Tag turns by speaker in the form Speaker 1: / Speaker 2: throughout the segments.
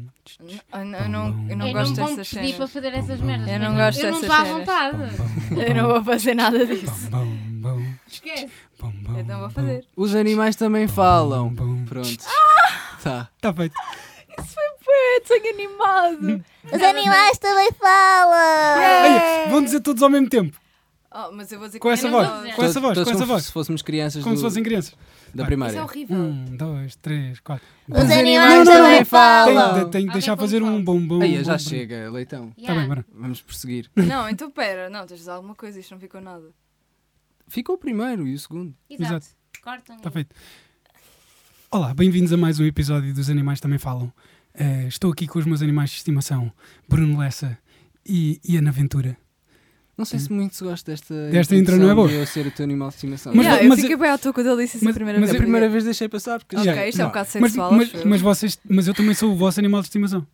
Speaker 1: Eu não, eu não
Speaker 2: eu
Speaker 1: gosto
Speaker 2: não vão
Speaker 1: dessas
Speaker 2: pedir para
Speaker 1: cenas.
Speaker 2: fazer essas merdas.
Speaker 1: Eu não
Speaker 2: mas
Speaker 1: gosto
Speaker 2: Eu não
Speaker 1: dessas
Speaker 2: estou à
Speaker 1: cenas.
Speaker 2: vontade.
Speaker 1: Eu não vou fazer nada disso.
Speaker 3: Bom, bom,
Speaker 2: Esquece.
Speaker 3: bom, bom,
Speaker 1: Então vou
Speaker 3: bom.
Speaker 1: fazer.
Speaker 4: Os animais também falam.
Speaker 3: Bom.
Speaker 4: Pronto. Tá.
Speaker 3: Tá feito.
Speaker 1: Isso foi bué de sangue animado.
Speaker 5: Os animais também falam!
Speaker 3: Olha, vão dizer todos ao mesmo tempo.
Speaker 1: Oh, mas eu vou dizer
Speaker 3: Com
Speaker 1: que
Speaker 3: essa
Speaker 1: eu
Speaker 3: voz.
Speaker 1: não vou dizer.
Speaker 3: Com essa voz,
Speaker 4: Todos
Speaker 3: com essa
Speaker 4: como
Speaker 3: voz.
Speaker 4: Se fôssemos crianças
Speaker 3: Como
Speaker 4: do-
Speaker 3: se fossem crianças.
Speaker 4: da
Speaker 3: Vai.
Speaker 4: primária.
Speaker 2: Isso é
Speaker 1: Ah.
Speaker 2: horrível.
Speaker 3: Um, dois, três, quatro.
Speaker 4: Os
Speaker 1: é
Speaker 3: Bom.
Speaker 5: animais
Speaker 3: Não, não,
Speaker 5: também
Speaker 3: não.
Speaker 5: falam.
Speaker 3: Tenho, tenho que deixar fazer um bombom.
Speaker 4: Aí, já chega, leitão.
Speaker 3: Tá bem, bora.
Speaker 4: Vamos prosseguir.
Speaker 1: Não, então pera. Não, tens de dizer alguma coisa. Isto não ficou nada.
Speaker 4: Ficou o primeiro e o segundo.
Speaker 2: Exato. um
Speaker 3: Exato.
Speaker 2: Cortam.
Speaker 3: Tá feito. Olá, bem-vindos a mais um episódio dos Animais Também Falam. Eh, estou aqui com os meus animais de estimação, Bruno Lessa e, e Ana Ventura.
Speaker 4: Não sei se muito se gosta desta.
Speaker 3: Hum. Desta intro não é
Speaker 4: introdução
Speaker 3: boa.
Speaker 4: de Eu ser o teu animal de estimação.
Speaker 3: Mas-
Speaker 1: Yeah, eu
Speaker 3: mas-
Speaker 1: fiquei bem à toa quando ele disse isso a
Speaker 3: mas-
Speaker 1: primeira
Speaker 3: mas
Speaker 1: vez.
Speaker 4: a primeira vez deixei passar porque.
Speaker 1: Ok,
Speaker 4: já-
Speaker 1: isto é um
Speaker 4: Não.
Speaker 1: bocado
Speaker 3: Mas,
Speaker 1: sexual,
Speaker 3: mas,
Speaker 1: acho eu.
Speaker 3: mas, vocês, mas eu também sou o vosso animal de estimação,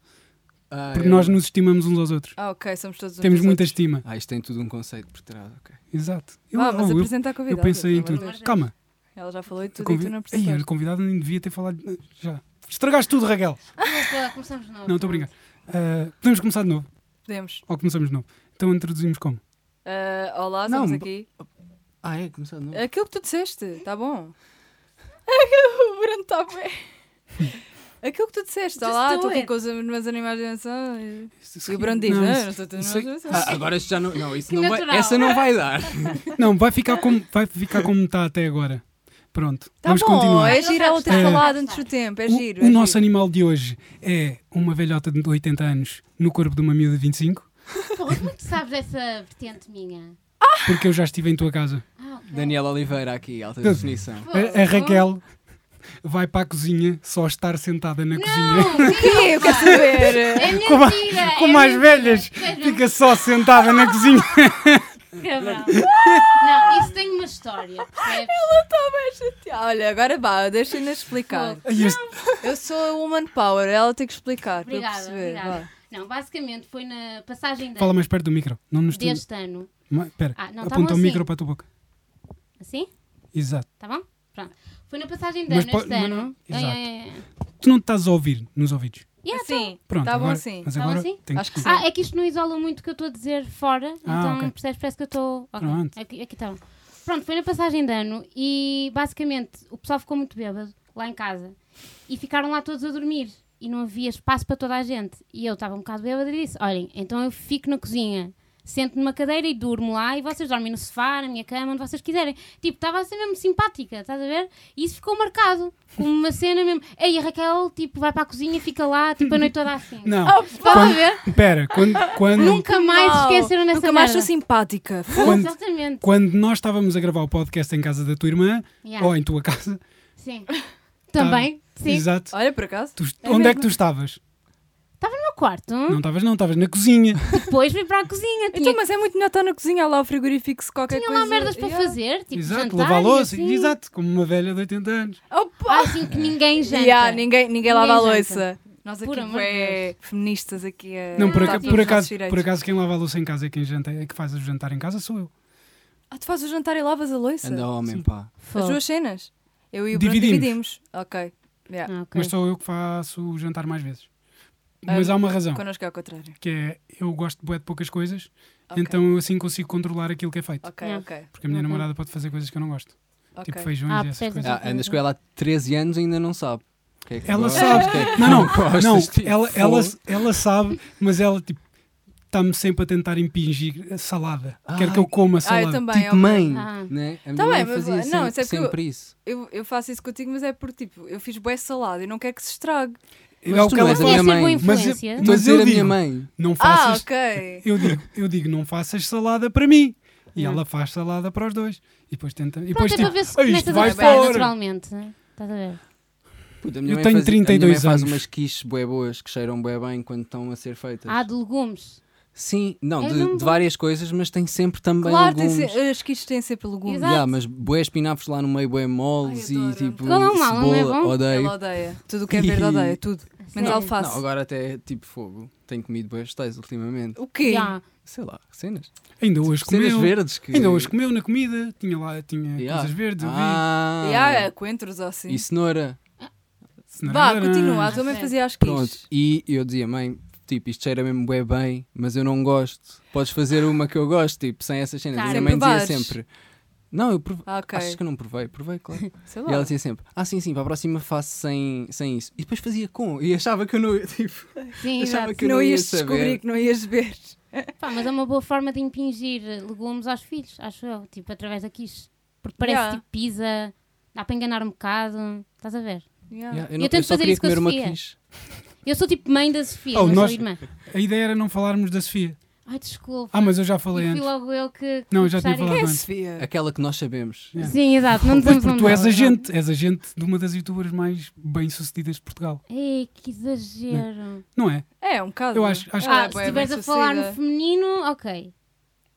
Speaker 4: Ah,
Speaker 3: porque
Speaker 4: eu-
Speaker 3: nós nos estimamos uns aos outros.
Speaker 1: Ah, ok, somos todos uns
Speaker 3: Temos
Speaker 1: dos
Speaker 3: muita
Speaker 1: outros.
Speaker 3: estima.
Speaker 4: Ah, isto tem tudo um conceito por trás, ok.
Speaker 3: Exato. Eu,
Speaker 1: Ah, mas
Speaker 3: oh, eu-
Speaker 1: apresenta a é
Speaker 3: eu
Speaker 1: convidada.
Speaker 3: pensei em
Speaker 1: pelo amor
Speaker 3: tudo.
Speaker 1: de Deus.
Speaker 2: Deus.
Speaker 3: Calma,
Speaker 1: Ela já falou de
Speaker 3: a
Speaker 1: tudo e
Speaker 3: convi...
Speaker 1: tu não
Speaker 3: Ei,
Speaker 1: percebes.
Speaker 3: a convidada nem devia ter falado. eh, Já. Estragaste tudo, Raquel.
Speaker 2: Desculpa, começamos de novo.
Speaker 3: Não, estou a brincar. Ah, podemos começar de novo.
Speaker 1: Podemos.
Speaker 3: Ou começamos de novo. Então introduzimos como?
Speaker 1: Ah, olá,
Speaker 4: Não,
Speaker 1: estamos
Speaker 4: mas-
Speaker 1: aqui.
Speaker 4: Ah, é? Começar de novo?
Speaker 1: Aquilo que tu disseste, tá bom? o Bruno está bem. Aquilo que tu disseste, olá,
Speaker 2: tá do
Speaker 1: estou aqui
Speaker 2: it.
Speaker 1: com os meus animais de ação. E e o Bruno
Speaker 3: Bruno
Speaker 1: diz, não,
Speaker 3: Não,
Speaker 1: não estou tendo
Speaker 3: isso-
Speaker 1: animais de ação.
Speaker 4: Ah, agora isto já não. Não, isso
Speaker 2: Que
Speaker 4: não vai.
Speaker 2: natural.
Speaker 4: Essa não vai dar.
Speaker 3: Não, vai ficar como, vai ficar como está até agora. Pronto,
Speaker 1: Tá
Speaker 3: vamos
Speaker 1: bom,
Speaker 3: continuar.
Speaker 1: é giro ela ter
Speaker 3: É.
Speaker 1: falado antes do tempo, é
Speaker 3: O-
Speaker 1: giro.
Speaker 3: o
Speaker 1: é
Speaker 3: nosso
Speaker 1: giro.
Speaker 3: animal de hoje é uma velhota de 80 anos no corpo de uma miúda de 25,
Speaker 2: Porra, como é que tu sabes dessa vertente minha?
Speaker 3: porque eu já estive em tua casa.
Speaker 2: Ah, ok.
Speaker 4: Daniela Oliveira aqui, alta definição.
Speaker 3: A, a É, Raquel vai para a cozinha só estar sentada na cozinha.
Speaker 2: Não,
Speaker 1: O quê? Eu quero saber.
Speaker 2: É mentira!
Speaker 3: Como a-
Speaker 2: é
Speaker 3: Como as
Speaker 2: mentira.
Speaker 3: velhas,
Speaker 2: Pois não,
Speaker 3: fica só sentada na cozinha.
Speaker 2: cabrão. Não, isso tem uma história, percebes?
Speaker 1: Olha, agora vá, deixa-me explicar.
Speaker 3: Ai, este-
Speaker 1: Eu sou a woman power, ela tem que explicar para eu
Speaker 2: Obrigada,
Speaker 1: perceber.
Speaker 2: obrigada.
Speaker 1: vá.
Speaker 2: Não, basicamente foi na passagem de
Speaker 3: Fala
Speaker 2: ano
Speaker 3: mais perto do micro, não nos tu...
Speaker 2: deste ano.
Speaker 3: Ma- Espera,
Speaker 2: Ah, não, tá
Speaker 3: aponta
Speaker 2: bom
Speaker 3: o
Speaker 2: assim.
Speaker 3: micro para a tua boca.
Speaker 2: Assim?
Speaker 3: Exato.
Speaker 2: Tá bom? Pronto. Foi na passagem de
Speaker 3: Mas
Speaker 2: ano
Speaker 3: po-
Speaker 2: este
Speaker 3: mas
Speaker 2: ano. É,
Speaker 3: não-
Speaker 2: Ai,
Speaker 3: Exato.
Speaker 2: ai, ai.
Speaker 3: Tu não te estás a ouvir nos ouvidos.
Speaker 2: Yeah,
Speaker 1: Sim,
Speaker 3: Pronto,
Speaker 1: tá bom
Speaker 3: agora,
Speaker 1: sim.
Speaker 3: Mas
Speaker 2: Tá bom
Speaker 3: agora
Speaker 2: assim?
Speaker 3: tenho
Speaker 1: Acho que
Speaker 3: que
Speaker 1: sim.
Speaker 2: Ah, é que isto não isola muito o que eu estou a dizer fora, então
Speaker 3: Ah, ok.
Speaker 2: percebes? Parece que eu estou. ok,
Speaker 3: Pronto.
Speaker 2: Aqui, aqui está bom. Pronto, foi na passagem de ano e basicamente o pessoal ficou muito bêbado lá em casa e ficaram lá todos a dormir e não havia espaço para toda a gente. E eu estava um bocado bêbada e disse: Olhem, então eu fico na cozinha, sento numa cadeira e durmo lá e vocês dormem no sofá, na minha cama, onde vocês quiserem. Tipo, estava a ser mesmo simpática, estás a ver? E isso ficou marcado como uma cena mesmo. Ei, a Raquel, tipo, vai para a cozinha, fica lá, tipo, a noite toda assim.
Speaker 3: Não,
Speaker 2: Estás a ver?
Speaker 3: espera, quando, quando,
Speaker 2: Nunca mais
Speaker 1: Uau,
Speaker 2: esqueceram dessa
Speaker 1: Nunca mais sou
Speaker 2: merda.
Speaker 1: simpática.
Speaker 3: quando,
Speaker 2: Exatamente.
Speaker 3: quando nós estávamos a gravar o podcast em casa da tua irmã,
Speaker 2: Yeah.
Speaker 3: ou em tua casa,
Speaker 2: Sim. Também. Sim.
Speaker 3: exato.
Speaker 1: Olha, por acaso.
Speaker 3: Tu-
Speaker 1: É
Speaker 3: onde é que
Speaker 1: mesmo?
Speaker 3: tu estavas?
Speaker 2: Estava no meu quarto.
Speaker 3: Não estavas, não, estavas na cozinha.
Speaker 2: Depois vim para a cozinha. Tinha,
Speaker 1: Então, mas é muito melhor estar na cozinha, há lá o frigorífico, se qualquer
Speaker 2: tinha
Speaker 1: coisa.
Speaker 2: lá merdas para
Speaker 1: é. Yeah.
Speaker 2: fazer. Tipo,
Speaker 3: exato,
Speaker 2: jantar
Speaker 3: lavar
Speaker 2: e
Speaker 3: louça,
Speaker 2: assim.
Speaker 3: exato, como uma velha de 80 anos.
Speaker 1: Opa!
Speaker 2: Ah, assim que ninguém janta.
Speaker 1: Oh, Yeah, ninguém, ninguém lava a
Speaker 2: Ninguém
Speaker 1: louça. Nós
Speaker 2: Por
Speaker 1: aqui
Speaker 2: amor
Speaker 1: bué feministas aqui a...
Speaker 3: não, por,
Speaker 1: lutar
Speaker 3: aca-
Speaker 1: pelos
Speaker 3: por
Speaker 1: tá nossos
Speaker 3: acaso,
Speaker 1: direitos.
Speaker 3: por acaso quem lava a louça em casa é quem janta, é que faz o jantar em casa sou eu.
Speaker 1: Ah, tu fazes o jantar e lavas a louça?
Speaker 4: Anda homem, pá.
Speaker 1: As
Speaker 2: Fogo.
Speaker 1: duas cenas? Eu e o Bruno
Speaker 3: Dividimos.
Speaker 1: dividimos. Ok. Yeah.
Speaker 2: Ah, ok.
Speaker 3: Mas sou eu que faço o jantar mais vezes.
Speaker 1: Ah,
Speaker 3: Mas há uma razão,
Speaker 1: Connosco é ao contrário.
Speaker 3: que é eu gosto de bué de poucas coisas,
Speaker 1: Ok.
Speaker 3: então eu assim consigo controlar aquilo que é feito.
Speaker 1: Ok,
Speaker 2: Não.
Speaker 1: ok.
Speaker 3: Porque a minha
Speaker 2: Ok.
Speaker 3: namorada pode fazer coisas que eu não gosto,
Speaker 1: ok.
Speaker 3: tipo feijões
Speaker 2: Ah,
Speaker 3: e essas
Speaker 2: percebes
Speaker 3: coisas.
Speaker 2: Sim,
Speaker 4: Ah,
Speaker 2: sim.
Speaker 4: andas com ela há 13 anos e ainda não sabe. O que é que
Speaker 3: Ela
Speaker 4: gosta,
Speaker 3: sabe.
Speaker 4: o que é que
Speaker 3: Não, não,
Speaker 4: gostas,
Speaker 3: não,
Speaker 4: tipo,
Speaker 3: ela, ela,
Speaker 4: fogo.
Speaker 3: ela sabe, mas ela tipo está-me sempre a tentar impingir a salada.
Speaker 4: Ai.
Speaker 3: Quer que eu coma a
Speaker 1: Ah,
Speaker 3: salada.
Speaker 1: eu também.
Speaker 4: Tipo
Speaker 1: ok.
Speaker 4: mãe,
Speaker 2: Ah.
Speaker 4: né? A minha
Speaker 1: Tá
Speaker 4: mãe
Speaker 1: bem, mas-
Speaker 4: fazia
Speaker 1: não,
Speaker 4: sempre,
Speaker 1: isso é porque eu-
Speaker 4: sempre isso.
Speaker 1: Eu, eu faço isso contigo, mas é por tipo, eu fiz bué salada e não quero que se estrague.
Speaker 3: É
Speaker 4: Mas
Speaker 3: o
Speaker 4: tu
Speaker 3: que
Speaker 4: não
Speaker 3: ela
Speaker 4: és a
Speaker 3: faz.
Speaker 4: minha
Speaker 2: Podia ser boa
Speaker 4: mãe.
Speaker 2: influência.
Speaker 3: Mas tipo,
Speaker 4: Mas
Speaker 3: eu
Speaker 4: eu a minha
Speaker 3: digo-
Speaker 4: mãe.
Speaker 3: Não
Speaker 1: Ah,
Speaker 3: faças.
Speaker 1: ok. Uhum.
Speaker 3: eu, digo, eu digo, não faças salada para mim. E ela faz salada para os dois. E depois tenta. E
Speaker 2: Pronto,
Speaker 3: depois
Speaker 2: é para
Speaker 3: tipo,
Speaker 2: ver se é
Speaker 3: "Ah,
Speaker 2: começas
Speaker 3: isto
Speaker 2: a
Speaker 3: vai
Speaker 2: gostar
Speaker 3: fora.
Speaker 2: naturalmente. Estás a ver?
Speaker 4: Puta, a minha
Speaker 3: Eu
Speaker 4: mãe
Speaker 3: tenho
Speaker 4: faz-
Speaker 3: 32
Speaker 4: A minha mãe faz
Speaker 3: anos.
Speaker 4: umas quiches bué boas que cheiram bué bem quando estão a ser
Speaker 3: Tá.
Speaker 4: feitas.
Speaker 2: Ah, de legumes.
Speaker 4: Sim, não,
Speaker 2: É
Speaker 4: de,
Speaker 2: mesmo
Speaker 4: de
Speaker 2: bom.
Speaker 4: várias coisas, mas tem sempre também
Speaker 1: Claro, tem
Speaker 4: legumes.
Speaker 1: se, as quiches têm sempre legumes.
Speaker 2: Exato.
Speaker 4: Yeah, mas bué espinafres lá no meio, bué moles
Speaker 1: Ai,
Speaker 4: e
Speaker 1: adoro.
Speaker 4: tipo
Speaker 2: Qual é o mal? Não é
Speaker 4: cebola,
Speaker 2: bom?
Speaker 4: odeio.
Speaker 1: Ela odeia. Tudo o que é verde odeia, tudo. Menos
Speaker 2: Não,
Speaker 1: alface.
Speaker 4: Não, agora até tipo fogo. Tenho comido bué tais ultimamente.
Speaker 1: O quê?
Speaker 2: Yeah.
Speaker 4: Sei lá, cenas.
Speaker 3: Ainda hoje
Speaker 4: cenas
Speaker 3: comeu.
Speaker 4: verdes que...
Speaker 3: Ainda hoje comeu na comida. Tinha lá tinha
Speaker 4: Yeah.
Speaker 3: coisas verdes. eu vi.
Speaker 4: Ah,
Speaker 1: E há coentros ou é assim.
Speaker 4: e cenoura.
Speaker 1: Vá,
Speaker 3: Tararam.
Speaker 1: continua. A tua mãe
Speaker 2: Ah,
Speaker 1: fazia as
Speaker 4: Pronto,
Speaker 1: quis.
Speaker 4: e eu dizia, mãe, tipo, isto cheira mesmo bué bem, mas eu não gosto. Podes fazer uma que eu gosto, tipo, sem essas cenas.
Speaker 2: Claro.
Speaker 4: E a
Speaker 2: Sem
Speaker 4: minha mãe dizia
Speaker 1: provares.
Speaker 4: sempre, não, eu provei.
Speaker 1: Ah, ok.
Speaker 4: Achas que eu não provei? Provei, claro.
Speaker 1: Sei
Speaker 4: E ela
Speaker 1: lá.
Speaker 4: dizia sempre, ah, sim, sim, para a próxima faço sem, sem isso. E depois fazia com, e achava que eu não, tipo,
Speaker 2: Sim, é
Speaker 4: achava
Speaker 2: exato.
Speaker 4: que eu
Speaker 1: não
Speaker 4: não ia
Speaker 1: ias
Speaker 4: saber.
Speaker 1: descobrir, que não ias ver.
Speaker 2: Pá, mas é uma boa forma de impingir legumes aos filhos, acho eu, tipo, através da quiche. Porque parece
Speaker 1: Yeah.
Speaker 2: tipo pizza, dá para enganar um bocado, estás a ver?
Speaker 1: Yeah.
Speaker 4: Yeah, eu, não,
Speaker 2: tento
Speaker 4: eu só
Speaker 2: fazer
Speaker 4: queria
Speaker 2: isso com a
Speaker 4: comer uma
Speaker 2: Sofia.
Speaker 4: quiche.
Speaker 2: Eu sou tipo mãe da Sofia,
Speaker 3: Oh,
Speaker 2: não
Speaker 3: nós-
Speaker 2: sou irmã.
Speaker 3: A ideia era não falarmos da Sofia.
Speaker 2: Ai, desculpa.
Speaker 3: Ah, mas eu já
Speaker 2: E
Speaker 3: falei
Speaker 2: fui
Speaker 3: antes.
Speaker 2: logo eu que. que
Speaker 3: Não,
Speaker 2: fui
Speaker 3: eu já tinha
Speaker 2: puxar
Speaker 3: falado
Speaker 2: isso.
Speaker 1: Quem é
Speaker 3: antes.
Speaker 1: Sofia?
Speaker 4: Aquela que nós sabemos.
Speaker 3: Yeah.
Speaker 2: Sim, exato, não
Speaker 3: Pois,
Speaker 2: dizemos
Speaker 3: porque
Speaker 2: um
Speaker 3: tu és
Speaker 2: nome.
Speaker 3: agente, és agente de uma das youtubers mais bem-sucedidas de Portugal,
Speaker 2: Ei, que exagero.
Speaker 3: não é?
Speaker 1: É, um bocado.
Speaker 3: Eu acho- acho
Speaker 2: Ah,
Speaker 1: é
Speaker 2: se
Speaker 1: bué
Speaker 2: estiveres a
Speaker 1: bem
Speaker 2: falar no
Speaker 1: sucedida.
Speaker 2: feminino, ok.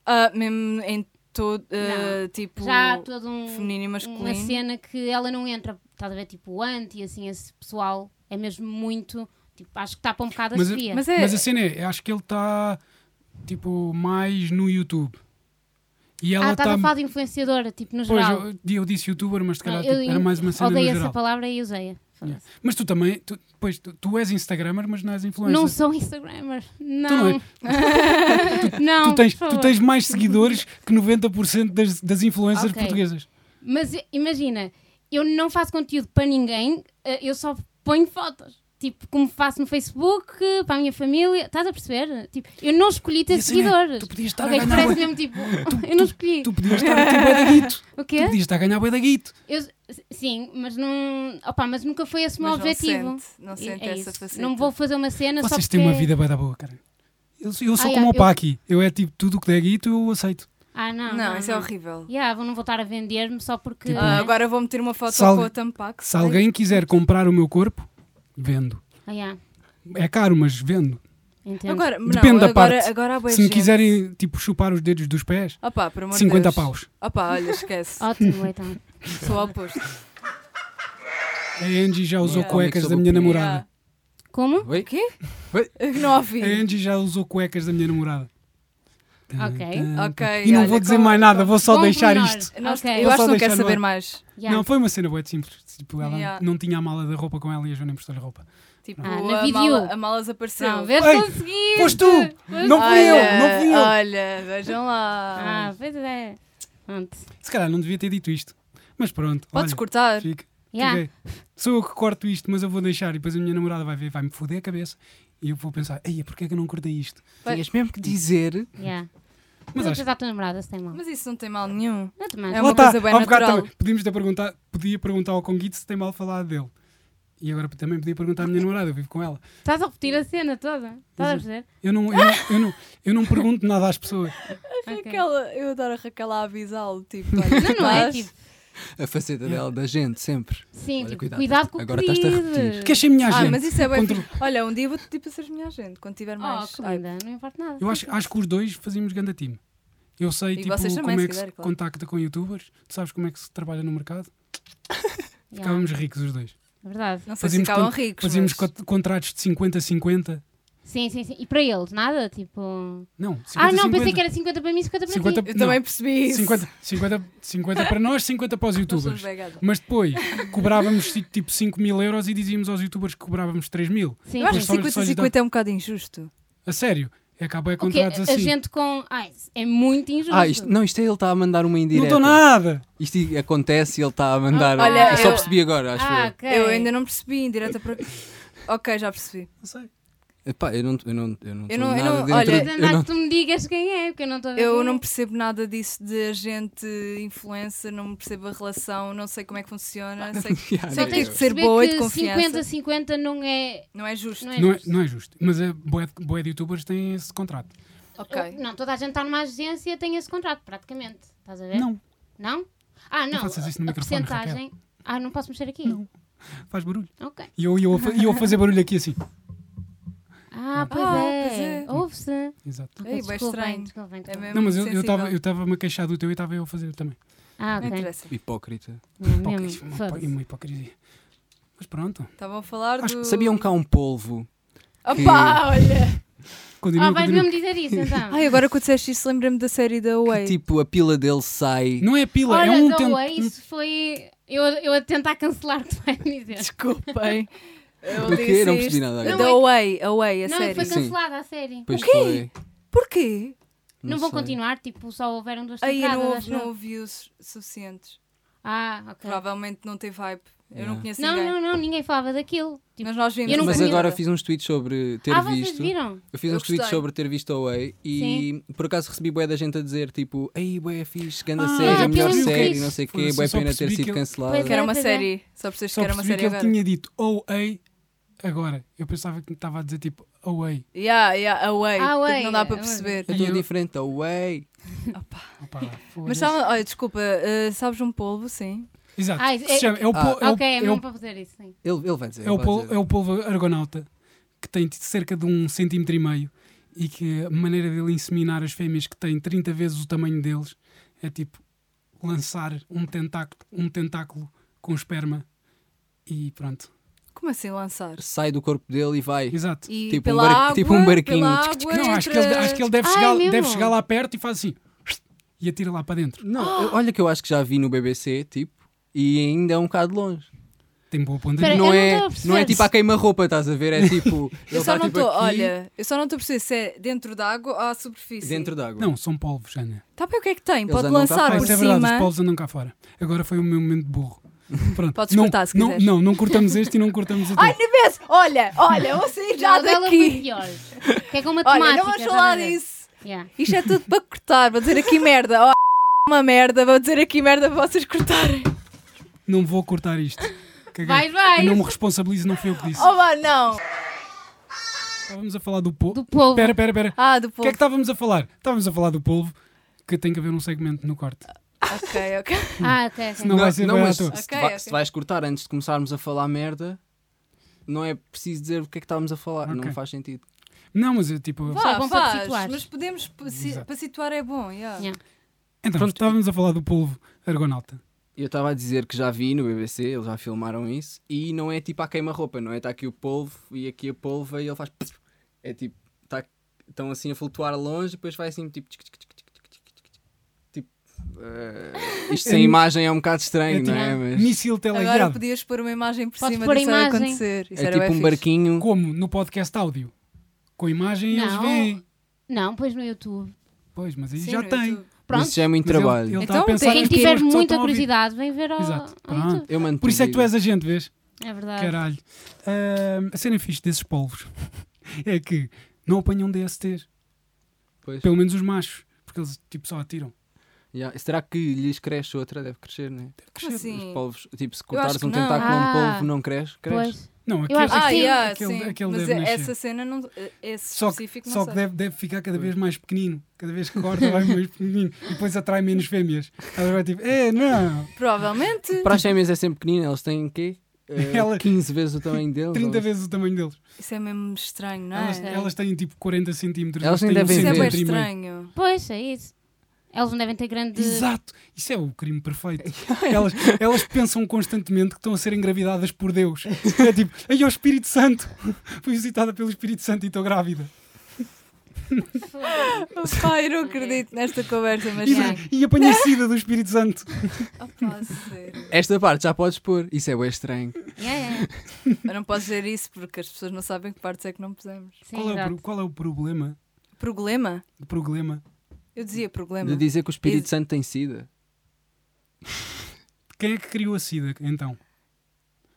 Speaker 1: Ah, mesmo em todo. ah, tipo.
Speaker 2: Já há todo um.
Speaker 1: Feminino e
Speaker 2: uma
Speaker 1: masculino.
Speaker 2: cena que ela não entra, estás a ver, tipo, o anti, assim, esse pessoal é mesmo muito, tipo, acho que tapa um bocado a
Speaker 3: Mas-
Speaker 2: Sofia.
Speaker 1: Mas é.
Speaker 3: Mas a cena é, eu acho que ele está tipo mais no YouTube. E ela
Speaker 2: ah,
Speaker 3: está.
Speaker 2: estás a falar de influenciadora, tipo, no
Speaker 3: Pois,
Speaker 2: geral.
Speaker 3: eu, eu disse youtuber, mas se calhar
Speaker 2: Não, eu
Speaker 3: tipo, era mais uma cena no
Speaker 2: odeio essa
Speaker 3: geral.
Speaker 2: palavra e usei-a.
Speaker 3: Yeah. Mas tu também, tu, pois, tu, tu és Instagrammer, mas não és influencer.
Speaker 2: Não sou Instagrammer. Não.
Speaker 3: é. não é.
Speaker 2: Não,
Speaker 3: tu, tens,
Speaker 2: por
Speaker 3: tu
Speaker 2: favor.
Speaker 3: tens mais seguidores que 90% das, das influencers
Speaker 2: Ok.
Speaker 3: portuguesas.
Speaker 2: Mas i- imagina, eu não faço conteúdo para ninguém, eh, eu só ponho fotos. Tipo, como faço no Facebook, eh, para a minha família. Estás a perceber? Tipo, eu não escolhi
Speaker 3: E
Speaker 2: ter
Speaker 3: a cena é,
Speaker 2: seguidores.
Speaker 3: tu podias estar
Speaker 2: Ok,
Speaker 3: a
Speaker 2: isto
Speaker 3: ganhar.
Speaker 2: parece
Speaker 3: bué-
Speaker 2: mesmo tipo, eu não escolhi.
Speaker 3: Tu podias estar a ter bué de guito.
Speaker 2: o
Speaker 3: Tu
Speaker 2: quê?
Speaker 3: podias estar a ganhar bué da guito.
Speaker 2: Eu, s- sim, mas não. Opa, mas nunca foi esse é o meu
Speaker 1: mas não
Speaker 2: objetivo.
Speaker 1: sente- Não
Speaker 2: E
Speaker 1: sente
Speaker 2: é
Speaker 1: essa
Speaker 2: isso.
Speaker 1: faceta.
Speaker 2: Não vou fazer uma cena só
Speaker 3: Vocês
Speaker 2: porque...
Speaker 3: têm uma vida bué da boa, cara. Eu, sou- eu sou
Speaker 2: Ai,
Speaker 3: como
Speaker 2: ai,
Speaker 3: o
Speaker 2: eu-
Speaker 3: Paqui. Eu... é tipo tudo o que der guito, eu aceito.
Speaker 2: Ah, não.
Speaker 1: Não, isso é
Speaker 2: não.
Speaker 1: horrível.
Speaker 2: Yeah, vou não voltar a vender-me só porque.
Speaker 3: Tipo,
Speaker 1: Ah,
Speaker 2: né?
Speaker 1: agora vou meter uma foto
Speaker 3: Se al-
Speaker 1: com a Tampax.
Speaker 3: Se alguém quiser comprar o meu corpo, vendo.
Speaker 2: Ah, yeah,
Speaker 3: É caro, mas vendo.
Speaker 2: entendo.
Speaker 1: Agora, não,
Speaker 3: Depende da
Speaker 1: agora,
Speaker 3: parte.
Speaker 1: Agora há bué
Speaker 3: Se me
Speaker 1: gente.
Speaker 3: quiserem tipo chupar os dedos dos pés,
Speaker 1: Opa, por amor de
Speaker 3: 50
Speaker 1: Deus.
Speaker 3: paus.
Speaker 1: Opa, olha, esquece.
Speaker 2: Ótimo, então.
Speaker 1: Sou ao oposto.
Speaker 3: A Angie já usou
Speaker 1: Yeah.
Speaker 3: cuecas
Speaker 4: Cómico
Speaker 3: da
Speaker 4: sobre
Speaker 3: minha
Speaker 4: opinião.
Speaker 3: namorada.
Speaker 2: Ah, Como?
Speaker 4: Oi?
Speaker 1: Quê?
Speaker 4: Oi?
Speaker 1: Não ouvi.
Speaker 3: A Angie já usou cuecas da minha namorada.
Speaker 2: Ok.
Speaker 1: Ok,
Speaker 3: E não
Speaker 1: olha,
Speaker 3: vou dizer
Speaker 1: com-
Speaker 3: mais nada, vou só
Speaker 2: Bom
Speaker 3: deixar
Speaker 2: pormenor.
Speaker 3: isto.
Speaker 1: Nós-
Speaker 2: Ok.
Speaker 1: Eu
Speaker 3: Vou
Speaker 1: acho
Speaker 3: só
Speaker 1: que não quero
Speaker 3: deixar no
Speaker 1: saber
Speaker 3: ar.
Speaker 1: mais.
Speaker 2: Yeah.
Speaker 3: Não, foi uma cena boa simples. Tipo, ela
Speaker 1: Yeah.
Speaker 3: não tinha a mala da roupa com ela e a Joana emprestou-lhe roupa.
Speaker 1: Tipo,
Speaker 2: Ah, na
Speaker 1: a,
Speaker 2: vídeo.
Speaker 1: mala, a mala desapareceu.
Speaker 2: Não, vês,
Speaker 3: Ei,
Speaker 2: conseguiste!
Speaker 3: Foste tu! Não fui eu! Não fui eu!
Speaker 1: Olha, vejam lá.
Speaker 2: Ah, pois é. Pronto.
Speaker 3: Se calhar não devia ter dito isto. Mas pronto.
Speaker 1: Podes
Speaker 3: olha,
Speaker 1: cortar.
Speaker 3: fica.
Speaker 2: Yeah.
Speaker 3: Caguei. Sou eu que corto isto, mas eu vou deixar. E depois a minha namorada vai ver, vai-me foder a cabeça. E eu vou pensar, ei, porquê é que eu não cortei isto?
Speaker 1: Vai.
Speaker 4: Tinhas mesmo que dizer.
Speaker 2: Yeah. Mas
Speaker 3: Mas
Speaker 2: não
Speaker 3: acho
Speaker 2: tens a tua namorada, se tem mal.
Speaker 1: Mas isso não tem mal nenhum.
Speaker 2: Não te mando.
Speaker 1: É uma
Speaker 3: Lá tá,
Speaker 1: coisa bem
Speaker 3: há um bocado
Speaker 1: natural.
Speaker 3: também. Podíamos ter perguntado, podia perguntar ao Conguito se tem mal falado dele. E agora também podia perguntar à minha namorada, eu vivo com ela.
Speaker 2: Estás a repetir a cena toda. Estás a perceber?
Speaker 3: Eu não, eu, não- eu não, eu não pergunto nada às pessoas.
Speaker 2: Ok.
Speaker 1: Raquel, eu adoro a Raquel a avisá-lo. Tipo,
Speaker 2: Não, não é? Tipo,
Speaker 4: A faceta dela, da gente, sempre.
Speaker 2: sim,
Speaker 4: Olha,
Speaker 2: tipo,
Speaker 4: cuidado,
Speaker 2: cuidado, com o
Speaker 4: agora
Speaker 2: que
Speaker 4: estás-te a
Speaker 2: dizes.
Speaker 4: repetir.
Speaker 3: Que achei minha
Speaker 1: Ah,
Speaker 3: gente.
Speaker 1: mas isso é bem.
Speaker 3: Contro-
Speaker 1: Olha, um dia vou te tipo seres minha agente, quando tiver
Speaker 2: Oh,
Speaker 1: mais.
Speaker 2: que
Speaker 1: Ai,
Speaker 2: linda, não importa nada.
Speaker 3: Eu acho, acho que os dois fazíamos ganda time. Eu sei
Speaker 1: E
Speaker 3: tipo,
Speaker 1: vocês também,
Speaker 3: como é
Speaker 1: se
Speaker 3: que se
Speaker 1: quiser, claro.
Speaker 3: contacta com youtubers, tu sabes como é que se trabalha no mercado.
Speaker 2: Yeah,
Speaker 3: Ficávamos ricos os dois.
Speaker 2: é Verdade.
Speaker 1: não sei se
Speaker 3: Fazíamos
Speaker 1: ficavam
Speaker 3: con-
Speaker 1: ricos.
Speaker 3: Fazíamos
Speaker 1: mas...
Speaker 3: cont- contratos de 50-50.
Speaker 2: Sim, sim, sim. E para eles, nada? Tipo.
Speaker 3: Não, 50-50.
Speaker 2: ah, não, pensei que era 50 para mim e 50 para
Speaker 3: 50
Speaker 2: ti.
Speaker 1: Eu
Speaker 3: não,
Speaker 1: também percebi isso.
Speaker 3: 50, 50, 50 para nós, 50 para os
Speaker 1: Nós somos
Speaker 3: youtubers.
Speaker 1: bem gado.
Speaker 3: Mas depois cobrávamos ci- tipo 5 mil euros e dizíamos aos youtubers que cobrávamos 3 mil.
Speaker 2: Sim,
Speaker 1: Eu acho que
Speaker 3: Só- só lhes
Speaker 1: 50 e
Speaker 3: dá-
Speaker 1: 50 é um bocado injusto.
Speaker 3: A sério. Acaba é
Speaker 2: Ok,
Speaker 3: contratos
Speaker 2: a
Speaker 3: assim.
Speaker 2: gente com. Ai, é muito injusto.
Speaker 4: Ah, isto, não, isto é ele está a mandar uma
Speaker 3: Não
Speaker 4: indireta.
Speaker 3: estou nada.
Speaker 4: Isto acontece e ele está a mandar.
Speaker 2: Ah,
Speaker 1: olha,
Speaker 4: eu só
Speaker 1: eu-
Speaker 4: percebi agora, acho
Speaker 2: Ah, ok.
Speaker 3: É.
Speaker 1: Eu ainda não percebi em direta para. Ok, já percebi.
Speaker 3: Não sei.
Speaker 4: eu. Epá, eu não eu não eu não,
Speaker 1: Eu
Speaker 4: tô
Speaker 1: não- eu
Speaker 4: nada
Speaker 1: não-
Speaker 4: dentro
Speaker 1: olha-
Speaker 2: Mas
Speaker 4: de- eu
Speaker 2: antes
Speaker 4: não-
Speaker 2: que tu me digas quem é, porque eu não estou a ver.
Speaker 1: Eu
Speaker 2: quem
Speaker 1: não
Speaker 2: é.
Speaker 1: percebo nada disso de agente influencer, não percebo a relação, não sei como é que funciona, sei que
Speaker 4: Yeah,
Speaker 1: Só
Speaker 4: não,
Speaker 1: tens
Speaker 4: eu-
Speaker 1: de ser
Speaker 2: Perceber
Speaker 1: boa e
Speaker 2: que
Speaker 1: de confiança.
Speaker 2: 50-50 não é.
Speaker 1: não é justo.
Speaker 2: Não é
Speaker 3: Não é,
Speaker 2: justo.
Speaker 3: não é justo. Mas a boé de bué de youtubers tem esse contrato.
Speaker 1: é- Ok.
Speaker 2: Eu- não, toda a gente está numa agência e tem esse contrato, praticamente. Estás a ver?
Speaker 3: Não.
Speaker 2: Não? Ah, não.
Speaker 3: faças isso no
Speaker 2: a
Speaker 3: microfone,
Speaker 2: porcentagem. Ah, não posso mexer aqui?
Speaker 3: Não. Faz barulho.
Speaker 2: Ok.
Speaker 3: E eu, e eu, a fa- e eu a fazer barulho aqui assim.
Speaker 2: Ah, pois
Speaker 1: Ah,
Speaker 2: é.
Speaker 1: pois é.
Speaker 2: Ouve-se.
Speaker 3: Exato.
Speaker 2: Ok,
Speaker 1: Ei, bem
Speaker 2: desculpem,
Speaker 1: estranho.
Speaker 2: desculpem,
Speaker 1: É
Speaker 2: desculpem.
Speaker 1: mesmo
Speaker 3: Não, mas eu
Speaker 1: sensível.
Speaker 3: estava eu estava-me a queixar do teu e estava eu a fazer também.
Speaker 2: Ah,
Speaker 1: Não
Speaker 2: ok.
Speaker 1: interessa.
Speaker 4: Hipócrita.
Speaker 2: Não,
Speaker 3: Hipocrisia,
Speaker 2: mesmo.
Speaker 3: uma hipo-
Speaker 2: Foda-se.
Speaker 3: uma hipocrisia. Mas pronto.
Speaker 1: Estavam a falar
Speaker 3: Acho
Speaker 1: do.
Speaker 4: Sabiam que há um polvo
Speaker 1: Opa, olha!
Speaker 4: que
Speaker 3: continua,
Speaker 2: Ah, vais
Speaker 3: continua.
Speaker 2: mesmo dizer isso então.
Speaker 1: Ai, agora que tu disseste isso, lembrei-me da série da
Speaker 4: Que,
Speaker 1: Away.
Speaker 4: tipo, a pila dele sai.
Speaker 3: Não é pila,
Speaker 2: Olha,
Speaker 3: é um
Speaker 2: da
Speaker 3: tent-
Speaker 2: Way, isso foi. Eu, eu a tentar cancelar, tu vais me dizer.
Speaker 1: Desculpem. Eu
Speaker 4: Porquê?
Speaker 1: disse
Speaker 4: Não percebi
Speaker 1: isto.
Speaker 4: nada
Speaker 2: agora.
Speaker 1: Da
Speaker 2: Não,
Speaker 1: Away, Away, a
Speaker 2: não,
Speaker 1: série.
Speaker 2: foi
Speaker 4: Sim.
Speaker 2: cancelada a série.
Speaker 4: Pois
Speaker 1: O quê?
Speaker 4: foi.
Speaker 1: Porquê?
Speaker 2: Não, vão
Speaker 4: sei.
Speaker 2: continuar, tipo, só houveram duas
Speaker 1: Aí
Speaker 2: temporadas.
Speaker 1: não houve,
Speaker 2: acho
Speaker 1: não
Speaker 2: eu.
Speaker 1: houve views suficientes.
Speaker 2: Ah, ok.
Speaker 1: Provavelmente não teve hype. Eu
Speaker 4: Yeah.
Speaker 1: não conheço
Speaker 2: Não,
Speaker 1: ninguém.
Speaker 2: não, não, ninguém falava daquilo. Tipo,
Speaker 1: Mas nós vimos.
Speaker 2: Eu não
Speaker 4: Mas
Speaker 1: essa
Speaker 2: vi
Speaker 4: agora
Speaker 1: merda.
Speaker 4: fiz uns tweets sobre ter
Speaker 2: ah, vocês
Speaker 4: visto.
Speaker 2: viram?
Speaker 4: Eu fiz
Speaker 1: Eu
Speaker 4: uns tweets
Speaker 1: gostei.
Speaker 4: sobre ter visto a Way e por acaso recebi bué da gente a dizer tipo Ei, bué fixe, ganda
Speaker 3: Ah,
Speaker 4: série, a
Speaker 2: aquilo
Speaker 4: melhor
Speaker 2: é muito
Speaker 4: série,
Speaker 2: fixe.
Speaker 4: não sei o quê,
Speaker 3: Foda-se,
Speaker 4: bué
Speaker 3: eu só
Speaker 4: pena ter
Speaker 3: percebi que
Speaker 4: sido
Speaker 3: eu-
Speaker 4: cancelada.
Speaker 1: Que era uma
Speaker 2: Pois é.
Speaker 1: série. Só percebes
Speaker 3: Só
Speaker 1: que era uma
Speaker 3: percebi
Speaker 1: série
Speaker 3: que ele
Speaker 1: agora.
Speaker 3: tinha dito away agora. Eu pensava que estava a dizer tipo away.
Speaker 1: Yeah, yeah, away.
Speaker 2: Ah, Away,
Speaker 1: Portanto, Não dá para
Speaker 2: é,
Speaker 1: perceber.
Speaker 4: Eu
Speaker 3: E
Speaker 4: estou
Speaker 3: eu-
Speaker 4: diferente, a Way.
Speaker 3: Opa,
Speaker 1: Mas
Speaker 3: foda-se.
Speaker 1: sabe, olha, desculpa, eh, sabes um polvo, sim.
Speaker 3: Exato.
Speaker 2: Ah,
Speaker 3: se
Speaker 2: é-
Speaker 3: chama- é o
Speaker 4: Ah.
Speaker 3: po- é o-
Speaker 2: ok, é
Speaker 3: é o
Speaker 2: mesmo para fazer isso, sim.
Speaker 4: Ele, ele vai dizer.
Speaker 3: É o,
Speaker 4: ele vai
Speaker 3: pol-
Speaker 4: dizer.
Speaker 3: é o polvo argonauta que tem t- cerca de um centímetro e meio e que a maneira dele inseminar as fêmeas que têm 30 vezes o tamanho deles é tipo lançar um tentáculo, um tentáculo com esperma e pronto.
Speaker 1: Como assim lançar?
Speaker 4: Sai do corpo dele e vai.
Speaker 3: Exato.
Speaker 1: E
Speaker 4: Tipo um
Speaker 1: pela
Speaker 4: barqui-
Speaker 1: água,
Speaker 4: tipo um barquinho.
Speaker 1: Pela
Speaker 4: Tch,
Speaker 1: água,
Speaker 4: tch,
Speaker 3: Não, acho que,
Speaker 1: entre-
Speaker 3: ele, acho que ele deve
Speaker 2: Ah, é
Speaker 3: chegar, deve
Speaker 2: mesmo?
Speaker 3: chegar lá perto e faz assim e atira lá para dentro.
Speaker 4: Não,
Speaker 1: Ah!
Speaker 4: eu- olha que eu acho que já vi no BBC, tipo, e ainda é um bocado longe.
Speaker 3: Tem boa ponta.
Speaker 2: Espera, eu não
Speaker 4: Não é,
Speaker 2: estou a perceber.
Speaker 4: não é tipo a queima-roupa, estás a ver? É tipo. ele
Speaker 1: Eu só
Speaker 4: tá,
Speaker 1: não
Speaker 4: tipo,
Speaker 1: estou,
Speaker 4: aqui,
Speaker 1: olha, eu só não estou a perceber se é dentro da água ou à superfície.
Speaker 4: Dentro d'água.
Speaker 3: Não, são polvos, Ana.
Speaker 1: Tá bem, o que é que tem?
Speaker 4: Eles
Speaker 1: Pode
Speaker 4: andam cá
Speaker 1: lançar
Speaker 3: Ah,
Speaker 1: por
Speaker 3: isso é verdade, os
Speaker 1: cima.
Speaker 3: povos andam cá fora. Agora foi o meu momento de burro. Pronto.
Speaker 1: Podes
Speaker 3: não,
Speaker 1: cortar, se
Speaker 3: não,
Speaker 1: quiseres.
Speaker 3: não, não cortamos este e não cortamos o
Speaker 1: Ai,
Speaker 3: teu.
Speaker 1: nem penso! Olha, olha, vou sair já
Speaker 2: Não, dela foi
Speaker 1: daqui.
Speaker 2: pior. Que é com matemática.
Speaker 1: Olha, não vamos
Speaker 2: estás a
Speaker 1: falar
Speaker 2: ver?
Speaker 1: disso.
Speaker 2: Yeah.
Speaker 1: Isto é tudo para cortar. Vou dizer aqui merda. Oh, uma merda. Vou dizer aqui merda para vocês cortarem.
Speaker 3: Não vou cortar isto. Caguei.
Speaker 2: Vai, vai.
Speaker 3: Eu não me responsabilizo, não fui eu que disse.
Speaker 1: Oh, vá, não.
Speaker 3: Estávamos a falar do polvo.
Speaker 2: Do povo.
Speaker 3: Espera, espera, espera.
Speaker 1: Ah, do
Speaker 3: O que
Speaker 1: povo.
Speaker 3: é que estávamos a falar? Estávamos a falar do polvo, que tem que haver um segmento no corte.
Speaker 1: Ok, ok.
Speaker 2: Ah, ok, ok.
Speaker 3: Não vai ser bem à
Speaker 4: mas se,
Speaker 3: toa.
Speaker 4: se
Speaker 1: Ok,
Speaker 4: vai-
Speaker 1: ok.
Speaker 4: se vais cortar antes de começarmos a falar merda, não é preciso dizer o que é que estávamos a falar,
Speaker 3: Ok.
Speaker 4: não faz sentido.
Speaker 3: Não, mas eu tipo.
Speaker 1: Vá,
Speaker 2: é bom para te
Speaker 1: faz.
Speaker 2: situar.
Speaker 1: Mas podemos, pa- si-
Speaker 3: Exato.
Speaker 1: para situar é bom. yeah.
Speaker 2: Yeah.
Speaker 3: Então,
Speaker 4: Pronto.
Speaker 3: estávamos a falar do polvo argonauta.
Speaker 4: Eu estava a dizer que já vi no BBC, eles já filmaram isso, e não é tipo a queima-roupa, não é? Está aqui o polvo e aqui a polva e ele faz. É tipo. Tá, estão assim a flutuar longe e depois vai assim tipo. tic, tic, tic, tic, tic, tic, tic, tic. Tipo. eh, isto sem imagem é um bocado
Speaker 3: É
Speaker 4: estranho,
Speaker 3: tipo
Speaker 4: não é? Mas
Speaker 3: Míssil
Speaker 1: Agora
Speaker 3: teleguiado.
Speaker 1: podias pôr uma imagem por
Speaker 2: Podes
Speaker 1: cima
Speaker 2: pôr a
Speaker 1: disso a
Speaker 2: imagem.
Speaker 1: acontecer. Isso
Speaker 4: é
Speaker 1: era
Speaker 4: tipo
Speaker 1: bué
Speaker 4: um
Speaker 1: fixe.
Speaker 4: barquinho.
Speaker 3: Como no podcast áudio. Com a imagem eles
Speaker 2: Não.
Speaker 3: veem.
Speaker 2: Não, pois no YouTube.
Speaker 3: Pois, mas aí
Speaker 1: Sim,
Speaker 3: já
Speaker 1: no
Speaker 3: tem.
Speaker 1: YouTube.
Speaker 2: Pronto.
Speaker 4: Isso já é muito
Speaker 3: Mas ele-
Speaker 4: trabalho.
Speaker 3: ele está
Speaker 1: Então,
Speaker 3: a pensar
Speaker 2: Quem
Speaker 3: nas
Speaker 2: tiver
Speaker 3: pessoas que só
Speaker 2: muita
Speaker 3: estão a ouvir.
Speaker 2: curiosidade, vem ver ao,
Speaker 3: Exato.
Speaker 2: ao
Speaker 3: Pronto.
Speaker 2: YouTube.
Speaker 4: Eu mando
Speaker 3: Por isso é que tu
Speaker 4: vídeo.
Speaker 3: és a gente, vês?
Speaker 2: É
Speaker 1: Ah.
Speaker 2: verdade.
Speaker 3: Caralho. Ahm, a cena fixe desses polvos é que não apanham DSTs.
Speaker 4: Pois.
Speaker 3: Pelo menos os machos. Porque eles tipo só atiram.
Speaker 4: Yeah. Será que lhes cresce outra? Deve crescer, não é?
Speaker 1: Como
Speaker 4: Os
Speaker 1: assim?
Speaker 4: polvos, tipo, se
Speaker 1: acho
Speaker 4: cortares
Speaker 1: que
Speaker 4: um
Speaker 1: não.
Speaker 4: tentáculo a um
Speaker 2: Ah.
Speaker 4: polvo, não cresce? Cresce.
Speaker 2: Pois.
Speaker 3: Não, aquele,
Speaker 2: Eu acho que
Speaker 1: Ah,
Speaker 2: sim.
Speaker 1: yeah,
Speaker 3: aquele,
Speaker 1: sim.
Speaker 3: aquele
Speaker 1: Mas
Speaker 3: deve
Speaker 1: é-
Speaker 3: nascer.
Speaker 1: essa cena, não, esse
Speaker 3: Só que,
Speaker 1: específico,
Speaker 3: só
Speaker 1: não
Speaker 3: que
Speaker 1: sei.
Speaker 3: deve, deve ficar cada vez mais pequenino. Cada vez que corta vai mais pequenino. E depois atrai menos fêmeas. Ela vai tipo, é, não.
Speaker 1: Provavelmente.
Speaker 4: Para as fêmeas é sempre pequenina, elas têm o quê? Eh,
Speaker 3: Ela-
Speaker 4: 15 vezes o tamanho deles.
Speaker 3: 30
Speaker 4: ou-
Speaker 3: vezes o tamanho deles.
Speaker 1: Isso é mesmo estranho, não
Speaker 3: Elas,
Speaker 1: é?
Speaker 3: elas têm tipo 40 centímetros.
Speaker 4: Elas
Speaker 3: eles têm
Speaker 4: nem
Speaker 3: um
Speaker 1: Isso é
Speaker 4: devem
Speaker 1: bem
Speaker 4: ver.
Speaker 3: centímetro e meio.
Speaker 1: estranho.
Speaker 2: Pois, é isso. Eles não devem ter grande.
Speaker 3: Exato, isso é o crime perfeito. elas, elas pensam constantemente que estão a ser engravidadas por Deus. É tipo, aí o Espírito Santo, fui visitada pelo Espírito Santo e estou grávida.
Speaker 1: Pai, eu não acredito nesta conversa, mas é.
Speaker 3: E,
Speaker 2: já.
Speaker 3: e apanhei sida do Espírito Santo.
Speaker 1: Ah, pá, sério.
Speaker 4: Esta parte já podes pôr. Isso é bem estranho.
Speaker 2: Yeah, yeah.
Speaker 1: Eu não posso dizer isso porque as pessoas não sabem que partes é que não pusemos.
Speaker 2: Sim,
Speaker 3: Qual é, o,
Speaker 2: exato.
Speaker 3: pro- qual é o problema?
Speaker 1: Problema?
Speaker 3: O problema
Speaker 1: Eu dizia problema.
Speaker 4: De dizer que o Espírito
Speaker 1: E-
Speaker 4: Santo tem sida.
Speaker 3: quem é que criou a sida então?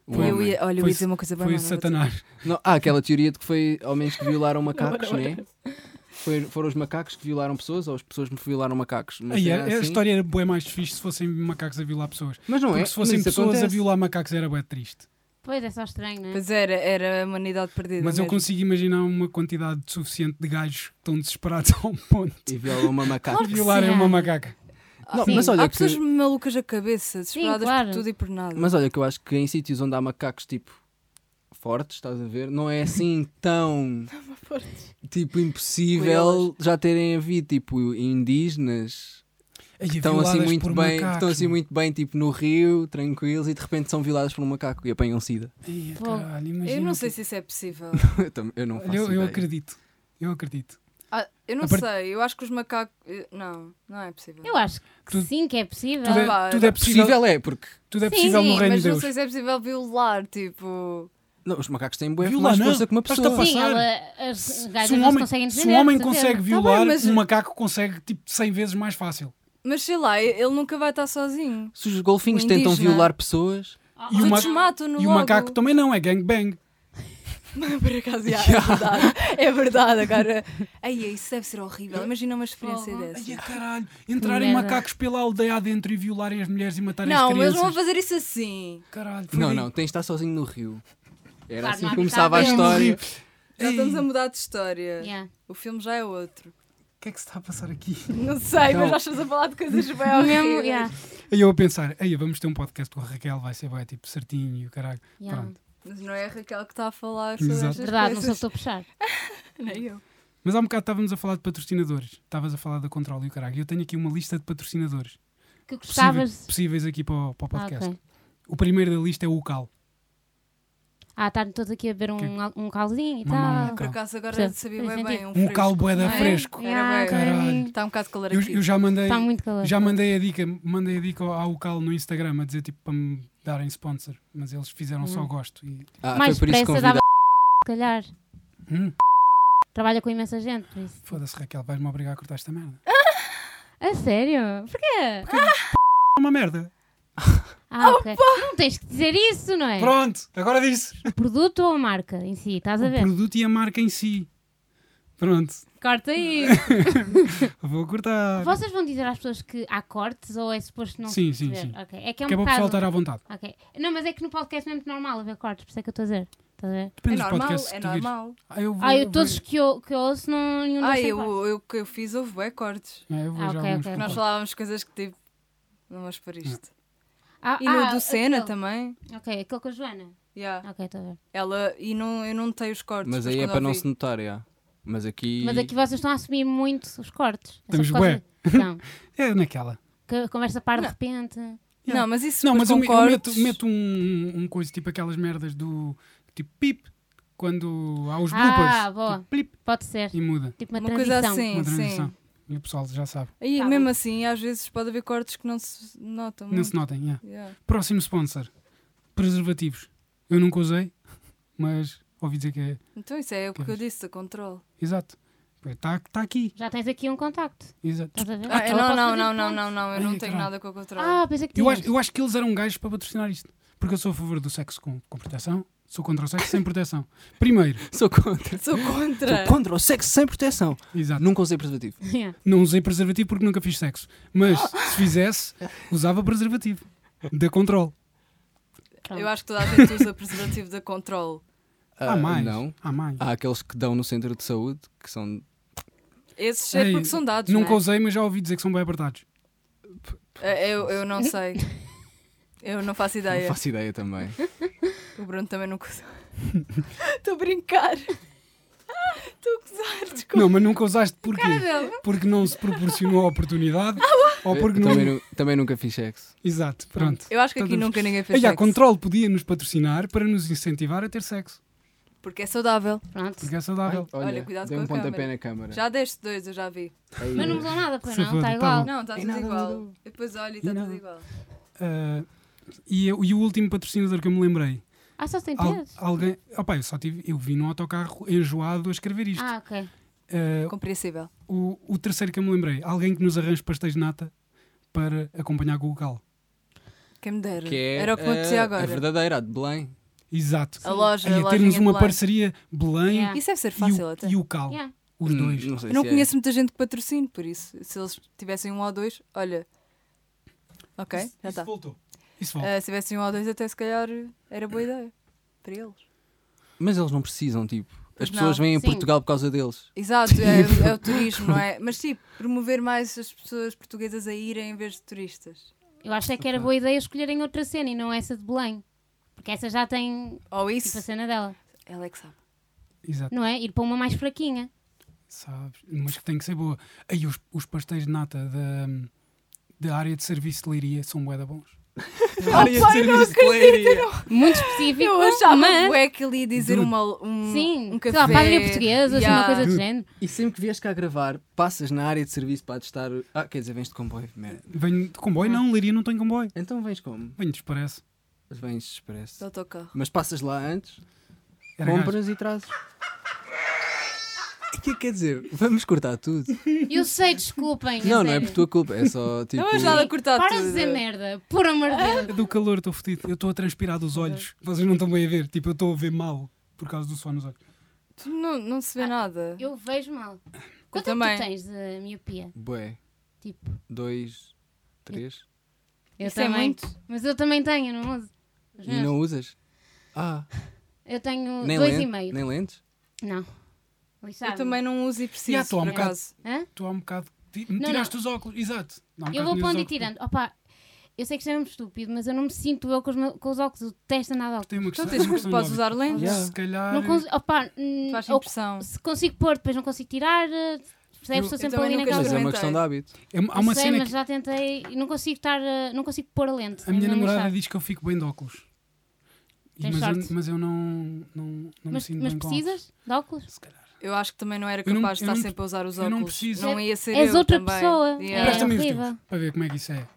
Speaker 4: O
Speaker 1: Eu
Speaker 4: homem.
Speaker 1: ia- olha, eu
Speaker 3: Foi-
Speaker 1: ia dizer uma coisa bem
Speaker 3: Foi
Speaker 1: má, não vou dizer.
Speaker 3: Satanás.
Speaker 4: Não, há aquela teoria de que foi homens que violaram macacos, não é? Foi- foram os macacos que violaram pessoas ou as pessoas que violaram macacos? Mas,
Speaker 3: Aí, a,
Speaker 4: era
Speaker 3: a
Speaker 4: assim.
Speaker 3: história era bem mais fixe se fossem macacos a violar pessoas.
Speaker 4: mas não
Speaker 3: Porque
Speaker 4: é.
Speaker 3: se fossem
Speaker 4: mas isso
Speaker 3: pessoas a
Speaker 4: acontece.
Speaker 3: violar macacos era bem triste.
Speaker 2: Pois é só estranho, não é?
Speaker 1: Pois era, era a humanidade perdida.
Speaker 3: Mas eu
Speaker 1: mesmo.
Speaker 3: consigo imaginar uma quantidade suficiente de gajos que estão desesperados a um ponto
Speaker 4: E violam uma macaca.
Speaker 3: de violarem
Speaker 2: sim,
Speaker 3: uma
Speaker 2: Ana.
Speaker 3: macaca.
Speaker 4: Não,
Speaker 2: Sim.
Speaker 4: mas olha
Speaker 1: Ah, Há
Speaker 4: que-
Speaker 1: pessoas malucas da cabeça, desesperadas
Speaker 2: claro.
Speaker 1: por tudo e por nada.
Speaker 4: Mas olha, que eu acho que em sítios onde há macacos tipo fortes, estás a ver? Não é assim tão tipo impossível já terem havido tipo indígenas
Speaker 3: Aí,
Speaker 4: que estão assim
Speaker 3: violadas
Speaker 4: muito
Speaker 3: por
Speaker 4: bem, que
Speaker 3: macacos,
Speaker 4: estão assim
Speaker 3: meu.
Speaker 4: muito bem tipo no rio, tranquilos e de repente são violadas por um macaco e apanham sida.
Speaker 3: Ai,
Speaker 2: Pô,
Speaker 3: caralho,
Speaker 1: eu
Speaker 3: imagina
Speaker 1: não sei
Speaker 3: que-
Speaker 1: se isso é possível.
Speaker 4: Eu, tam- eu não faço
Speaker 3: eu, eu
Speaker 4: ideia.
Speaker 3: acredito. Eu acredito.
Speaker 1: Ah, eu não
Speaker 3: A part-
Speaker 1: sei, eu acho que os macacos. eh, Não, não é possível.
Speaker 2: Eu acho que
Speaker 3: Tudo-
Speaker 2: sim, que é possível.
Speaker 3: Tudo é,
Speaker 1: pá,
Speaker 3: tudo é possível,
Speaker 4: Possível é, porque.
Speaker 3: tudo é
Speaker 2: Sim,
Speaker 3: possível
Speaker 1: Sim,
Speaker 3: no reino
Speaker 1: mas
Speaker 3: de
Speaker 1: não
Speaker 3: Deus.
Speaker 1: sei se é possível violar, tipo.
Speaker 4: Não, os macacos têm bué
Speaker 3: Viola,
Speaker 4: mais
Speaker 3: não.
Speaker 4: força que uma
Speaker 3: Basta
Speaker 4: pessoa.
Speaker 3: passar.
Speaker 2: Sim, ela, as
Speaker 3: Se-
Speaker 2: gajas
Speaker 3: se um
Speaker 2: não se
Speaker 3: homem,
Speaker 2: conseguem
Speaker 3: se um
Speaker 2: defender,
Speaker 3: homem
Speaker 2: de
Speaker 3: consegue
Speaker 2: certeza.
Speaker 3: violar,
Speaker 1: tá mas-
Speaker 3: um macaco consegue tipo 100 vezes mais fácil.
Speaker 1: Mas sei lá, ele nunca vai estar sozinho.
Speaker 4: Se os golfinhos
Speaker 1: O
Speaker 3: Um
Speaker 4: tentam
Speaker 1: indígena.
Speaker 4: violar pessoas,
Speaker 2: Ah,
Speaker 3: E o
Speaker 1: Tu
Speaker 3: ma-
Speaker 1: desmato no
Speaker 3: e o macaco também não, é gangbang.
Speaker 1: Por acaso, já, é verdade. É verdade, agora. Ai, isso deve ser horrível. Imagina uma experiência
Speaker 2: Fogo.
Speaker 1: dessa.
Speaker 3: Ai, é caralho, entrarem
Speaker 2: Merda.
Speaker 3: macacos pela aldeia adentro e violarem as mulheres e matarem as
Speaker 1: Não, mas
Speaker 3: crianças.
Speaker 1: não vão fazer isso assim.
Speaker 3: Caralho, foi é
Speaker 4: não,
Speaker 3: aí.
Speaker 4: não, tens de estar sozinho no rio. Era
Speaker 2: Claro,
Speaker 4: assim
Speaker 2: não há
Speaker 4: que começava a
Speaker 2: metade
Speaker 3: Eu morri.
Speaker 4: história.
Speaker 1: Já
Speaker 3: Ei,
Speaker 1: estamos a mudar de história.
Speaker 2: yeah.
Speaker 1: O filme já é outro.
Speaker 3: O que é que se está a passar aqui?
Speaker 1: Não sei,
Speaker 4: Então-
Speaker 1: mas nós estamos a falar de coisas bem
Speaker 2: Mesmo,
Speaker 1: horríveis.
Speaker 2: yeah.
Speaker 3: Aí eu a pensar, aí vamos ter um podcast com a Raquel, vai ser vai, tipo certinho e o caralho.
Speaker 2: Yeah.
Speaker 3: Pronto.
Speaker 1: Mas não é a Raquel que está a falar sobre
Speaker 3: Exato.
Speaker 1: estas
Speaker 2: Verdade, não sei o que
Speaker 1: coisas.
Speaker 2: estou a puxar.
Speaker 1: Nem eu.
Speaker 3: Mas há um bocado estávamos a falar de patrocinadores. Estavas a falar da Control e o caralho. E Eu tenho aqui uma lista de patrocinadores
Speaker 2: Que
Speaker 3: possíveis,
Speaker 2: gostavas.
Speaker 3: possíveis aqui para o, para o
Speaker 2: Ah,
Speaker 3: podcast.
Speaker 2: ok.
Speaker 3: O primeiro da lista é o Cal.
Speaker 2: Ah, estarem todos aqui a beber um,
Speaker 3: Que-
Speaker 2: al- um calzinho e
Speaker 3: Mamar um
Speaker 2: tal.
Speaker 1: Por
Speaker 3: Calma.
Speaker 1: acaso agora
Speaker 2: Percebe?
Speaker 1: sabia
Speaker 2: Faz
Speaker 1: bem bem.
Speaker 2: sentido.
Speaker 1: Um,
Speaker 3: Um
Speaker 1: fresco.
Speaker 3: cal bué da
Speaker 1: não é?
Speaker 3: fresco.
Speaker 1: Era
Speaker 2: Yeah,
Speaker 1: bem-
Speaker 2: caralho.
Speaker 1: Está um bocado de calor
Speaker 3: Eu,
Speaker 1: aqui.
Speaker 3: eu já mandei
Speaker 2: Está muito calor.
Speaker 3: já mandei a dica, mandei a dica ao- ao Cal no Instagram a dizer tipo para me darem sponsor, mas eles fizeram só
Speaker 2: Hum.
Speaker 3: gosto. E, tipo,
Speaker 4: Ah,
Speaker 2: Mais
Speaker 4: foi por isso que
Speaker 2: depressa dava
Speaker 4: convida-
Speaker 2: se calhar.
Speaker 3: hum,
Speaker 2: Trabalha com imensa gente, por isso.
Speaker 3: foda-se Raquel, vais-me obrigar a cortar esta merda.
Speaker 2: É. A sério? Porquê?
Speaker 3: É uma merda.
Speaker 2: Ah, ok. Não tens que dizer isso, não é?
Speaker 3: Pronto, agora disse.
Speaker 2: O produto ou a marca em si, estás a
Speaker 3: O
Speaker 2: ver?
Speaker 3: produto e a marca em si. Pronto,
Speaker 2: Corta aí.
Speaker 3: vou cortar.
Speaker 2: Vocês vão dizer às pessoas que há cortes ou é suposto não
Speaker 3: Sim,
Speaker 2: se
Speaker 3: sim,
Speaker 2: ver?
Speaker 3: sim.
Speaker 2: Ok. É que é um
Speaker 3: Que é para o pessoal
Speaker 2: bocado...
Speaker 3: estar à vontade.
Speaker 2: Ok. Não, mas é que no podcast mesmo é muito normal haver cortes, por isso é que eu estou a dizer. Estás a ver?
Speaker 1: É
Speaker 3: Depende dos
Speaker 1: normal,
Speaker 3: podcasts
Speaker 1: é
Speaker 3: que tu vires.
Speaker 1: normal.
Speaker 3: Ah, eu vou,
Speaker 2: Ah,
Speaker 3: eu
Speaker 2: eu
Speaker 3: vou-
Speaker 2: todos que eu, que eu ouço, não, nenhum
Speaker 1: Ah,
Speaker 2: deles tem
Speaker 1: eu,
Speaker 2: cortes.
Speaker 1: eu, que eu fiz houve bué cortes.
Speaker 3: Ah, eu vou
Speaker 2: Ah,
Speaker 3: já
Speaker 2: ok,
Speaker 3: alguns
Speaker 2: ok.
Speaker 3: que
Speaker 1: Nós
Speaker 3: eu-
Speaker 1: falávamos coisas que tipo. Não vamos para
Speaker 3: É.
Speaker 1: isto.
Speaker 2: Ah,
Speaker 1: E no
Speaker 2: ah,
Speaker 1: do Senna
Speaker 2: aquele.
Speaker 1: também.
Speaker 2: Ok, aquele com a Joana.
Speaker 1: Yeah.
Speaker 2: Ok, estou a ver.
Speaker 1: Ela, e não, eu não notei os cortes.
Speaker 4: Mas aí é
Speaker 1: quando
Speaker 4: para não
Speaker 1: ouvi-
Speaker 4: se notar, já. Mas aqui.
Speaker 2: Mas aqui vocês estão a assumir muito os cortes.
Speaker 3: Estamos
Speaker 2: Essas coisas- Não.
Speaker 3: É naquela.
Speaker 2: Que conversa para de
Speaker 1: Não.
Speaker 2: repente.
Speaker 1: Não, mas isso
Speaker 3: Não,
Speaker 1: depois
Speaker 3: mas eu,
Speaker 1: com
Speaker 3: me- eu meto,
Speaker 1: cortes.
Speaker 3: meto um, um coisa tipo aquelas merdas do tipo pip quando há os bloopers.
Speaker 2: Ah, boa.
Speaker 3: Tipo, plip,
Speaker 2: Pode ser.
Speaker 3: e muda.
Speaker 2: Tipo uma,
Speaker 1: Uma coisa
Speaker 2: transição.
Speaker 3: Uma
Speaker 1: assim,
Speaker 3: transição.
Speaker 1: sim.
Speaker 3: E o pessoal já sabe.
Speaker 1: E
Speaker 2: Tá
Speaker 1: mesmo
Speaker 2: bom.
Speaker 1: assim, às vezes pode haver cortes que não se notam.
Speaker 2: Hum.
Speaker 3: Não se notem. yeah.
Speaker 1: Yeah.
Speaker 3: Próximo sponsor: preservativos. Eu nunca usei, mas ouvi dizer que é.
Speaker 1: Então isso é o que eu
Speaker 3: Pois.
Speaker 1: disse, da controle.
Speaker 3: Exato. Está tá aqui.
Speaker 2: Já tens aqui um contacto.
Speaker 3: Exato.
Speaker 2: Estás a ver?
Speaker 1: Ah, eu não, não,
Speaker 2: Posso fazer
Speaker 1: não,
Speaker 2: de
Speaker 1: não,
Speaker 2: ponto.
Speaker 1: não, não, eu não
Speaker 3: Ai,
Speaker 1: tenho
Speaker 3: caralho.
Speaker 1: nada com o controle.
Speaker 2: Ah, pensei que
Speaker 3: Eu
Speaker 2: tinhas.
Speaker 3: acho, eu acho que eles eram gajos para patrocinar isto. Porque eu sou a favor do sexo com, com proteção. Sou contra o sexo sem proteção. Primeiro.
Speaker 4: Sou contra.
Speaker 1: Sou contra.
Speaker 4: Sou contra o sexo sem proteção.
Speaker 3: Exato.
Speaker 4: Nunca usei preservativo.
Speaker 2: Yeah.
Speaker 3: Não usei preservativo porque nunca fiz sexo. Mas se fizesse, usava preservativo. Da controle.
Speaker 2: Pronto.
Speaker 1: Eu acho que toda a gente usa preservativo da controle.
Speaker 3: Há
Speaker 4: Ah,
Speaker 3: mais.
Speaker 4: Não. Ah.
Speaker 3: Há mais.
Speaker 4: Há aqueles que dão no centro de saúde, que são.
Speaker 1: Esses é
Speaker 3: Ei,
Speaker 1: porque são dados.
Speaker 3: Nunca
Speaker 1: não é?
Speaker 3: usei, mas já ouvi dizer que são bem apertados.
Speaker 1: Eh, Eu, eu não sei. Eu não faço
Speaker 4: Não
Speaker 1: ideia.
Speaker 4: faço ideia também.
Speaker 1: O Bruno também nunca usou. Estou a brincar. Estou a gozar, desculpa.
Speaker 3: Não, mas nunca usaste porquê?
Speaker 1: dele.
Speaker 3: Porque não se proporcionou a
Speaker 1: Ah,
Speaker 3: oportunidade ou
Speaker 4: Eu
Speaker 3: porque não.
Speaker 4: também, nu- também nunca fiz sexo.
Speaker 3: Exato, pronto.
Speaker 1: Eu acho que aqui
Speaker 3: Todos-
Speaker 1: nunca ninguém fez
Speaker 3: Aí a
Speaker 1: sexo.
Speaker 3: Control podia nos patrocinar para nos incentivar a ter sexo.
Speaker 1: Porque é saudável.
Speaker 2: Pronto.
Speaker 3: Porque é saudável.
Speaker 4: Ai, olha,
Speaker 1: Olha, cuidado
Speaker 4: dei
Speaker 1: com
Speaker 4: um
Speaker 1: a
Speaker 4: pontapé
Speaker 1: câmera.
Speaker 4: na câmara.
Speaker 1: Já deste dois, eu já vi.
Speaker 4: Ai,
Speaker 2: Mas não mudou nada, pois
Speaker 3: Se
Speaker 2: não?
Speaker 3: foda,
Speaker 2: Está
Speaker 3: tá
Speaker 2: igual.
Speaker 3: bom.
Speaker 1: Não, está
Speaker 4: E
Speaker 1: tudo
Speaker 4: nada
Speaker 1: igual.
Speaker 4: mudou.
Speaker 1: Eu Depois olho e
Speaker 3: E
Speaker 1: está tudo
Speaker 3: nada.
Speaker 1: igual.
Speaker 3: Ah, e, eu- e o último patrocinador que eu me lembrei.
Speaker 2: Ah, só tem
Speaker 3: Al-
Speaker 2: três?
Speaker 3: alguém. Opa, eu só tive. Eu vi no autocarro enjoado a escrever isto.
Speaker 2: Ah, ok.
Speaker 3: Ah,
Speaker 1: Compreensível.
Speaker 3: o, o terceiro que eu me lembrei. Alguém que nos arranje pastéis de nata para acompanhar com o cal.
Speaker 1: Quem me dera.
Speaker 4: Que é,
Speaker 1: Era o que me acontecia
Speaker 4: eh,
Speaker 1: agora.
Speaker 4: A verdadeira, a de Belém.
Speaker 3: Exato.
Speaker 1: A loja,
Speaker 3: Aí,
Speaker 1: a
Speaker 3: a
Speaker 1: loja.
Speaker 3: termos uma parceria Belém
Speaker 2: Yeah.
Speaker 1: Isso deve ser
Speaker 3: e,
Speaker 1: fácil até.
Speaker 3: o, e o cal.
Speaker 2: Yeah.
Speaker 3: Os
Speaker 4: Hum,
Speaker 3: dois.
Speaker 4: Não, sei
Speaker 1: Eu não
Speaker 4: se é.
Speaker 1: conheço muita gente que patrocine, por isso, se eles tivessem um ou dois, olha. Ok, já tá. está.
Speaker 3: voltou. Isso volta.
Speaker 1: se tivessem um ou dois, até se calhar era boa ideia para eles.
Speaker 4: Mas eles não precisam, tipo.
Speaker 1: Pois
Speaker 4: As
Speaker 1: não.
Speaker 4: pessoas vêm a
Speaker 2: Sim.
Speaker 4: Portugal por causa deles.
Speaker 1: Exato, é, é o turismo, não é? Mas sim, promover mais as pessoas portuguesas a irem em vez de turistas.
Speaker 2: Eu acho é que era boa ideia escolherem outra cena e não essa de Belém. Porque essa já tem
Speaker 1: Ou
Speaker 2: tipo, a
Speaker 1: isso,
Speaker 2: cena dela.
Speaker 1: ela é que sabe.
Speaker 3: Exato.
Speaker 2: Não é? Ir para uma mais fraquinha.
Speaker 3: Sabes? Mas que tem que ser boa. Aí os, os pastéis de nata da, da área de serviço de Leiria são bué da bons.
Speaker 1: Oh,
Speaker 4: Área de serviço de leiria.
Speaker 2: Muito específico.
Speaker 1: Eu achava
Speaker 2: mas...
Speaker 1: bué que ele ia dizer
Speaker 3: Dude.
Speaker 1: uma, um,
Speaker 2: Sim,
Speaker 1: um
Speaker 2: sei
Speaker 1: café.
Speaker 2: lá, padaria portuguesa, assim, uma
Speaker 1: Yeah.
Speaker 2: coisa do género.
Speaker 4: E sempre que vies cá gravar, passas na área de serviço para testar. o- Ah, quer dizer, vens de comboio, merda.
Speaker 3: Venho de
Speaker 1: Ah.
Speaker 3: comboio? Não, Leiria não tem comboio.
Speaker 4: Então vens como?
Speaker 3: Venho de Expresso.
Speaker 4: Vens de expresso.
Speaker 1: De autocarro.
Speaker 4: Mas passas lá antes,
Speaker 3: Era gajo.
Speaker 4: compras e trazes. O que é que quer dizer? Vamos cortar tudo.
Speaker 2: Eu sei, desculpem.
Speaker 4: Não, não é
Speaker 2: sério.
Speaker 4: por tua culpa, é só tipo.
Speaker 1: Não vamos nada a cortar
Speaker 2: Para de
Speaker 1: tudo.
Speaker 2: dizer merda, por amor de Deus.
Speaker 3: É do calor, estou fodido. Eu estou a transpirar dos olhos. Vocês não estão bem a ver. Tipo, eu estou a ver mal por causa do suor nos olhos.
Speaker 1: Tu não, não se vê nada.
Speaker 2: Eu vejo mal. Quanto é que
Speaker 1: também.
Speaker 2: tu tens de miopia?
Speaker 4: Bué,
Speaker 2: Tipo,
Speaker 4: dois, três.
Speaker 2: eu
Speaker 1: Isso é
Speaker 2: também.
Speaker 1: muito.
Speaker 2: Mas eu também tenho, não uso. Os
Speaker 4: E
Speaker 2: meus.
Speaker 4: não usas? Ah,
Speaker 2: Eu tenho
Speaker 4: nem,
Speaker 2: dois
Speaker 4: len-
Speaker 2: e meio.
Speaker 4: nem um lentes?
Speaker 2: Não.
Speaker 1: Eu também não uso e preciso,
Speaker 3: Yeah, tô há um
Speaker 1: por
Speaker 3: bocado.
Speaker 1: acaso.
Speaker 2: Hã?
Speaker 3: Tu há um bocado. ti-
Speaker 2: não.
Speaker 3: Tiraste os óculos, exato. Há um
Speaker 2: Eu
Speaker 3: bocado
Speaker 2: vou
Speaker 3: tinhas
Speaker 2: pondo e
Speaker 3: os óculos.
Speaker 2: tirando. Opa, eu sei que isto é mesmo estúpido, mas eu não me sinto eu com os, meus- com os óculos. Eu detesto andar de óculos.
Speaker 3: Tem uma
Speaker 1: Então
Speaker 3: questão.
Speaker 1: tens
Speaker 3: uma questão
Speaker 1: que podes
Speaker 3: óbvia.
Speaker 1: usar lentes.
Speaker 4: Yeah.
Speaker 3: Se calhar.
Speaker 2: Não consigo. Opa, hum,
Speaker 1: Tu achas
Speaker 2: ou
Speaker 1: impressão.
Speaker 2: se consigo pôr, depois não consigo tirar. eh, Percebes? Estou sempre
Speaker 1: também
Speaker 2: ali
Speaker 1: nunca
Speaker 2: naquela.
Speaker 4: Mas é
Speaker 1: experimentei.
Speaker 4: uma questão de hábito.
Speaker 3: É uma- há
Speaker 2: Eu
Speaker 3: uma
Speaker 2: sei,
Speaker 3: cena
Speaker 2: mas
Speaker 3: que
Speaker 2: já tentei e não consigo estar, eh, não consigo pôr a lente. É
Speaker 3: a minha
Speaker 2: Não me
Speaker 3: namorada
Speaker 2: sabe.
Speaker 3: diz que eu fico bem de óculos. E-
Speaker 2: Tens
Speaker 3: mas,
Speaker 2: sorte.
Speaker 3: eu, mas eu não, não, não me
Speaker 2: Mas,
Speaker 3: sinto
Speaker 2: mas
Speaker 3: bem com óculos.
Speaker 2: precisas de óculos?
Speaker 3: Se calhar.
Speaker 1: Eu acho que também não era
Speaker 3: Eu não-
Speaker 1: capaz
Speaker 3: eu
Speaker 1: de estar
Speaker 3: não-
Speaker 1: sempre a usar os
Speaker 3: eu não
Speaker 1: óculos.
Speaker 3: preciso.
Speaker 1: Não ia ser
Speaker 2: És
Speaker 1: eu
Speaker 2: outra
Speaker 1: também.
Speaker 2: pessoa.
Speaker 1: Yeah.
Speaker 2: É
Speaker 3: Presta-me os
Speaker 2: horrível.
Speaker 3: teus, para ver como é que isso é.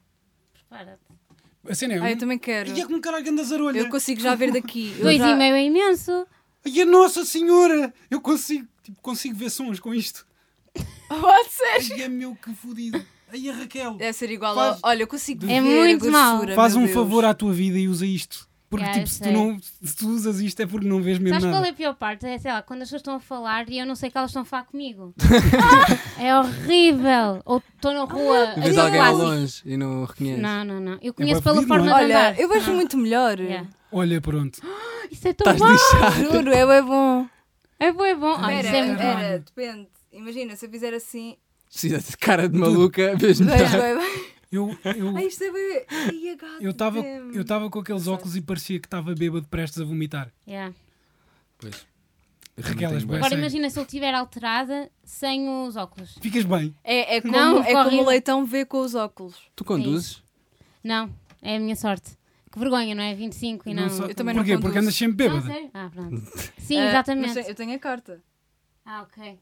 Speaker 3: A cena é.
Speaker 1: Ah,
Speaker 3: um-
Speaker 1: eu também quero.
Speaker 3: Ai, é como caralho que andas a
Speaker 1: Eu consigo já ver daqui. Eu
Speaker 2: Dois
Speaker 1: já-
Speaker 2: e meio é imenso.
Speaker 3: Ai, a Nossa Senhora! Eu consigo, tipo, consigo ver sons com isto.
Speaker 1: Pode ser.
Speaker 3: Ai, é meu que fodido. Ai, a Raquel.
Speaker 1: Deve ser igual
Speaker 3: Faz-
Speaker 1: ao... Olha, eu consigo ver
Speaker 2: É muito
Speaker 1: a
Speaker 2: mau.
Speaker 1: grossura,
Speaker 3: Faz
Speaker 1: É, meu
Speaker 3: um
Speaker 1: Deus.
Speaker 3: favor à tua vida e usa isto. Porque,
Speaker 2: Yeah, eu
Speaker 3: tipo, se tu,
Speaker 2: sei.
Speaker 3: não, se tu usas isto é porque não vês mesmo
Speaker 2: Sabes qual
Speaker 3: nada.
Speaker 2: é a pior parte? É, sei lá, quando as pessoas estão a falar e eu não sei que elas estão a falar comigo. é horrível. Ou estou na rua.
Speaker 4: E
Speaker 2: a
Speaker 4: vês
Speaker 2: dar
Speaker 4: alguém ao
Speaker 2: passos.
Speaker 4: longe e não o reconheces.
Speaker 2: Não, não, não. Eu conheço
Speaker 3: bué
Speaker 2: pela
Speaker 3: fedido,
Speaker 2: forma
Speaker 3: não é?
Speaker 2: de
Speaker 1: Olha,
Speaker 2: andar.
Speaker 1: eu vejo
Speaker 2: Não.
Speaker 1: muito melhor.
Speaker 2: Yeah.
Speaker 3: Olha, pronto.
Speaker 2: Isso é tão
Speaker 4: Estás
Speaker 2: bom.
Speaker 4: lixado.
Speaker 1: Juro, é bem bom.
Speaker 2: É bom, é bom. Olha, isso
Speaker 1: Espera,
Speaker 2: é muito
Speaker 3: era-
Speaker 2: bom.
Speaker 1: espera, depende. Imagina, se eu fizer assim.
Speaker 4: Precisa de cara de maluca, mesmo.
Speaker 1: Vejo, é bem.
Speaker 3: Eu eu
Speaker 1: Ai, isto é bem. Ai, a gata.
Speaker 3: eu estava
Speaker 1: damn.
Speaker 3: eu tava com aqueles óculos e parecia que estava bêbado prestes a vomitar.
Speaker 2: Yeah.
Speaker 4: Pois.
Speaker 3: Raquel, és bué.
Speaker 2: Agora
Speaker 3: sei.
Speaker 2: imagina se ele estiver alterada sem os óculos.
Speaker 3: Ficas bem.
Speaker 1: É, é como,
Speaker 2: Não,
Speaker 1: é como
Speaker 2: horrível.
Speaker 1: o leitão vê com os óculos.
Speaker 4: Tu conduzes?
Speaker 2: Não, é a minha sorte. Que vergonha, não é? 25 e não.
Speaker 3: só-
Speaker 1: Eu também não
Speaker 3: Porquê? Porque
Speaker 1: conduzo.
Speaker 3: andas sempre
Speaker 2: Não,
Speaker 3: bêbada.
Speaker 2: sério? Ah, pronto. Sim,
Speaker 1: Ah,
Speaker 2: exatamente.
Speaker 1: mas eu tenho a carta.
Speaker 2: Ah, ok.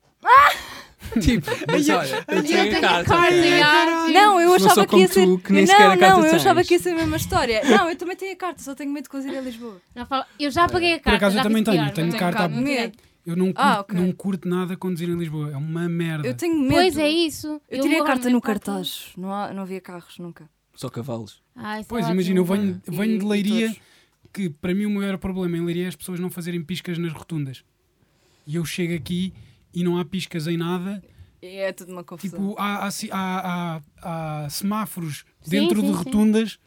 Speaker 4: tipo, mas olha, eu tenho a carta. ok?
Speaker 1: Não, eu
Speaker 4: Mas sou
Speaker 1: achava que
Speaker 4: como
Speaker 1: ia ser.
Speaker 4: tu, que nem
Speaker 1: não,
Speaker 4: sequer a carta
Speaker 1: não, eu
Speaker 4: tens.
Speaker 1: achava que ia ser a mesma história. Não, eu também tenho a carta, só tenho medo de conduzir a Lisboa.
Speaker 2: Não fala- Eu já paguei a carta.
Speaker 3: Por acaso
Speaker 2: já
Speaker 3: eu também
Speaker 2: fiz
Speaker 3: tenho,
Speaker 2: pior,
Speaker 3: tenho
Speaker 2: mas-
Speaker 1: Tenho
Speaker 3: carta.
Speaker 1: um bocado de medo.
Speaker 3: Eu não curto,
Speaker 1: Ah, ok.
Speaker 3: não curto nada conduzir em Lisboa. É uma merda.
Speaker 1: Eu tenho medo.
Speaker 2: Pois é isso.
Speaker 1: Eu tirei a
Speaker 2: morro
Speaker 1: carta
Speaker 2: mesmo
Speaker 1: no
Speaker 2: para tudo.
Speaker 1: cartaz. Não, há- não havia carros nunca.
Speaker 4: Só cavalos.
Speaker 2: Ah, isso é
Speaker 3: Pois,
Speaker 2: ótimo.
Speaker 3: imagina, eu venho,
Speaker 1: E-
Speaker 3: venho de
Speaker 1: e
Speaker 3: Leiria,
Speaker 1: todos.
Speaker 3: que para mim o maior problema em Leiria é as pessoas não fazerem piscas nas rotundas. E eu chego aqui e não há piscas em nada.
Speaker 1: E é tudo uma confusão.
Speaker 3: Tipo, há, há, si- há- há- há semáforos
Speaker 2: Sim,
Speaker 3: dentro
Speaker 2: sim,
Speaker 3: de
Speaker 2: sim.
Speaker 3: rotundas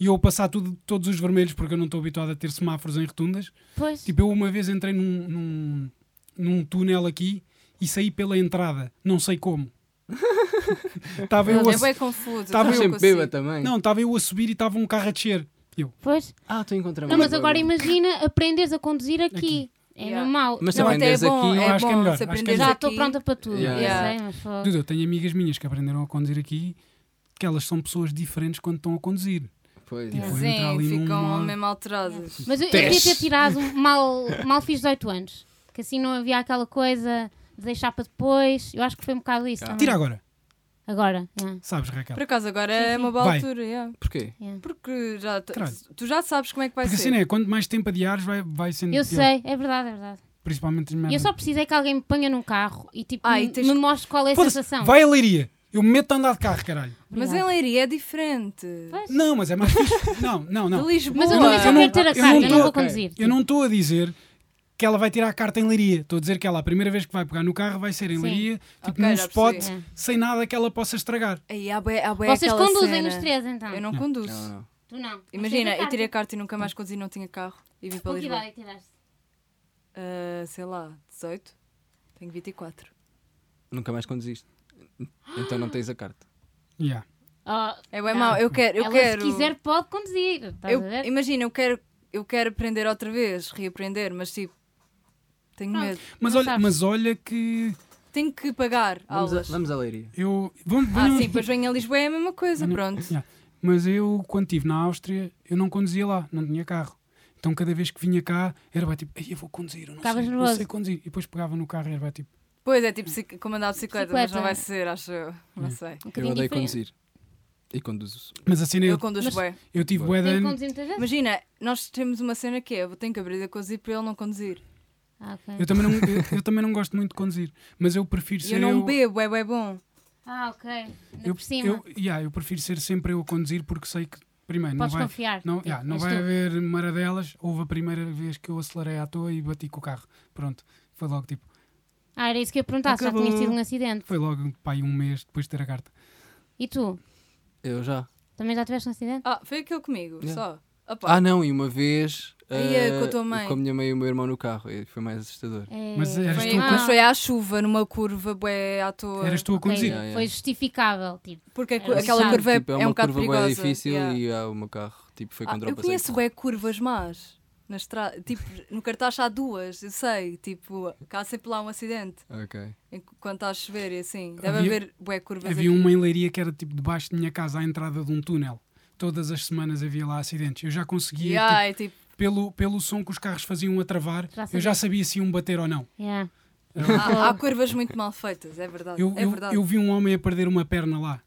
Speaker 3: e eu a passar tudo, todos os vermelhos porque eu não estou habituado a ter semáforos em rotundas.
Speaker 2: Pois.
Speaker 3: Tipo, eu uma vez entrei num, num, num túnel aqui e saí pela entrada, não sei como. Estava eu, Tá a
Speaker 1: é
Speaker 3: su-
Speaker 1: bem
Speaker 3: Estava
Speaker 1: confuso. eu
Speaker 4: Estás
Speaker 1: também não
Speaker 4: sempre
Speaker 1: consigo.
Speaker 4: bêbado também.
Speaker 3: não, estava eu a subir e estava um carro a descer. E Eu,
Speaker 2: Pois.
Speaker 4: Ah, estou a encontrar
Speaker 2: Não, mas agora imagina aprenderes a conduzir aqui. É
Speaker 1: Yeah.
Speaker 2: mesmo mau.
Speaker 4: Mas
Speaker 1: Não,
Speaker 4: também
Speaker 1: até é
Speaker 4: andas
Speaker 1: bom,
Speaker 4: aqui.
Speaker 3: eu
Speaker 1: é
Speaker 3: acho que é
Speaker 1: bom
Speaker 3: melhor,
Speaker 1: se
Speaker 3: acho que é
Speaker 1: aprenderes
Speaker 2: já
Speaker 3: melhor.
Speaker 2: estou
Speaker 1: aqui.
Speaker 2: pronta para tudo.
Speaker 4: Yeah.
Speaker 2: Eu
Speaker 1: Yeah.
Speaker 2: sei, mas fogo.
Speaker 3: Dude, eu tenho amigas minhas que aprenderam a conduzir aqui que elas são pessoas diferentes quando estão a conduzir.
Speaker 4: Pois,
Speaker 3: Tipo,
Speaker 4: é.
Speaker 3: Vou entrar
Speaker 1: Sim,
Speaker 3: ali num
Speaker 1: ficam
Speaker 3: modo.
Speaker 1: um mesmo alteradas.
Speaker 2: Mas eu, eu
Speaker 4: Teste.
Speaker 2: devia ter tirado um- mal, mal fiz 18 anos. Que assim não havia aquela coisa de deixar para depois. Eu acho que foi um bocado isso.
Speaker 4: Ah.
Speaker 2: também.
Speaker 3: Tira agora,
Speaker 2: Agora. yeah.
Speaker 3: sabes, Raquel?
Speaker 1: Por acaso, agora
Speaker 2: Sim,
Speaker 1: é
Speaker 2: sim.
Speaker 1: uma boa
Speaker 3: Vai.
Speaker 1: altura. yeah.
Speaker 4: Porquê?
Speaker 1: Porque já t-
Speaker 3: Caralho.
Speaker 1: tu já sabes como é que vai
Speaker 3: Porque a
Speaker 1: ser.
Speaker 3: cena é, quanto mais tempo adiares, vai, vai sendo pior.
Speaker 2: Eu sei, é verdade, é verdade.
Speaker 3: Principalmente as
Speaker 2: E Eu
Speaker 3: merdas.
Speaker 2: só precisei que alguém me ponha num carro e tipo
Speaker 1: Ah, e
Speaker 2: me,
Speaker 1: tens
Speaker 2: me
Speaker 1: que-
Speaker 2: mostre qual é a
Speaker 3: Foda-se,
Speaker 2: sensação.
Speaker 3: Vai a leiria. Eu me meto a andar de carro, caralho.
Speaker 1: Mas em Leiria é diferente.
Speaker 2: Pois.
Speaker 3: Não, mas é mais fixe. Não, não, não.
Speaker 1: De Lisboa.
Speaker 2: Mas eu
Speaker 3: não-
Speaker 2: também só
Speaker 3: eu não-
Speaker 2: quero ter a
Speaker 3: eu
Speaker 2: carta,
Speaker 3: não
Speaker 2: eu não
Speaker 3: tô-
Speaker 2: vou
Speaker 4: ok.
Speaker 2: conduzir.
Speaker 3: Eu não estou a dizer que ela vai tirar a carta em leiria. Estou a dizer que ela, a primeira vez que vai pegar no carro, vai ser em
Speaker 2: Sim. É.
Speaker 3: leiria, tipo
Speaker 1: Ok,
Speaker 3: num
Speaker 1: já
Speaker 3: spot,
Speaker 1: percebi.
Speaker 3: sem nada que ela possa estragar.
Speaker 1: Aí há bué- há bué
Speaker 2: Vocês
Speaker 1: é aquela
Speaker 2: conduzem
Speaker 1: cena.
Speaker 2: os três então?
Speaker 1: Eu não conduzo.
Speaker 4: Não, não.
Speaker 2: Tu não.
Speaker 1: Imagina,
Speaker 2: Vocês
Speaker 1: eu tirei a
Speaker 2: têm
Speaker 1: carta e nunca mais conduzi, não tinha carro. E vim para
Speaker 2: Com que idade
Speaker 1: Lisboa.
Speaker 2: é que tiraste?
Speaker 1: Ah, sei lá, 18? Tenho 24.
Speaker 4: Nunca mais conduziste. Então não tens a carta.
Speaker 3: Yeah.
Speaker 2: Oh,
Speaker 1: É bem
Speaker 2: Não.
Speaker 1: mau, eu quero. Eu
Speaker 2: ela
Speaker 1: quero...
Speaker 2: se quiser pode conduzir. Estás
Speaker 1: Eu-
Speaker 2: a ver?
Speaker 1: imagina, eu quero, eu quero aprender outra vez, reaprender, mas tipo, tenho
Speaker 2: Pronto.
Speaker 1: medo.
Speaker 3: Mas,
Speaker 2: Não
Speaker 3: olha,
Speaker 2: sabes.
Speaker 3: mas olha que
Speaker 1: Tenho que pagar
Speaker 4: Vamos a,
Speaker 1: aulas.
Speaker 4: vamos à leiria.
Speaker 3: eu. Vamos,
Speaker 1: Ah,
Speaker 3: venham-
Speaker 1: sim, depois venho a Lisboa, é a mesma coisa, pronto.
Speaker 3: Yeah. Mas eu, quando estive na Áustria, eu não conduzia lá, não tinha carro. Então cada vez que vinha cá, era bem tipo, Ei, eu vou conduzir, eu não
Speaker 2: Ficavas
Speaker 3: sei, não
Speaker 2: nervoso.
Speaker 3: sei conduzir. E depois pegava no carro e era bem tipo,
Speaker 1: Pois é, tipo psic- como andar de bicicleta, mas não vai
Speaker 2: Bicicleta.
Speaker 1: ser, acho eu.
Speaker 4: Hum.
Speaker 1: Não sei.
Speaker 2: Um
Speaker 4: Eu
Speaker 2: bocadinho
Speaker 4: odeio
Speaker 2: diferente.
Speaker 4: conduzir. E conduzo.
Speaker 3: mas a cena é,
Speaker 1: Eu
Speaker 3: eu,
Speaker 1: conduzo
Speaker 2: Mas-
Speaker 1: bem.
Speaker 3: eu tive
Speaker 4: Boa.
Speaker 3: bué de
Speaker 2: Tem que
Speaker 3: ano-
Speaker 2: conduzir muitas vezes?
Speaker 1: Imagina, nós temos uma cena que é: eu tenho que abrir a conduzir para ele não conduzir.
Speaker 2: Ah, ok.
Speaker 3: eu também, não, eu, eu também não gosto muito de conduzir, mas eu prefiro
Speaker 1: E
Speaker 3: ser
Speaker 1: eu não bebo, é bem bom.
Speaker 2: Ah, ok. Ainda
Speaker 3: eu,
Speaker 2: por cima.
Speaker 3: eu, yeah, eu prefiro ser sempre eu a conduzir porque sei que, primeiro,
Speaker 2: Podes
Speaker 3: não vai,
Speaker 2: confiar. Tipo,
Speaker 3: Não, yeah, não
Speaker 2: És
Speaker 3: vai
Speaker 2: tu.
Speaker 3: haver maradelas. Houve a primeira vez que eu acelerei à toa e bati com o carro. Pronto, foi logo tipo,
Speaker 2: Ah, era isso que eu ia perguntar, se já
Speaker 3: Acabou.
Speaker 2: tinhas tido um acidente.
Speaker 3: foi logo pá, aí um mês depois de ter a carta.
Speaker 2: E tu?
Speaker 4: Eu já.
Speaker 2: Também já tiveste um acidente?
Speaker 1: Ah, foi aquilo comigo,
Speaker 4: Yeah.
Speaker 1: só. Opa,
Speaker 4: Ah, não, e uma vez.
Speaker 1: Aí é
Speaker 4: eh,
Speaker 1: com a tua mãe.
Speaker 4: Com a minha mãe e o meu irmão no carro. E Foi mais assustador.
Speaker 2: É,
Speaker 3: Mas eras
Speaker 1: foi,
Speaker 3: tu a
Speaker 1: mas
Speaker 2: Ah,
Speaker 1: foi à chuva, numa curva, bué, à toa.
Speaker 3: Eras tu a
Speaker 2: ok,
Speaker 3: conduzir.
Speaker 4: Yeah, yeah.
Speaker 2: Foi justificável, tipo.
Speaker 1: Porque a cu-
Speaker 2: Era
Speaker 1: aquela
Speaker 2: chato.
Speaker 1: curva é-
Speaker 4: Tipo,
Speaker 1: é,
Speaker 4: uma
Speaker 1: um bocado
Speaker 4: curva
Speaker 1: perigosa.
Speaker 4: bem difícil
Speaker 1: yeah.
Speaker 4: e ah, o meu carro tipo, foi
Speaker 1: Ah,
Speaker 4: contra
Speaker 1: eu
Speaker 4: o passeio.
Speaker 1: conheço bem curvas más. Na estrada, tipo, no cartaz há duas, eu sei, tipo, cá há sempre lá um acidente,
Speaker 4: Ok.
Speaker 1: enquanto está a chover e assim. Deve
Speaker 3: Havia-
Speaker 1: haver bué curvas
Speaker 3: Havia
Speaker 1: aqui.
Speaker 3: uma enleiria que era tipo debaixo da minha casa à entrada de um túnel. Todas as semanas havia lá acidentes. Eu já conseguia,
Speaker 1: Yeah, é tipo,
Speaker 3: tipo, pelo, pelo som que os carros faziam a travar,
Speaker 2: Já
Speaker 3: eu já sabia se iam bater ou não.
Speaker 2: Yeah.
Speaker 1: tipo, há, há curvas muito mal feitas, é verdade.
Speaker 3: um Eu,
Speaker 1: é
Speaker 3: eu-
Speaker 1: verdade. Ah,
Speaker 3: eu vi um homem a perder uma perna lá,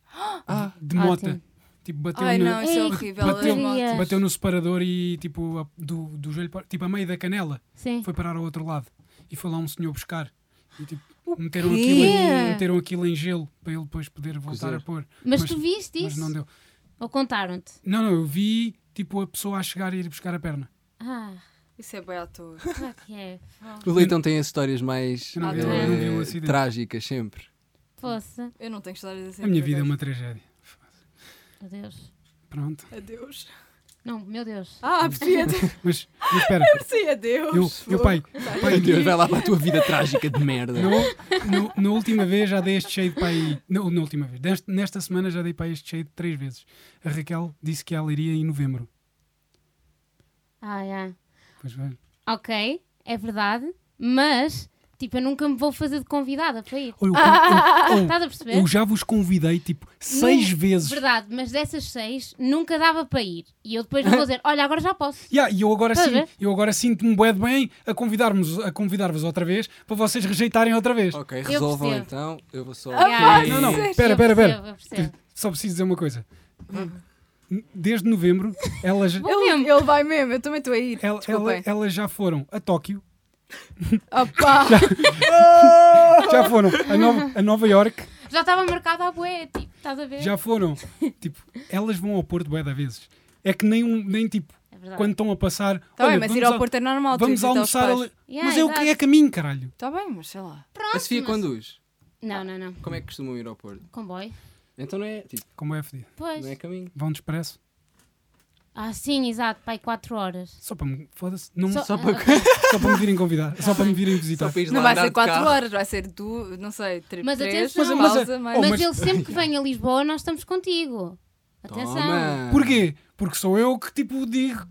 Speaker 3: de mota.
Speaker 2: Ótimo.
Speaker 3: Tipo, bateu
Speaker 1: Ai
Speaker 3: na-
Speaker 1: não, é isso é
Speaker 2: Ei,
Speaker 1: horrível.
Speaker 3: bateu-
Speaker 1: as motos.
Speaker 2: Mas-
Speaker 3: Bateu no separador e tipo a- do, do joelho para- tipo a meio da canela
Speaker 2: Sim.
Speaker 3: foi parar ao outro lado e foi lá um senhor buscar e tipo meteram
Speaker 1: quê?
Speaker 3: aquilo, em, meteram aquilo em gelo para ele depois poder voltar
Speaker 4: Cozer.
Speaker 3: a pôr
Speaker 2: Mas,
Speaker 3: mas-
Speaker 2: tu viste
Speaker 3: mas
Speaker 2: isso?
Speaker 3: não deu
Speaker 2: Ou contaram-te?
Speaker 3: não não eu vi tipo a pessoa a chegar e ir buscar a perna
Speaker 2: Ah,
Speaker 1: Isso é bué à toa.
Speaker 2: será que é?
Speaker 4: O Leitão tem as histórias mais
Speaker 3: Eu não
Speaker 1: vi-
Speaker 4: eh,
Speaker 1: eu
Speaker 3: não vi o acidente.
Speaker 4: trágicas sempre.
Speaker 2: Fosse.
Speaker 1: Eu não tenho histórias assim.
Speaker 3: a minha
Speaker 1: por
Speaker 3: vida é
Speaker 1: acaso.
Speaker 3: uma tragédia
Speaker 2: Meu Deus.
Speaker 3: pronto
Speaker 1: Adeus.
Speaker 2: Não, meu Deus.
Speaker 1: Ah, percebi, adeus.
Speaker 3: mas, mas espera
Speaker 1: Sim,
Speaker 3: eu,
Speaker 1: adeus.
Speaker 3: eu pai
Speaker 4: Ai, Deus, vai lá para a tua vida trágica de merda.
Speaker 3: na, u- na- na última vez já dei este shade para aí não, na última vez Deste- nesta semana já dei para este shade três vezes a Raquel disse que ela iria em novembro
Speaker 2: Ah, yeah.
Speaker 3: pois bem
Speaker 2: Ok, é verdade, mas, tipo, eu nunca me vou fazer de convidada para ir.
Speaker 3: Ou eu- ou- ou-
Speaker 2: Estás a perceber? Hum,
Speaker 3: Eu já vos convidei tipo seis vezes.
Speaker 2: Verdade, mas dessas seis nunca dava para ir. E eu depois vou dizer: olha, agora já posso.
Speaker 3: Yeah, e eu agora
Speaker 2: Estás
Speaker 3: sim,
Speaker 2: a ver?
Speaker 3: eu agora sinto-me bué de bem a convidarmos a convidar-vos outra vez para vocês rejeitarem outra vez.
Speaker 4: Ok,
Speaker 2: Eu
Speaker 4: resolvam
Speaker 2: percebo.
Speaker 4: então. Eu vou
Speaker 1: Ah,
Speaker 4: só.
Speaker 2: Yeah.
Speaker 4: Ok.
Speaker 3: Não, não,
Speaker 1: Sério?
Speaker 3: espera,
Speaker 2: Eu
Speaker 3: espera,
Speaker 2: percebo,
Speaker 3: espera.
Speaker 2: eu percebo.
Speaker 3: Só preciso dizer uma coisa.
Speaker 2: Hum.
Speaker 3: Desde novembro, elas
Speaker 2: Vou
Speaker 1: Ele,
Speaker 2: mesmo.
Speaker 1: ele vai mesmo, eu também estou a ir.
Speaker 3: el- ela- é-
Speaker 1: Desculpem.
Speaker 3: elas já foram a Tóquio,
Speaker 1: Opa!
Speaker 3: já foram a Nova, a Nova York,
Speaker 2: Já estava marcado à bué, tipo, estás a ver?
Speaker 3: já foram. Tipo, elas vão ao Porto bué da vezes. É que nem, um, nem tipo,
Speaker 2: É verdade.
Speaker 3: quando estão a passar.
Speaker 1: Está bem,
Speaker 3: olha,
Speaker 1: mas
Speaker 3: vamos
Speaker 1: ir ao
Speaker 3: a-
Speaker 1: Porto é normal. tu
Speaker 3: Vamos
Speaker 1: visitar os
Speaker 3: almoçar
Speaker 1: pais.
Speaker 3: ali.
Speaker 2: Yeah,
Speaker 3: mas é o
Speaker 2: exato.
Speaker 3: que é caminho, caralho.
Speaker 1: Está bem, mas sei lá.
Speaker 2: Pronto,
Speaker 4: A Sofia
Speaker 2: mas-
Speaker 4: conduz.
Speaker 2: Não, não, não.
Speaker 4: Como é que costumam ir ao Porto?
Speaker 2: Comboio.
Speaker 4: Então não é, tipo,
Speaker 3: Como é fedido.
Speaker 2: Pois.
Speaker 4: não é caminho.
Speaker 3: Vão de expresso.
Speaker 2: Ah, sim, exato, pai, quatro horas.
Speaker 3: Só para me. Foda-se. Não,
Speaker 2: Só-
Speaker 3: só,
Speaker 2: ah,
Speaker 3: para, só para me virem convidar. só para me virem visitar.
Speaker 4: Só para ir
Speaker 1: Não
Speaker 4: Tipo, lá
Speaker 1: vai
Speaker 4: andar
Speaker 1: ser
Speaker 4: de
Speaker 1: 4
Speaker 4: carro.
Speaker 1: horas, vai ser do, não sei, 3,
Speaker 2: Mas atenção.
Speaker 1: pausa, é
Speaker 3: Mas- mas-
Speaker 1: mais-
Speaker 3: Oh,
Speaker 2: mas,
Speaker 3: mas-
Speaker 2: ele sempre que vem a Lisboa, nós estamos contigo. Atenção.
Speaker 4: Toma.
Speaker 3: Porquê? Porque sou eu que tipo digo.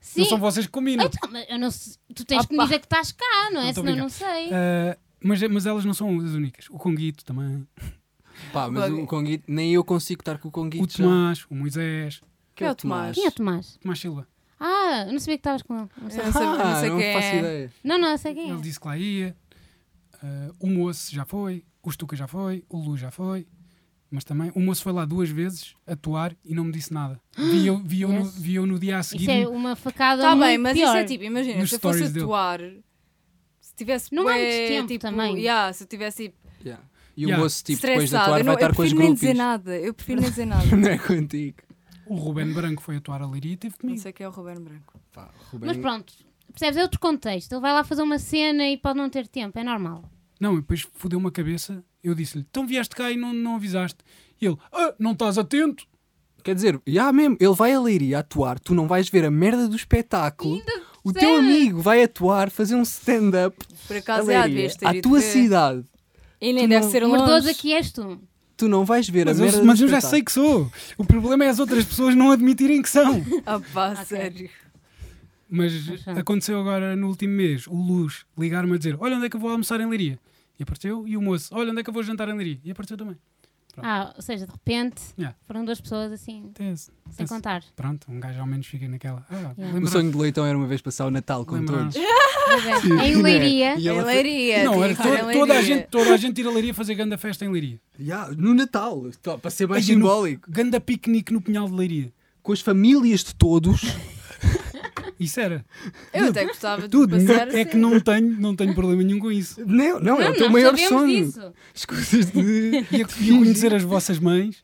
Speaker 2: Sim.
Speaker 3: Não são vocês que combinam.
Speaker 2: Então, mas eu não sei- Tu tens que me
Speaker 1: Opa.
Speaker 2: dizer que estás cá, não é?
Speaker 3: Não, tô
Speaker 2: Senão eu não
Speaker 3: brincando.
Speaker 2: sei.
Speaker 3: Ah, mas, mas elas não são as únicas. O Conguito também.
Speaker 4: Pá, mas o Conguito, nem eu consigo estar com o Conguito.
Speaker 3: O
Speaker 4: já.
Speaker 3: Tomás, o Moisés,
Speaker 1: Quem é o Tomás?
Speaker 2: Quem é o Tomás?
Speaker 3: o Tomás Silva.
Speaker 2: Ah, eu não sabia que estavas com ele. Não, sei.
Speaker 1: Eu não sei, eu não
Speaker 4: Ah,
Speaker 1: sei
Speaker 4: não
Speaker 1: quem
Speaker 4: faço
Speaker 1: é.
Speaker 4: ideia.
Speaker 2: não, não, eu sei quem é.
Speaker 3: É. Ele disse que lá ia. Ah, o Moço já foi. O Stuca já foi. O Lu já foi. Mas também, o moço foi lá duas vezes atuar e não me disse nada. Vi eu, vi eu, no,
Speaker 2: Yes.
Speaker 3: vi eu no dia a seguir.
Speaker 2: Isso é uma facada
Speaker 1: Está
Speaker 2: muito
Speaker 1: bem, mas
Speaker 2: pior.
Speaker 1: isso é tipo, imagina,
Speaker 3: Nos
Speaker 1: se eu fosse
Speaker 3: stories dele.
Speaker 1: atuar, se tivesse
Speaker 2: Não há
Speaker 1: bué,
Speaker 2: muito tempo
Speaker 1: tipo,
Speaker 2: também.
Speaker 1: yeah, se eu tivesse tipo,
Speaker 4: Yeah. E
Speaker 3: Yeah.
Speaker 4: o moço, tipo, depois de
Speaker 1: estressado,
Speaker 4: atuar,
Speaker 1: eu, não,
Speaker 4: vai
Speaker 1: eu
Speaker 4: estar com os
Speaker 1: prefiro nem dizer
Speaker 4: grupos.
Speaker 1: nada, eu prefiro nem dizer nada.
Speaker 4: Não é contigo.
Speaker 3: O Ruben Branco foi atuar a Leiria e teve
Speaker 1: não
Speaker 3: comigo.
Speaker 1: sei quem é o Ruben Branco.
Speaker 4: Pá, Ruben,
Speaker 2: Mas pronto, percebes? É outro contexto. Ele vai lá fazer uma cena e pode não ter tempo, é normal.
Speaker 3: Não, e depois fodeu-me a cabeça. Eu disse-lhe: Então vieste cá e não, não avisaste. E ele: Ah, não estás atento?
Speaker 4: Quer dizer, já mesmo, ele vai a ler e a atuar, tu não vais ver a merda do espetáculo. o teu amigo vai atuar, fazer um stand-up
Speaker 1: Por
Speaker 4: a
Speaker 1: acaso é,
Speaker 4: Leiria,
Speaker 1: devias ter
Speaker 4: à
Speaker 1: ido
Speaker 4: tua
Speaker 1: ver.
Speaker 4: cidade.
Speaker 1: E nem
Speaker 4: Tu
Speaker 1: deve
Speaker 4: não-
Speaker 1: ser
Speaker 2: O merdoso
Speaker 1: longe.
Speaker 2: aqui és tu.
Speaker 4: Tu não vais ver
Speaker 3: Mas
Speaker 4: a merda
Speaker 3: eu,
Speaker 4: do
Speaker 3: mas eu já
Speaker 4: espetáculo.
Speaker 3: sei que sou. O problema é as outras pessoas não admitirem que são.
Speaker 1: Ah pá, sério.
Speaker 3: Mas
Speaker 2: pronto.
Speaker 3: aconteceu agora no último mês: o Luz ligar-me a dizer: Olha, onde é que eu vou almoçar em Leiria? E apareceu. E o moço: Olha, onde é que eu vou jantar em Leiria? E apareceu também. Pronto.
Speaker 2: Ah, ou seja, de repente
Speaker 3: Yeah.
Speaker 2: foram duas pessoas assim,
Speaker 3: Tem esse-
Speaker 2: sem
Speaker 3: esse-
Speaker 2: contar.
Speaker 3: Pronto, um gajo ao menos fica naquela. Ah,
Speaker 4: O
Speaker 3: lembra-
Speaker 4: sonho de Leitão era uma vez passar o Natal com
Speaker 3: lembra-
Speaker 4: todos.
Speaker 2: Em
Speaker 4: Né?
Speaker 2: Leiria.
Speaker 4: E ela
Speaker 1: Em Leiria.
Speaker 3: Não,
Speaker 1: tinha
Speaker 3: era
Speaker 1: que
Speaker 3: to-
Speaker 1: ser em
Speaker 3: toda, a
Speaker 1: É, Leiria.
Speaker 3: gente, toda a gente ir a Leiria fazer ganda festa em Leiria.
Speaker 4: Ya, no Natal, Tó, para ser mais
Speaker 3: Ai, no-
Speaker 4: simbólico.
Speaker 3: Ganda piquenique no Pinhal de Leiria.
Speaker 4: É Com as famílias de todos.
Speaker 3: Isso era.
Speaker 1: Eu até gostava de
Speaker 3: Tudo.
Speaker 1: passar
Speaker 3: É
Speaker 1: assim.
Speaker 3: que não tenho, não tenho problema nenhum com isso.
Speaker 4: Não, não,
Speaker 1: Ah,
Speaker 4: é o teu
Speaker 2: nós
Speaker 4: maior
Speaker 2: sabemos
Speaker 4: sonho.
Speaker 2: disso.
Speaker 4: As coisas de.
Speaker 3: E a- e a conhecer as vossas mães,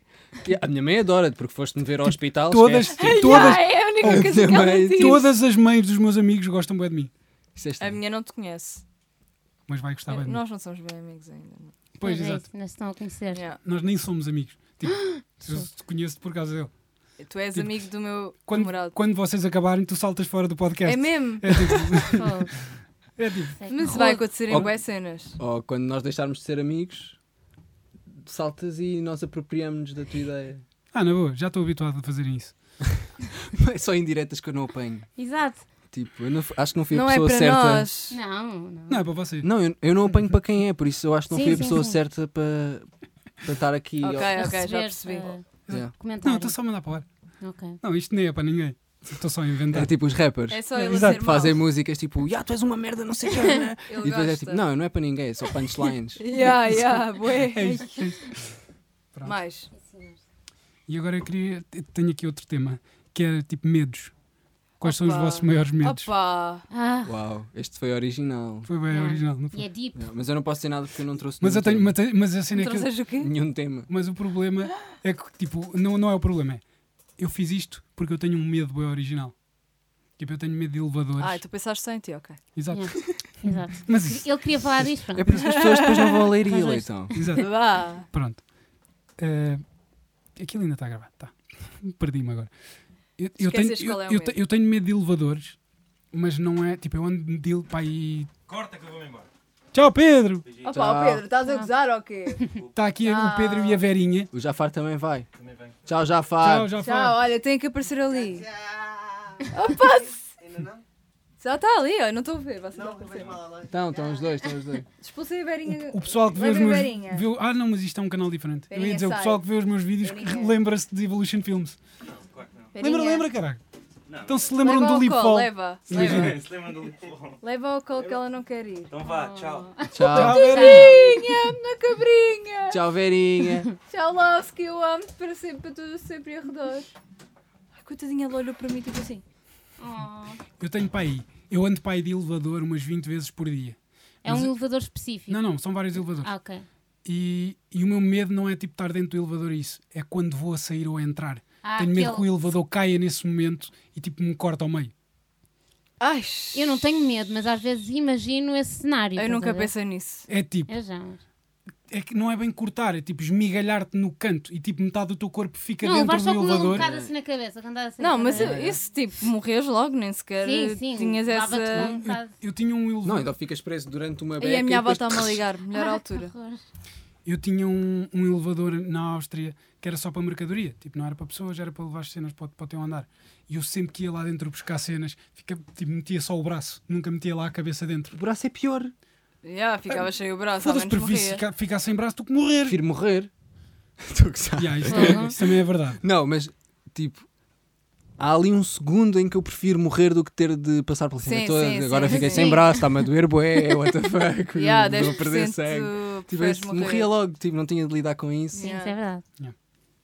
Speaker 4: A minha mãe adora-te porque foste-me ver ao hospital.
Speaker 3: todas,
Speaker 4: esquece. Tipo,
Speaker 3: todas,
Speaker 1: Ah, é a única coisa
Speaker 4: minha
Speaker 1: que ela
Speaker 4: mãe-
Speaker 1: diz.
Speaker 3: todas as mães dos meus amigos gostam bem de mim.
Speaker 4: disseste,
Speaker 1: A minha não te conhece.
Speaker 3: Mas vai gostar Tá bem de mim.
Speaker 1: É, Nós não somos bem amigos ainda. não.
Speaker 3: Pois,
Speaker 2: é
Speaker 3: exato.
Speaker 2: isso, ainda se estão a conhecer.
Speaker 1: Yeah.
Speaker 3: Nós nem somos amigos. Tipo, eu te conheço por causa dele.
Speaker 1: Tu és
Speaker 3: Tipo,
Speaker 1: amigo do meu
Speaker 3: Quando,
Speaker 1: namorado.
Speaker 3: quando vocês acabarem, tu saltas fora do podcast.
Speaker 1: É mesmo?
Speaker 3: É tipo,
Speaker 2: Fogo.
Speaker 3: é tipo,
Speaker 2: Sei que
Speaker 1: Mas
Speaker 2: não.
Speaker 1: vai acontecer em
Speaker 4: Ok.
Speaker 1: boas cenas.
Speaker 4: Ou "Oh, quando nós deixarmos de ser amigos, saltas e nós apropriamos-nos da tua ideia.
Speaker 3: ah, na boa, já estou habituado a fazer isso.
Speaker 4: É só em diretas que eu não apanho.
Speaker 2: Exato.
Speaker 4: Tipo, eu não f- acho que não fui a
Speaker 1: Não é
Speaker 4: pessoa
Speaker 1: para
Speaker 4: certa.
Speaker 1: nós.
Speaker 2: Não, não.
Speaker 3: Não, é para você.
Speaker 4: Não, eu, eu não apanho para quem é, por isso eu acho que não
Speaker 2: Sim,
Speaker 4: fui a
Speaker 2: sim,
Speaker 4: pessoa
Speaker 2: sim.
Speaker 4: certa para, para estar aqui.
Speaker 1: Ok,
Speaker 2: A
Speaker 4: ao-
Speaker 1: ok, já
Speaker 2: receber,
Speaker 1: percebi.
Speaker 2: eh,
Speaker 4: Yeah.
Speaker 3: Não,
Speaker 2: comentário.
Speaker 3: estou só a mandar para o ar.
Speaker 2: Ok.
Speaker 3: Não, isto nem é para ninguém. Estou só a
Speaker 4: É
Speaker 3: inventar.
Speaker 4: tipo os rappers.
Speaker 1: É só
Speaker 3: É,
Speaker 1: ele a
Speaker 3: exato,
Speaker 1: ser
Speaker 4: que fazem
Speaker 1: mau.
Speaker 4: músicas tipo, ya, tu és uma merda, não sei o que. né?"
Speaker 1: Ele
Speaker 4: E depois é
Speaker 1: gosta.
Speaker 4: tipo, não, não é para ninguém, é só punchlines.
Speaker 1: Yeah, yeah, bué.
Speaker 3: É isto. é isto. Pronto.
Speaker 1: Mais.
Speaker 3: E agora eu queria. Tenho aqui outro tema, que é tipo medos. Quais são os
Speaker 1: Opa.
Speaker 3: vossos maiores medos?
Speaker 1: Opa.
Speaker 2: Ah,
Speaker 4: Uau, este foi original.
Speaker 3: Foi bem
Speaker 2: Yeah.
Speaker 3: original, não foi?
Speaker 2: e é deep.
Speaker 4: Não, mas eu não posso dizer nada porque eu não trouxe
Speaker 3: Mas
Speaker 4: nenhum
Speaker 3: eu tenho.
Speaker 4: tema.
Speaker 3: Mas, mas a cena é que. eu-
Speaker 1: Trouxeste o quê?
Speaker 4: nenhum tema.
Speaker 3: Mas o problema é que, tipo, não, não é o problema. É eu fiz isto porque eu tenho um medo bem original. Tipo, eu tenho medo de elevadores.
Speaker 1: Ah, tu pensaste só em ti, ok.
Speaker 3: Exato.
Speaker 2: Yeah. Exato.
Speaker 3: Mas isso.
Speaker 2: Ele queria falar disto,
Speaker 1: Ah.
Speaker 2: pronto.
Speaker 4: É por isso que as pessoas depois não vão ler
Speaker 2: Faz
Speaker 4: e
Speaker 2: justo.
Speaker 4: então.
Speaker 3: Exato.
Speaker 1: Vá.
Speaker 3: Pronto. Eh, aquilo ainda está a gravar. Tá. Perdi-me agora. Eu, eu tenho,
Speaker 1: Esqueces
Speaker 3: eu,
Speaker 1: qual é o
Speaker 3: eu te-
Speaker 1: medo.
Speaker 3: eu tenho medo de elevadores, mas não é. Tipo, eu ando de ele para aí.
Speaker 6: Corta que eu vou-me embora.
Speaker 3: Tchau, Pedro!
Speaker 1: Opa, o Pedro, estás a gozar ou quê?
Speaker 3: Está aqui o
Speaker 1: Tchau.
Speaker 3: Pedro e a Verinha.
Speaker 4: O Jafar também vai.
Speaker 6: Também venho.
Speaker 4: Tchau,
Speaker 3: Tchau,
Speaker 4: Jafar.
Speaker 3: já
Speaker 1: Tchau,
Speaker 3: falo.
Speaker 1: olha, tem que aparecer ali. Opa, se-
Speaker 6: Ainda não?
Speaker 1: já está ali, ó, eu não estou a ver. Você não,
Speaker 6: Não,
Speaker 1: está a
Speaker 6: que vem
Speaker 1: aparecer.
Speaker 6: mal lá.
Speaker 4: Então, estão os dois, estão os dois.
Speaker 1: Expulsei a Berinha.
Speaker 3: O pessoal que vê
Speaker 1: Vai
Speaker 3: os
Speaker 1: ver
Speaker 3: meus.
Speaker 1: Verinha.
Speaker 3: viu- Ah, não, mas isto é um canal diferente. eu ia
Speaker 1: Verinha,
Speaker 3: dizer, o
Speaker 1: sai.
Speaker 3: pessoal que vê os meus vídeos
Speaker 1: Verinha.
Speaker 3: lembra-se de Evolution Films.
Speaker 6: Claro que não.
Speaker 3: Lembra, lembra, caralho.
Speaker 6: Não,
Speaker 3: Então se
Speaker 2: um
Speaker 1: Leva
Speaker 3: lembram do
Speaker 1: ao
Speaker 3: Leap
Speaker 1: colo,
Speaker 3: Fall.
Speaker 1: Leva,
Speaker 3: Imagina.
Speaker 1: leva.
Speaker 6: não. Se lembram do Liverpool?
Speaker 1: Leva ao colo que ela não quer ir.
Speaker 6: Então vá, tchau.
Speaker 4: Tchau.
Speaker 3: Verinha.
Speaker 1: Verinha, na cabrinha.
Speaker 4: Tchau, Verinha.
Speaker 1: Tchau, Love, que eu amo para sempre, para tudo, sempre e arredor. Ai, coitadinha, ela olhou para mim tipo assim.
Speaker 2: Oh,
Speaker 3: Eu tenho para aí. Eu ando para aí de elevador umas 20 vezes por dia.
Speaker 2: É um
Speaker 3: Mas-
Speaker 2: elevador específico.
Speaker 3: Não, não, são vários elevadores.
Speaker 2: Ah, ok.
Speaker 3: E, e o meu medo não é tipo estar dentro do elevador e isso. É quando vou a sair ou a entrar.
Speaker 2: Ah,
Speaker 3: tenho medo que o
Speaker 2: aquele-
Speaker 3: elevador caia nesse momento e tipo me corta ao meio.
Speaker 1: Ai,
Speaker 2: Eu não tenho medo, mas às vezes imagino esse cenário.
Speaker 1: Eu
Speaker 2: estás a
Speaker 1: nunca
Speaker 2: ver?
Speaker 1: pensei nisso.
Speaker 3: É tipo,
Speaker 2: Eu já. mas-
Speaker 3: é que não é bem cortar, é tipo esmigalhar-te no canto e tipo metade do teu corpo fica
Speaker 2: Não,
Speaker 3: dentro
Speaker 2: vais
Speaker 3: do
Speaker 2: só com ele um
Speaker 3: elevador. é.
Speaker 2: bocado assim na cabeça. quando dá assim na
Speaker 1: Não, mas
Speaker 2: cabeça.
Speaker 1: esse tipo, morrias logo, nem sequer
Speaker 2: Sim, sim.
Speaker 1: tinhas
Speaker 2: dava-te com
Speaker 1: essa.
Speaker 2: um bocado.
Speaker 3: Eu tinha um
Speaker 4: Não,
Speaker 3: elevador.
Speaker 4: então ficas preso durante uma beca.
Speaker 1: E a minha avó
Speaker 4: depois-
Speaker 1: está-me a ligar, melhor
Speaker 2: Ah,
Speaker 1: altura.
Speaker 2: que horror.
Speaker 3: Eu tinha um, um elevador na Áustria que era só para mercadoria, tipo, não era para pessoas, era para levar as cenas para, o- para o teu andar. E eu sempre que ia lá dentro buscar cenas, fica, tipo, metia só o braço, nunca metia lá a cabeça dentro.
Speaker 4: O braço é pior.
Speaker 1: Já, ficava cheio o braço, ao
Speaker 3: Foda-se,
Speaker 1: menos
Speaker 3: previ
Speaker 1: morria.
Speaker 3: ficar, ficar sem braço do que morrer.
Speaker 4: Prefiro morrer. Estou a gozar.
Speaker 3: Yeah, isto, também,
Speaker 2: Uhum.
Speaker 3: isto também é verdade.
Speaker 4: Não, mas tipo. Há ali um segundo em que eu prefiro morrer do que ter de passar pela cena
Speaker 1: Sim,
Speaker 4: toda.
Speaker 1: sim,
Speaker 4: Agora
Speaker 1: sim,
Speaker 4: fiquei
Speaker 1: sim.
Speaker 4: sem braço, está-me a doer, bué, what the fuck.
Speaker 3: um
Speaker 1: Já,
Speaker 4: vou perder
Speaker 1: 10%
Speaker 4: sangue. Tipo,
Speaker 1: preferes
Speaker 4: esse-
Speaker 1: morrer.
Speaker 4: morria logo, tipo, não tinha de lidar com isso.
Speaker 2: Sim,
Speaker 1: Yeah.
Speaker 2: isso é verdade.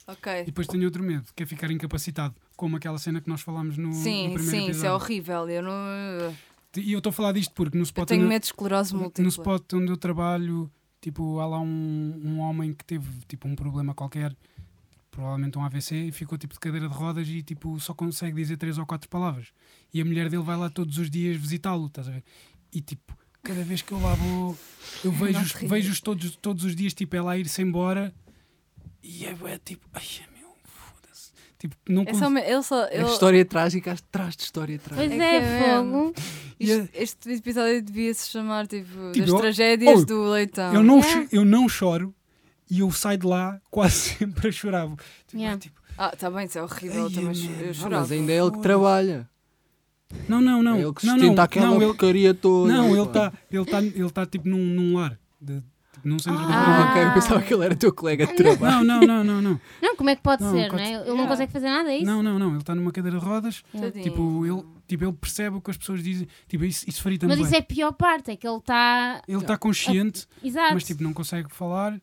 Speaker 3: E
Speaker 1: Ok.
Speaker 3: depois tenho outro medo, que é ficar incapacitado, como aquela cena que nós falámos no, no
Speaker 1: Sim,
Speaker 3: primeiro
Speaker 1: sim, isso é
Speaker 3: episódio.
Speaker 1: horrível. Eu não.
Speaker 3: E eu estou a falar disto porque no
Speaker 1: Eu
Speaker 3: spot,
Speaker 1: tenho
Speaker 3: onde,
Speaker 1: medo de esclerose
Speaker 3: no
Speaker 1: múltipla.
Speaker 3: spot onde eu trabalho, tipo, há lá um, um homem que teve tipo, um problema qualquer, provavelmente um AVC, e ficou tipo de cadeira de rodas e tipo, só consegue dizer três ou quatro palavras. E a mulher dele vai lá todos os dias visitá-lo, estás a ver? E tipo, cada vez que eu lá vou, eu vejo-os
Speaker 1: É horrível.
Speaker 3: vejo todos, todos os dias, tipo, ela ir-se embora e é, bué, tipo, ai meu, foda-se. Tipo, não
Speaker 1: É só
Speaker 3: consigo-
Speaker 1: me- eu só-
Speaker 4: É
Speaker 1: eu-
Speaker 4: história trágica atrás de história
Speaker 3: Tá.
Speaker 4: trágica.
Speaker 2: Pois
Speaker 1: É
Speaker 2: é,
Speaker 1: que é
Speaker 2: fogo.
Speaker 1: Este, este episódio devia se chamar tipo,
Speaker 3: Tipo,
Speaker 1: das
Speaker 3: eu-
Speaker 1: tragédias
Speaker 3: Oi,
Speaker 1: do leitão.
Speaker 3: Eu não,
Speaker 2: É.
Speaker 3: cho- eu não choro e eu saio de lá quase sempre a chorar. Tipo,
Speaker 2: Yeah.
Speaker 3: tipo,
Speaker 1: Ah, tá bem, isso é horrível.
Speaker 3: Ai,
Speaker 1: eu também
Speaker 3: eu
Speaker 1: cho-
Speaker 3: não-
Speaker 1: eu
Speaker 3: Ah,
Speaker 4: Ah,
Speaker 1: chorava.
Speaker 4: mas ainda é ele que trabalha.
Speaker 3: não, não, não.
Speaker 4: é ele que
Speaker 3: não,
Speaker 4: sustenta
Speaker 3: não,
Speaker 4: aquela
Speaker 3: não, ele,
Speaker 4: porcaria toda.
Speaker 3: não, ele tá
Speaker 4: pá.
Speaker 3: está ele tá, ele tá, tipo num, num lar. de- tipo, num centro de
Speaker 2: Ah.
Speaker 3: acolhimento.
Speaker 4: ok, eu pensava que ele era teu colega de
Speaker 3: Não,
Speaker 4: trabalho.
Speaker 3: não, não, não, não.
Speaker 2: Não, como é que pode
Speaker 3: Não,
Speaker 2: ser,
Speaker 3: corta-
Speaker 2: não é? Ele não
Speaker 1: Ah.
Speaker 2: consegue fazer nada, é isso?
Speaker 3: Não, não, não. Ele está numa cadeira de rodas.
Speaker 1: Tadinho.
Speaker 3: Tipo ele, tipo, ele percebe o que as pessoas dizem. Tipo, isso, isso faria também.
Speaker 2: Mas isso é a pior parte, é que ele está.
Speaker 3: Ele está consciente,
Speaker 2: Exato.
Speaker 3: mas tipo, não consegue falar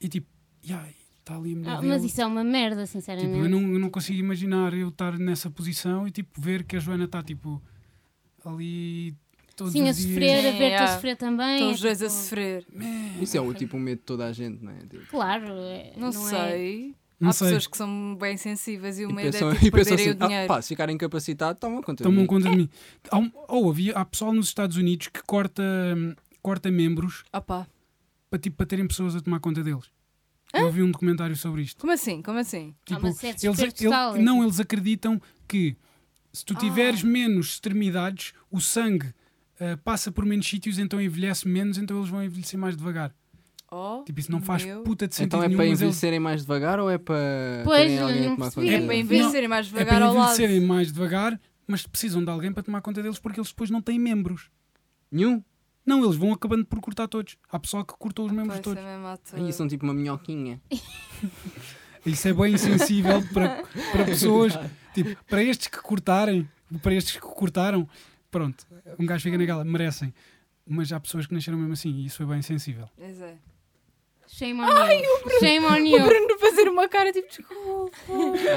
Speaker 3: e tipo, yeah, está ali a mulher
Speaker 2: Ah, mas
Speaker 3: dele.
Speaker 2: isso é uma merda,
Speaker 3: Tipo,
Speaker 2: sinceramente.
Speaker 3: eu não, eu não consigo imaginar eu estar nessa posição e tipo ver que a Joana está tipo ali todos
Speaker 2: Sim, a
Speaker 3: os dias.
Speaker 2: sofrer, a
Speaker 1: Sim,
Speaker 2: ver-te a
Speaker 1: é.
Speaker 2: sofrer também.
Speaker 1: Estão
Speaker 2: é
Speaker 1: os dois a
Speaker 2: tipo-
Speaker 1: sofrer.
Speaker 4: Isso é um, tipo um medo de toda a gente, não é? Tipo,
Speaker 2: Claro, é-
Speaker 1: Não,
Speaker 2: É...
Speaker 1: sei.
Speaker 3: Não
Speaker 1: Há
Speaker 3: sei.
Speaker 1: pessoas que são bem sensíveis e o
Speaker 4: e
Speaker 1: medo
Speaker 4: pensam,
Speaker 1: é tipo
Speaker 4: e pensam
Speaker 1: perderem
Speaker 4: assim,
Speaker 1: o dinheiro.
Speaker 4: ah, pá, se ficarem incapacitados, tomam conta de
Speaker 3: Tomam
Speaker 4: mim.
Speaker 3: conta de mim. Há, um- ou havia, há pessoal nos Estados Unidos que corta, hum, corta membros
Speaker 1: Ah, pá.
Speaker 3: para, tipo, para terem pessoas a tomar conta deles. Eu vi um documentário sobre isto.
Speaker 1: Como assim? Como assim?
Speaker 2: Ah,
Speaker 3: Tipo,
Speaker 2: mas é
Speaker 3: eles,
Speaker 2: desespero
Speaker 3: ele-
Speaker 2: total, é
Speaker 3: não,
Speaker 2: tipo- Ah.
Speaker 3: eles acreditam que se tu tiveres menos extremidades, o sangue ah, passa por menos sítios, então envelhece menos, então eles vão envelhecer mais devagar.
Speaker 1: Oh,
Speaker 3: Tipo, isso não faz
Speaker 1: meu.
Speaker 3: puta de sentido
Speaker 4: Então é
Speaker 3: nenhum.
Speaker 4: para
Speaker 3: mas eles-
Speaker 4: envelhecerem mais devagar ou é para
Speaker 2: Pois,
Speaker 4: terem alguém
Speaker 2: não
Speaker 4: a tomar
Speaker 2: percebi.
Speaker 4: conta
Speaker 1: É
Speaker 2: Não.
Speaker 1: para
Speaker 4: deles?
Speaker 1: envelhecerem mais
Speaker 3: é
Speaker 1: devagar
Speaker 3: para
Speaker 1: ao lado.
Speaker 3: envelhecerem mais devagar, mas precisam de alguém para tomar conta deles porque eles depois não têm membros.
Speaker 4: Nenhum?
Speaker 3: Não, eles vão acabando por cortar todos. Há pessoal que cortou os membros
Speaker 1: Pois,
Speaker 3: todos.
Speaker 1: também mato.
Speaker 4: Aí são tipo uma minhoquinha.
Speaker 3: Isso é bem insensível para, para pessoas, tipo, para estes que cortarem, para estes que cortaram, pronto, um gajo fica naquela, merecem. Mas há pessoas que nasceram mesmo assim e isso é bem sensível.
Speaker 1: Pois é.
Speaker 2: Shame on you. Shame on you.
Speaker 1: O Bruno fazer uma cara tipo desculpa.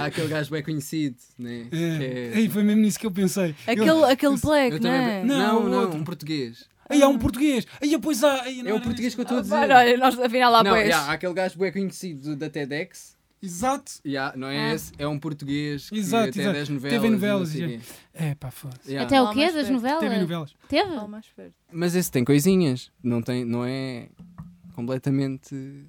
Speaker 4: Há aquele gajo bem conhecido, né?
Speaker 3: É,
Speaker 4: Que é-
Speaker 3: ei, foi mesmo nisso que eu pensei.
Speaker 1: É
Speaker 3: Eu-
Speaker 1: Aquele, aquele black, não
Speaker 4: Eu também-
Speaker 1: é?
Speaker 3: Não,
Speaker 4: Não,
Speaker 3: o
Speaker 4: não,
Speaker 3: outro.
Speaker 4: um português.
Speaker 3: Ei, há um português! Ei, pois há! Ei, não
Speaker 4: É o
Speaker 3: era
Speaker 4: português
Speaker 3: isso.
Speaker 4: que eu estou a dizer.
Speaker 1: Vai, Ah, olha, nós afinal lá
Speaker 4: não,
Speaker 1: pois.
Speaker 4: yeah, há aquele gajo bem conhecido da TEDx.
Speaker 3: Exato!
Speaker 4: Yeah, não é
Speaker 2: Ah.
Speaker 4: esse, é um português que
Speaker 3: Exato,
Speaker 4: até
Speaker 3: exato.
Speaker 4: 10 novelas.
Speaker 3: Teve
Speaker 4: e não
Speaker 3: novelas,
Speaker 4: sei
Speaker 3: yeah.
Speaker 4: quê.
Speaker 3: É pá, foda-se.
Speaker 4: Yeah.
Speaker 2: Até o
Speaker 1: Lá
Speaker 2: quê?
Speaker 1: mais
Speaker 2: Das
Speaker 1: perto.
Speaker 2: novelas?
Speaker 3: Teve novelas.
Speaker 2: Teve?
Speaker 1: Lá mais perto.
Speaker 4: Mas esse tem coisinhas, não, tem, não é completamente.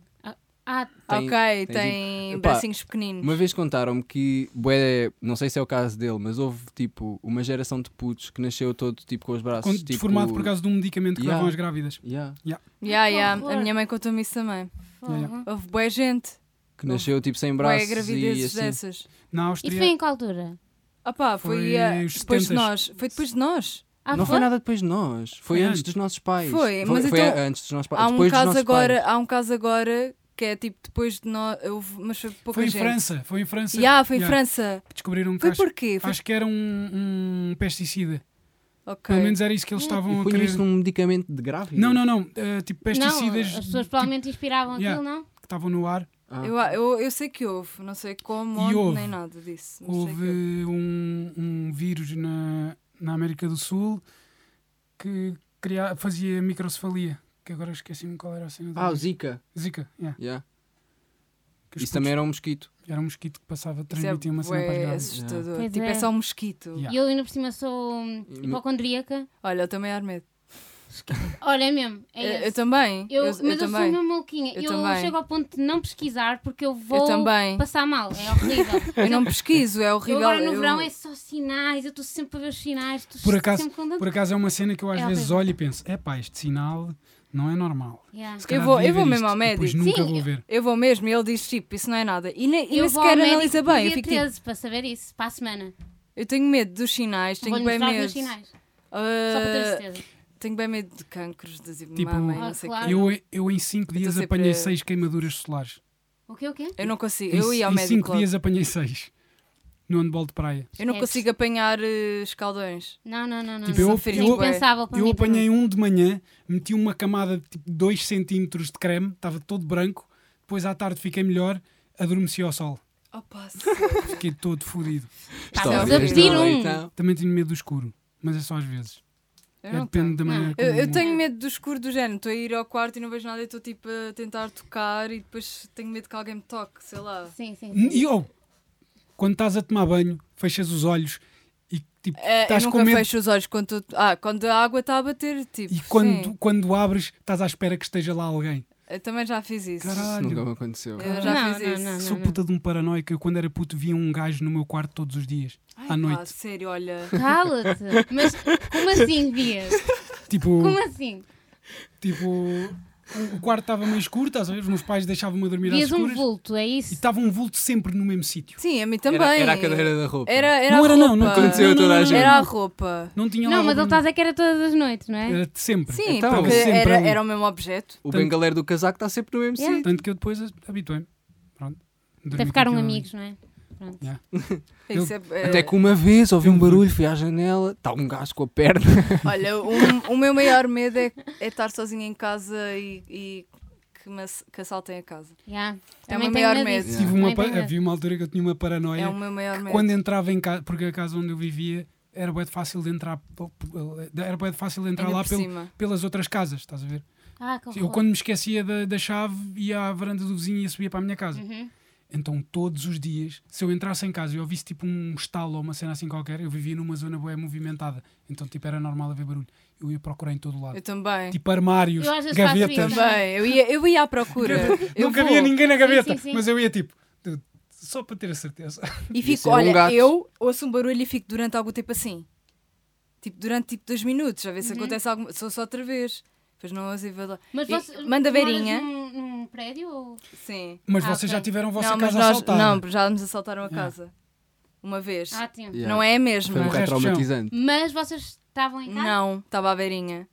Speaker 2: Ah,
Speaker 4: Tem- tipo-
Speaker 1: ok, tem,
Speaker 4: Epá,
Speaker 1: bracinhos pequeninos.
Speaker 4: Uma vez contaram-me que, bué, não sei se é o caso dele, mas houve tipo uma geração de putos que nasceu todo tipo com os braços.
Speaker 3: Com-
Speaker 4: tipo,
Speaker 3: Deformado por causa de um medicamento que
Speaker 4: Yeah.
Speaker 3: davam às grávidas.
Speaker 4: Yeah,
Speaker 1: Yeah,
Speaker 2: Que
Speaker 1: yeah,
Speaker 2: horror.
Speaker 1: A minha mãe contou-me isso também.
Speaker 2: fogo.
Speaker 1: Houve boa gente,
Speaker 4: que nasceu tipo sem
Speaker 1: boa
Speaker 4: braços. e
Speaker 1: gravidezes
Speaker 4: assim.
Speaker 1: dessas.
Speaker 3: Na
Speaker 2: Isso foi
Speaker 3: Áustria.
Speaker 2: em que altura?
Speaker 1: Ah pá, foi,
Speaker 3: Foi
Speaker 1: ah,
Speaker 3: os
Speaker 1: depois de
Speaker 3: 70s.
Speaker 1: nós. Foi depois de nós.
Speaker 2: Ah,
Speaker 4: não foi nada depois de nós, foi
Speaker 3: Foi
Speaker 4: antes
Speaker 3: antes.
Speaker 4: dos nossos pais.
Speaker 1: Foi, mas então,
Speaker 4: antes dos nossos pais.
Speaker 1: Há um
Speaker 4: depois dos
Speaker 1: caso
Speaker 4: nossos
Speaker 1: agora,
Speaker 4: pais.
Speaker 1: há um caso agora que é tipo depois de nós, houve- mas foi pouca
Speaker 3: Foi em
Speaker 1: gente.
Speaker 3: França. Foi em França.
Speaker 1: Yeah, foi em
Speaker 3: Yeah.
Speaker 1: França.
Speaker 3: Descobriram que
Speaker 1: Foi
Speaker 3: acho-
Speaker 1: porquê? Foi...
Speaker 3: acho que era um- um pesticida.
Speaker 1: Ok.
Speaker 3: Pelo menos era isso que eles estavam
Speaker 4: E
Speaker 3: a
Speaker 4: punham
Speaker 3: querer.
Speaker 4: isso num medicamento de grávida.
Speaker 3: Hum, Não, não, não. eh, tipo
Speaker 2: Não,
Speaker 3: pesticidas tipo
Speaker 2: as pessoas provavelmente inspiravam
Speaker 3: Yeah.
Speaker 2: aquilo, não?
Speaker 1: eh,
Speaker 3: que estavam no ar.
Speaker 4: Ah.
Speaker 1: Eu, eu, eu sei que houve, não sei como,
Speaker 3: E
Speaker 1: onde,
Speaker 3: houve.
Speaker 1: nem nada disso. mas sei que houve. é
Speaker 3: Houve um, um vírus na, na América do Sul que cria, fazia microcefalia. Que agora esqueci-me qual era a cena. do
Speaker 4: Ah, o
Speaker 3: vírus.
Speaker 4: Zika.
Speaker 3: Zika. yeah.
Speaker 4: Yeah.
Speaker 3: Que os
Speaker 4: Isso
Speaker 3: putos-
Speaker 4: também era um mosquito.
Speaker 3: era um mosquito que passava,
Speaker 1: Isso é
Speaker 3: transmitia uma cena
Speaker 1: bué
Speaker 3: para as grávidas.
Speaker 1: assustador.
Speaker 2: Pois
Speaker 1: Tipo, é.
Speaker 2: é.
Speaker 1: só um mosquito.
Speaker 3: Yeah.
Speaker 2: E eu ainda por cima sou hum,
Speaker 4: E-
Speaker 2: hipocondríaca.
Speaker 1: Olha, eu também armei.
Speaker 2: Olha, é mesmo. É
Speaker 1: eu,
Speaker 2: esse.
Speaker 1: eu também.
Speaker 2: Eu-
Speaker 1: Eu,
Speaker 2: mas
Speaker 1: eu
Speaker 2: eu sou
Speaker 1: também.
Speaker 2: uma maluquinha.
Speaker 1: Eu
Speaker 2: Eu,
Speaker 1: também.
Speaker 2: chego ao ponto de não pesquisar porque eu vou
Speaker 1: também.
Speaker 2: passar mal. É horrível.
Speaker 1: Eu não pesquiso, é
Speaker 2: Eu
Speaker 1: horrível.
Speaker 2: agora no
Speaker 1: eu-
Speaker 2: verão é só sinais. Eu estou sempre a ver os sinais. Estou
Speaker 3: Por acaso-
Speaker 2: sempre com dor-
Speaker 3: Por acaso é uma cena que eu às
Speaker 2: É
Speaker 3: vezes
Speaker 2: horrível.
Speaker 3: olho e penso: é pá, este sinal não é normal.
Speaker 2: Yeah.
Speaker 3: Se calhar
Speaker 1: vou-
Speaker 3: devia
Speaker 1: eu vou
Speaker 3: ver
Speaker 1: mesmo
Speaker 3: isto,
Speaker 1: ao
Speaker 3: e depois
Speaker 1: médico.
Speaker 3: Nunca
Speaker 2: Sim,
Speaker 3: vou ver.
Speaker 1: Eu vou mesmo e ele diz tipo, isso não é nada. E nem, e nem
Speaker 2: Eu vou ao
Speaker 1: sequer
Speaker 2: médico
Speaker 1: analisa bem. Eu,
Speaker 2: dia
Speaker 1: fico, tipo,
Speaker 2: 13 para saber isso, para a semana.
Speaker 1: eu tenho medo dos sinais, tenho
Speaker 2: Vou-lhe
Speaker 1: bem
Speaker 2: mostrar os meus
Speaker 1: medo.
Speaker 2: sinais.
Speaker 1: Ah,
Speaker 2: Só para ter certeza.
Speaker 1: tenho bem medo de cancros, das tipo,
Speaker 3: Tipo,
Speaker 1: mamãe,
Speaker 2: Ah,
Speaker 1: não sei o
Speaker 2: claro.
Speaker 1: quê.
Speaker 3: Eu, eu em 5
Speaker 1: Eu tô
Speaker 3: dias
Speaker 1: sempre-
Speaker 3: apanhei 6 queimaduras solares.
Speaker 2: O quê, o quê?
Speaker 1: Eu não consigo.
Speaker 3: Em-
Speaker 1: Eu ia ao
Speaker 3: em
Speaker 1: médico
Speaker 3: 5
Speaker 1: logo.
Speaker 3: dias apanhei 6 no handball de praia.
Speaker 1: Eu não
Speaker 2: Esquece.
Speaker 1: consigo apanhar eh, escaldões.
Speaker 2: Não, não, não. não
Speaker 3: Tipo,
Speaker 2: não.
Speaker 3: eu-
Speaker 2: Seria
Speaker 3: eu-
Speaker 2: impensável para
Speaker 3: eu
Speaker 2: mim.
Speaker 3: apanhei
Speaker 1: é?
Speaker 3: um de manhã, meti uma camada de tipo 2 centímetros de creme, estava todo branco. Depois à tarde fiquei melhor, adormeci ao sol.
Speaker 1: Oh, pá,
Speaker 3: Fiquei todo fodido.
Speaker 1: Estás
Speaker 4: História,
Speaker 1: a pedir
Speaker 4: história,
Speaker 2: um.
Speaker 4: então.
Speaker 3: Também tenho medo do escuro, mas é só às vezes.
Speaker 1: eu
Speaker 3: É,
Speaker 1: não
Speaker 3: depende da maneira
Speaker 2: Não.
Speaker 3: como- é.
Speaker 1: Eu, eu tenho medo do escuro do género. Estou a ir ao quarto e não vejo nada e estou tipo a tentar tocar e depois tenho medo que alguém me toque, sei lá.
Speaker 2: Sim, sim. sim.
Speaker 3: um E oh, quando estás a tomar banho, fechas os olhos e tipo,
Speaker 1: É, eu
Speaker 3: estás com
Speaker 1: nunca
Speaker 3: medo.
Speaker 1: fecho os olhos quando, tô- ah, quando a água está a bater, tipo.
Speaker 3: E
Speaker 1: sim.
Speaker 3: quando, quando abres, estás à espera que esteja lá alguém.
Speaker 1: Eu também já fiz isso.
Speaker 4: Isso
Speaker 3: Caralho.
Speaker 4: nunca me aconteceu.
Speaker 1: Eu já
Speaker 2: Não,
Speaker 1: fiz
Speaker 2: não,
Speaker 1: isso.
Speaker 2: não, não.
Speaker 3: Sou puta de um paranoico. Eu, quando era puto, via um gajo no meu quarto todos os dias,
Speaker 1: Ai,
Speaker 3: à noite.
Speaker 1: Pá, sério, olha.
Speaker 2: Cala-te. Mas como assim, Dias?
Speaker 3: Tipo,
Speaker 2: Como assim?
Speaker 3: tipo, o quarto estava meio escuro, estás a ver? Os meus pais deixavam-me a dormir às
Speaker 2: Vias um
Speaker 3: escuras.
Speaker 2: vulto, é
Speaker 3: e
Speaker 2: isso?
Speaker 3: estava um vulto sempre no mesmo sítio.
Speaker 1: Sim, a mim também.
Speaker 4: Era, era a cadeira da roupa.
Speaker 1: Era, era
Speaker 3: não
Speaker 1: a
Speaker 3: era,
Speaker 1: roupa.
Speaker 3: não, não
Speaker 4: Aconteceu
Speaker 3: não,
Speaker 4: a
Speaker 3: não,
Speaker 4: toda a
Speaker 3: não,
Speaker 4: gente.
Speaker 1: Era a roupa.
Speaker 3: Não tinha lá
Speaker 2: Não, mas ele
Speaker 3: algum-
Speaker 2: está a dizer que era todas as noites, não é?
Speaker 3: Era de sempre.
Speaker 1: Sim,
Speaker 4: Então,
Speaker 1: porque
Speaker 3: sempre
Speaker 1: era,
Speaker 3: ali.
Speaker 1: era o mesmo objeto.
Speaker 4: O bengaleiro do casaco está sempre no mesmo
Speaker 2: Yeah.
Speaker 4: sítio.
Speaker 3: Tanto que eu depois habituei-me. Pronto. Dormi
Speaker 2: Até
Speaker 3: com
Speaker 2: ficaram
Speaker 3: aquilo ali.
Speaker 2: amigos, não é?
Speaker 1: Isso é- é-
Speaker 4: Até que uma vez ouvi um barulho, fui à janela, está um gajo com a perna.
Speaker 1: Olha, um- o meu maior medo é, é estar sozinha em casa e, e que, me, ass- que assaltem a casa.
Speaker 2: Yeah.
Speaker 1: É
Speaker 2: Também
Speaker 1: o meu
Speaker 2: tenho
Speaker 1: maior
Speaker 2: medo
Speaker 1: medo.
Speaker 2: disso.
Speaker 3: Tive uma,
Speaker 2: Também tenho
Speaker 3: pa-
Speaker 2: medo.
Speaker 3: havia uma altura que eu tinha uma paranoia.
Speaker 1: É o meu maior medo.
Speaker 3: Quando entrava em casa, porque a casa onde eu vivia era bué de fácil de entrar, p- p- era bué de fácil de entrar
Speaker 1: Ainda
Speaker 3: lá
Speaker 1: por
Speaker 3: pelo-
Speaker 1: cima.
Speaker 3: pelas outras casas, estás a ver?
Speaker 2: Ah, que
Speaker 3: Eu
Speaker 2: horror.
Speaker 3: quando me esquecia da, da chave ia à varanda do vizinho e subia para a minha casa.
Speaker 2: Uhum.
Speaker 3: Então todos os dias, se eu entrasse em casa e ouvisse tipo um estalo ou uma cena assim qualquer, eu vivia numa zona bué movimentada, então tipo era normal haver barulho. Eu ia procurar em todo o lado.
Speaker 1: Eu também.
Speaker 3: Tipo armários,
Speaker 2: Eu às vezes faço
Speaker 3: gavetas.
Speaker 2: isso.
Speaker 1: Também. Eu ia, eu ia à procura. eu
Speaker 3: Nunca
Speaker 1: vou.
Speaker 3: havia ninguém na gaveta,
Speaker 2: sim, sim.
Speaker 3: mas eu ia tipo, "Dude, só para ter a certeza.
Speaker 1: E
Speaker 4: Isso
Speaker 1: fico,
Speaker 4: é um
Speaker 1: olha,
Speaker 4: gato.
Speaker 1: eu ouço um barulho e fico durante algum tempo assim. Tipo, durante tipo dois minutos, a ver se
Speaker 3: Uhum.
Speaker 1: acontece alguma. Sou só outra vez. Depois não ouço e vou lá.
Speaker 2: Mas
Speaker 1: E-
Speaker 2: você,
Speaker 1: manda
Speaker 2: moras
Speaker 1: beirinha.
Speaker 2: Num, num prédio ou.
Speaker 1: Sim.
Speaker 3: Mas
Speaker 2: Ah,
Speaker 3: vocês já
Speaker 2: ok.
Speaker 3: tiveram a vossa
Speaker 1: não, mas
Speaker 3: casa
Speaker 1: nós.
Speaker 3: assaltada.
Speaker 1: Não, já nos assaltaram a
Speaker 3: Yeah.
Speaker 1: casa. Uma vez.
Speaker 2: Ah, tinha.
Speaker 4: Yeah.
Speaker 1: Não é a
Speaker 4: Foi
Speaker 1: mesma.
Speaker 4: um bocado
Speaker 3: Mas-
Speaker 4: traumatizante.
Speaker 2: Mas vocês estavam em casa?
Speaker 1: Não, estava à beirinha.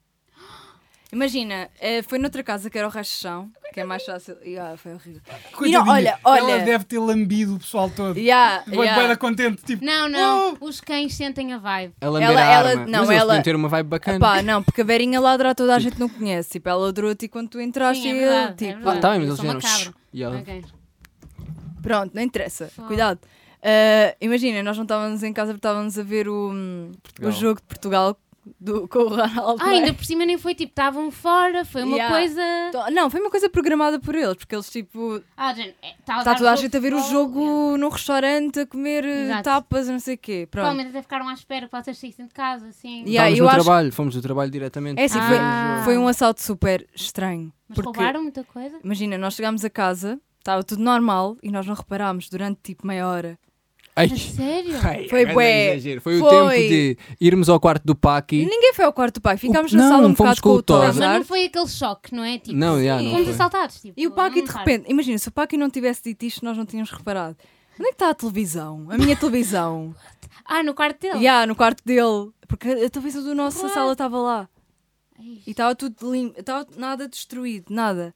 Speaker 1: Imagina, eh, foi noutra casa que era o rachão, que é mais fácil. Ah, foi horrível. E não,
Speaker 3: Coitadinha,
Speaker 1: olha, olha.
Speaker 3: Ela deve ter lambido o pessoal todo. Yeah,
Speaker 1: Yeah,
Speaker 3: Vai
Speaker 1: yeah.
Speaker 3: dar contente, tipo.
Speaker 2: Não, não. Os cães sentem a vibe.
Speaker 4: Ela, lamber
Speaker 1: Ela-
Speaker 4: a
Speaker 1: ela-
Speaker 4: arma.
Speaker 1: não,
Speaker 4: mas eles
Speaker 1: ela-
Speaker 4: podiam ter uma vibe bacana.
Speaker 1: Epá, não, porque a beirinha ladra a toda a gente não conhece. Tipo, ela adorou-te e quando tu entraste,
Speaker 2: Sim, é
Speaker 1: eu,
Speaker 2: verdade, é
Speaker 1: tipo,
Speaker 4: Ah, tá bem, mas
Speaker 2: Eu
Speaker 4: eles
Speaker 2: sou uma
Speaker 4: vieram.
Speaker 2: cabra.
Speaker 4: "Shh", E ela...
Speaker 2: Ok.
Speaker 1: Pronto, não interessa.
Speaker 2: Fogo.
Speaker 1: Cuidado. Ah, imagina, nós não estávamos em casa, estávamos a ver o, hum, o
Speaker 4: Portugal.
Speaker 1: jogo de Portugal do, com o Ronaldo. é?
Speaker 2: Ah, ainda por cima nem foi tipo, estavam fora, foi uma
Speaker 1: Yeah.
Speaker 2: coisa.
Speaker 1: Então, Não, foi uma coisa programada por eles, porque eles, tipo,
Speaker 2: Ah, gente, é, tá
Speaker 1: está
Speaker 2: dar
Speaker 1: toda a
Speaker 2: jogo
Speaker 1: gente
Speaker 2: de
Speaker 1: a ver o
Speaker 2: futebol, yeah.
Speaker 1: jogo num restaurante, a comer eh,
Speaker 2: Exato.
Speaker 1: tapas, não sei o quê. Pronto.
Speaker 2: Provavelmente até ficaram à espera que vocês saíssem de casa, assim.
Speaker 1: Yeah,
Speaker 4: Estávamos
Speaker 1: eu
Speaker 4: no
Speaker 1: acho-
Speaker 4: trabalho, fomos do trabalho diretamente.
Speaker 1: É assim,
Speaker 2: Ah.
Speaker 1: foi,
Speaker 2: Ah.
Speaker 1: foi um assalto super estranho.
Speaker 2: Mas
Speaker 1: porque,
Speaker 2: roubaram muita coisa?
Speaker 1: imagina, nós chegámos a casa, estava tudo normal e nós não reparámos durante tipo meia hora.
Speaker 4: Ai,
Speaker 2: A sério?
Speaker 4: ai,
Speaker 1: Foi
Speaker 4: grande
Speaker 1: bué.
Speaker 4: exagero. Foi o
Speaker 1: Foi.
Speaker 4: tempo de irmos ao quarto do Paqui.
Speaker 1: Ninguém foi ao quarto do pai, ficámos na
Speaker 4: não,
Speaker 1: sala um
Speaker 4: fomos
Speaker 1: bocado com o
Speaker 4: com o Tosa.
Speaker 2: Ah, Mas não
Speaker 1: Tozar.
Speaker 2: foi aquele choque, não é? Tipo,
Speaker 4: Não, já,
Speaker 1: sim.
Speaker 4: não
Speaker 2: fomos
Speaker 4: foi.
Speaker 2: assaltados. Tipo,
Speaker 1: E o Paqui
Speaker 2: não
Speaker 1: de
Speaker 2: reparo.
Speaker 1: repente, imagina, se o Paqui não tivesse dito isto, nós não tínhamos reparado. Onde é que está a televisão? A minha televisão.
Speaker 2: Ah, no quarto
Speaker 1: Já,
Speaker 2: dele?
Speaker 1: no quarto dele. Porque a televisão do nossa
Speaker 2: Claro.
Speaker 1: sala estava lá.
Speaker 2: Ai,
Speaker 1: E estava tudo limpo, estava nada destruído, nada.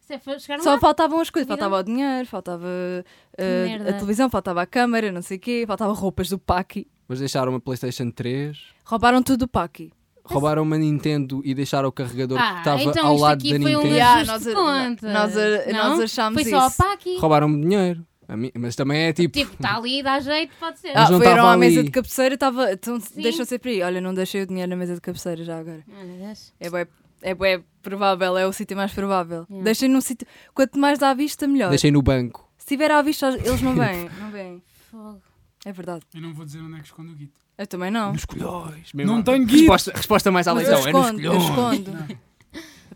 Speaker 2: isso é- foi- chegaram
Speaker 1: Só
Speaker 2: lá?
Speaker 1: faltavam as coisas.
Speaker 2: Televisão?
Speaker 1: Faltava o dinheiro, faltava eh,
Speaker 2: merda.
Speaker 1: a televisão, faltava a câmara, não sei o quê, faltava roupas do Paqui.
Speaker 4: Mas deixaram uma Playstation 3,
Speaker 1: Roubaram tudo do Paqui.
Speaker 4: roubaram uma Nintendo e deixaram o carregador
Speaker 2: Ah,
Speaker 4: que estava
Speaker 2: então
Speaker 4: ao
Speaker 2: isto
Speaker 4: lado
Speaker 2: aqui
Speaker 4: da
Speaker 2: foi um
Speaker 4: Nintendo.
Speaker 1: Yeah,
Speaker 2: ajuste
Speaker 1: nós-
Speaker 2: de conta.
Speaker 1: nós- nós
Speaker 2: Não?
Speaker 1: achámos
Speaker 2: foi Foi só o
Speaker 1: isso.
Speaker 2: Paqui.
Speaker 4: Roubaram-me dinheiro. A mim- Mas também é tipo.
Speaker 2: Tipo, está ali, dá jeito, pode ser.
Speaker 1: Ah,
Speaker 4: não
Speaker 1: foram
Speaker 4: estava
Speaker 1: à mesa
Speaker 4: ali.
Speaker 1: de cabeceira, estava. Então, deixam sempre aí. Olha, não deixei o dinheiro na mesa de cabeceira já agora.
Speaker 2: Olha, deixa.
Speaker 1: É bué, é bué provável, é o sítio mais provável.
Speaker 2: Yeah.
Speaker 1: Deixem num sítio. Quanto mais à vista, melhor.
Speaker 4: Deixei no banco.
Speaker 1: Se tiver à vista, eles não vêm. não vêm.
Speaker 2: Fogo.
Speaker 1: É verdade.
Speaker 3: Eu não vou dizer onde é que escondo o guito.
Speaker 1: Eu também não.
Speaker 4: Nos colhões.
Speaker 3: Não
Speaker 4: mesmo.
Speaker 3: tenho guito.
Speaker 4: resposta, resposta mais à
Speaker 1: Mas eu
Speaker 4: leitão. É
Speaker 1: escondo,
Speaker 4: nos
Speaker 1: eu
Speaker 4: colhões.
Speaker 1: escondo. Apesar de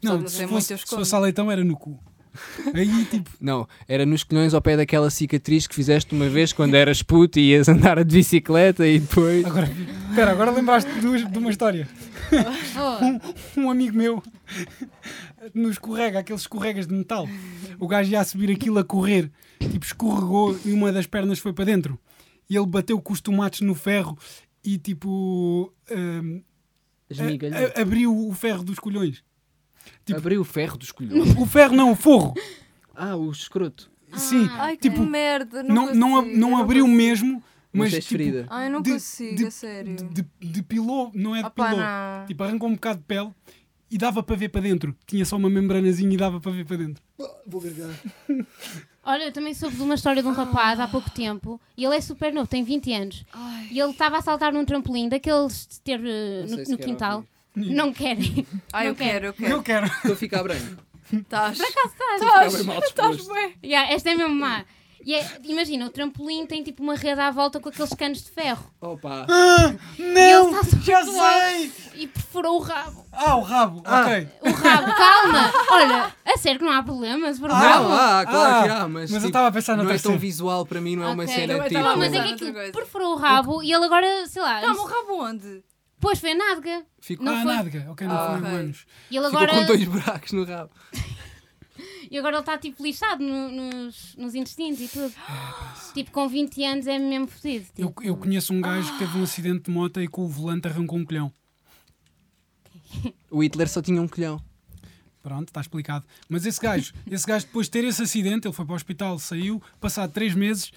Speaker 3: Não,
Speaker 1: não
Speaker 3: se
Speaker 1: ser muito,
Speaker 3: fosse,
Speaker 1: eu
Speaker 3: se
Speaker 1: escondo.
Speaker 3: fosse a leitão era no cu. Aí tipo,
Speaker 4: Não, era nos colhões ao pé daquela cicatriz que fizeste uma vez quando eras puto e ias andar de bicicleta e depois.
Speaker 3: agora, espera, agora lembraste de, duas- de uma história.
Speaker 2: Fogo.
Speaker 1: Oh.
Speaker 3: Um amigo meu no escorrega, aqueles escorregas de metal. O gajo ia a subir aquilo a correr, tipo escorregou e uma das pernas foi para dentro. E ele bateu com os tomates no ferro e tipo hum,
Speaker 4: é,
Speaker 3: a- a- abriu o ferro dos colhões. tipo-
Speaker 4: Abriu o ferro dos colhões.
Speaker 3: O ferro não, o forro.
Speaker 4: Ah, o escroto.
Speaker 3: Sim,
Speaker 1: Ai, que
Speaker 3: tipo,
Speaker 1: merda. Não,
Speaker 3: não, não, ab-
Speaker 1: consigo, eu
Speaker 3: não abriu
Speaker 1: consigo.
Speaker 3: mesmo, mas
Speaker 4: Mas és
Speaker 3: tipo,
Speaker 4: ferida.
Speaker 1: Ai, eu não
Speaker 3: de-
Speaker 1: consigo,
Speaker 3: de-
Speaker 1: a sério.
Speaker 3: de- de- depilou, não é
Speaker 1: Opa,
Speaker 3: depilou.
Speaker 1: não.
Speaker 3: Tipo, arrancou um bocado de pele e dava para ver para dentro. Tinha só uma membranazinha e dava para ver para dentro.
Speaker 2: Olha, eu também soube de uma história de um rapaz há pouco tempo e ele é super novo, tem 20 anos. E ele estava a saltar num trampolim daqueles de ter eh,
Speaker 4: Não
Speaker 2: no,
Speaker 4: sei é. se
Speaker 2: no
Speaker 4: quero
Speaker 2: quintal.
Speaker 4: ouvir.
Speaker 2: Não querem.
Speaker 1: Ai, eu
Speaker 2: não quero.
Speaker 1: quero, eu
Speaker 3: Eu
Speaker 1: quero.
Speaker 3: quero.
Speaker 4: Estou a ficar branco.
Speaker 1: Estás.
Speaker 4: Estás
Speaker 1: bem.
Speaker 2: Yeah, esta é mesmo má. E é- imagina, o trampolim tem tipo uma rede à volta com aqueles canos de ferro.
Speaker 4: Opa.
Speaker 2: Não,
Speaker 3: Já sei!
Speaker 2: E perfurou o rabo.
Speaker 3: Ah, o rabo, ok.
Speaker 2: O rabo, calma! Olha, a sério que não há problema, se for o rabo.
Speaker 4: Não, ah, claro
Speaker 3: Ah,
Speaker 4: que há, mas.
Speaker 3: mas eu
Speaker 4: tipo,
Speaker 3: estava a pensar na
Speaker 4: Não é tão
Speaker 3: terceira.
Speaker 4: visual para mim, não é uma
Speaker 2: Ok.
Speaker 4: cena
Speaker 1: Não, eu
Speaker 4: tipo.
Speaker 1: estava a
Speaker 2: Não, mas é
Speaker 1: pensar
Speaker 2: que
Speaker 1: noutra
Speaker 2: aquilo
Speaker 1: coisa.
Speaker 2: perfurou o rabo e ele agora, sei lá,
Speaker 1: Calma, o rabo onde?
Speaker 2: Pois foi a nádega.
Speaker 4: Ficou,
Speaker 2: Não
Speaker 3: ah,
Speaker 2: foi-
Speaker 3: nádega, ok, não
Speaker 1: Ah,
Speaker 3: foi
Speaker 1: ok.
Speaker 3: humanos.
Speaker 2: E ele
Speaker 4: ficou
Speaker 2: agora,
Speaker 4: com dois buracos no rabo.
Speaker 2: e agora ele está tipo lixado no- nos, nos intestinos e tudo. tipo, com 20 anos é mesmo fodido.
Speaker 3: Eu,
Speaker 2: Tipo.
Speaker 3: eu conheço um gajo que teve um acidente de moto e com o volante arrancou um colhão.
Speaker 4: O Hitler só tinha um colhão.
Speaker 3: Pronto, está explicado. Mas esse gajo, esse gajo depois de ter esse acidente, ele foi para o hospital, saiu, passado três meses,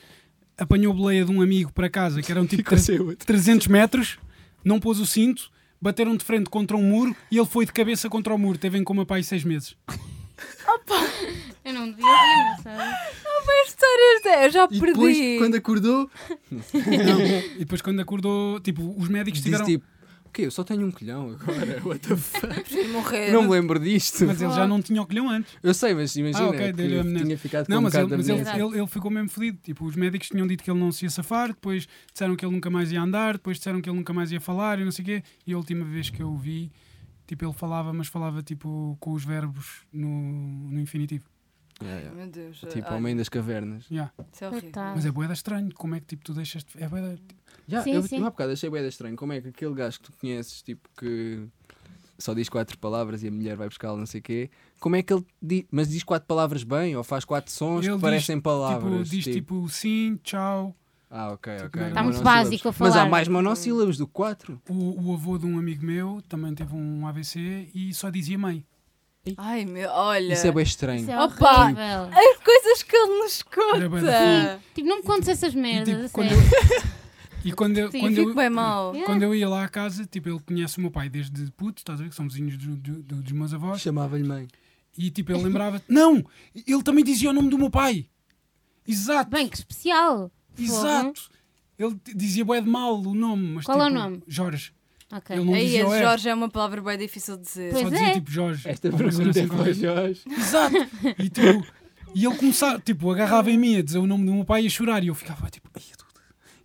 Speaker 3: apanhou a boleia de um amigo para casa, que eram tipo
Speaker 4: Ficou
Speaker 3: tre-
Speaker 4: sem outro.
Speaker 3: 300 metros, não pôs o cinto, bateram de frente contra um muro e ele foi de cabeça contra o muro, teve em coma pai seis meses.
Speaker 2: Eu não devia ir, mas sabe?
Speaker 1: histórias é, eu já
Speaker 4: E
Speaker 1: perdi.
Speaker 4: depois, quando
Speaker 3: é
Speaker 4: acordou,
Speaker 3: Não, e depois quando acordou, tipo, os médicos
Speaker 4: disse
Speaker 3: tiveram...
Speaker 4: tipo: O quê? Eu só tenho um colhão agora. What the fuck?
Speaker 1: Prefiro morrer.
Speaker 4: não me lembro disto.
Speaker 3: Mas ele já não tinha o colhão antes.
Speaker 4: Eu sei, mas imagina
Speaker 3: Ah, ok,
Speaker 4: que
Speaker 3: dei-lhe a amnésia.
Speaker 4: tinha ficado
Speaker 3: Não,
Speaker 4: com um
Speaker 3: mas,
Speaker 4: bocado
Speaker 3: ele,
Speaker 4: de
Speaker 3: mas
Speaker 4: amnésia.
Speaker 3: ele,
Speaker 2: amnésia.
Speaker 3: ele- ele ficou mesmo fodido. Tipo, os médicos tinham dito que ele não se ia safar, depois disseram que ele nunca mais ia andar, depois disseram que ele nunca mais ia falar e não sei o quê. E a última vez que eu o vi, tipo, ele falava, mas falava tipo com os verbos no, no infinitivo.
Speaker 4: Yeah, yeah.
Speaker 1: Meu Deus.
Speaker 4: Tipo,
Speaker 1: ai,
Speaker 4: Homem das Cavernas.
Speaker 3: Yeah.
Speaker 1: isso é horrível.
Speaker 2: Coitado.
Speaker 3: Mas é boeda estranho, como é que tipo, tu deixas. de- É boeda.
Speaker 4: Já,
Speaker 2: Sim,
Speaker 4: eu,
Speaker 2: sim.
Speaker 4: eu há bocado achei bem estranho como é que aquele gajo que tu conheces, tipo, que só diz quatro palavras e a mulher vai buscar não sei o quê, como é que ele diz, mas diz quatro palavras bem ou faz quatro sons
Speaker 3: Ele
Speaker 4: que
Speaker 3: diz,
Speaker 4: parecem
Speaker 3: Tipo,
Speaker 4: palavras?
Speaker 3: diz tipo sim, tchau.
Speaker 4: ah, ok,
Speaker 3: tipo,
Speaker 4: ok.
Speaker 3: não-
Speaker 2: Está muito
Speaker 4: monossílabos.
Speaker 2: básico a falar.
Speaker 4: Mas há mais monossílabos do que quatro.
Speaker 3: O, o avô de um amigo meu também teve um AVC e só dizia mãe.
Speaker 1: Ai, meu, olha.
Speaker 4: Isso é bem estranho.
Speaker 2: Isso é
Speaker 1: Opa!
Speaker 2: horrível.
Speaker 1: As coisas que ele nos
Speaker 3: Era bué
Speaker 1: conta.
Speaker 2: Tipo, não me contes essas merdas,
Speaker 3: tipo,
Speaker 2: a
Speaker 3: quando
Speaker 2: sério.
Speaker 3: E quando eu,
Speaker 2: Sim,
Speaker 1: Eu
Speaker 3: quando
Speaker 1: fico
Speaker 3: eu-
Speaker 1: bem mal.
Speaker 2: Yeah.
Speaker 3: Quando eu ia lá à casa, tipo, ele conhece o meu pai desde puto, estás a ver? Que são vizinhos do- do- do- dos meus
Speaker 2: é-
Speaker 3: avós.
Speaker 4: Chamava-lhe mãe.
Speaker 3: E tipo, ele lembrava. Não! Ele também dizia o nome do meu pai! Exato!
Speaker 2: Bem, que especial.
Speaker 3: exato! Ele t- dizia bué de mal o nome, mas
Speaker 2: Qual é o
Speaker 3: tipo,
Speaker 2: nome?
Speaker 3: Jorge.
Speaker 2: Ok.
Speaker 3: Ele não
Speaker 1: Aí,
Speaker 3: dizia o R,
Speaker 1: esse Jorge é uma palavra bem difícil de dizer.
Speaker 2: Pois
Speaker 3: só dizia
Speaker 2: é.
Speaker 3: tipo Jorge.
Speaker 4: Esta
Speaker 3: Ou uma coisa
Speaker 4: pergunta é
Speaker 3: assim
Speaker 4: para o
Speaker 3: qualquer.
Speaker 4: Jorge.
Speaker 3: Exato! E tipo, e ele começava, tipo, agarrava em mim a dizer o nome do meu pai e a chorar. E eu ficava tipo, "Ai, tudo."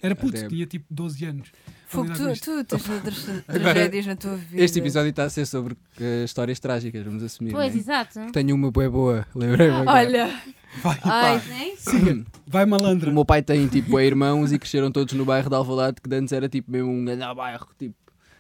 Speaker 3: Era puto,
Speaker 4: Até-
Speaker 3: tinha tipo 12 anos.
Speaker 1: Fogo,
Speaker 3: Lidar com
Speaker 1: tu,
Speaker 3: isto.
Speaker 1: tu tens outras
Speaker 4: Agora,
Speaker 1: tragédias na tua vida.
Speaker 4: Este episódio está a ser sobre eh, histórias trágicas, vamos assumir.
Speaker 2: Pois,
Speaker 4: né?
Speaker 2: exato.
Speaker 4: Tenho uma boa boa, lembrei-me é agora.
Speaker 1: Olha,
Speaker 3: Vai,
Speaker 2: Ah.
Speaker 1: ai,
Speaker 2: É
Speaker 3: vai
Speaker 4: O
Speaker 3: malandra.
Speaker 4: meu pai tem tipo bué irmãos e cresceram todos no bairro de Alvalade, que de antes era tipo mesmo um grande bairro, tipo.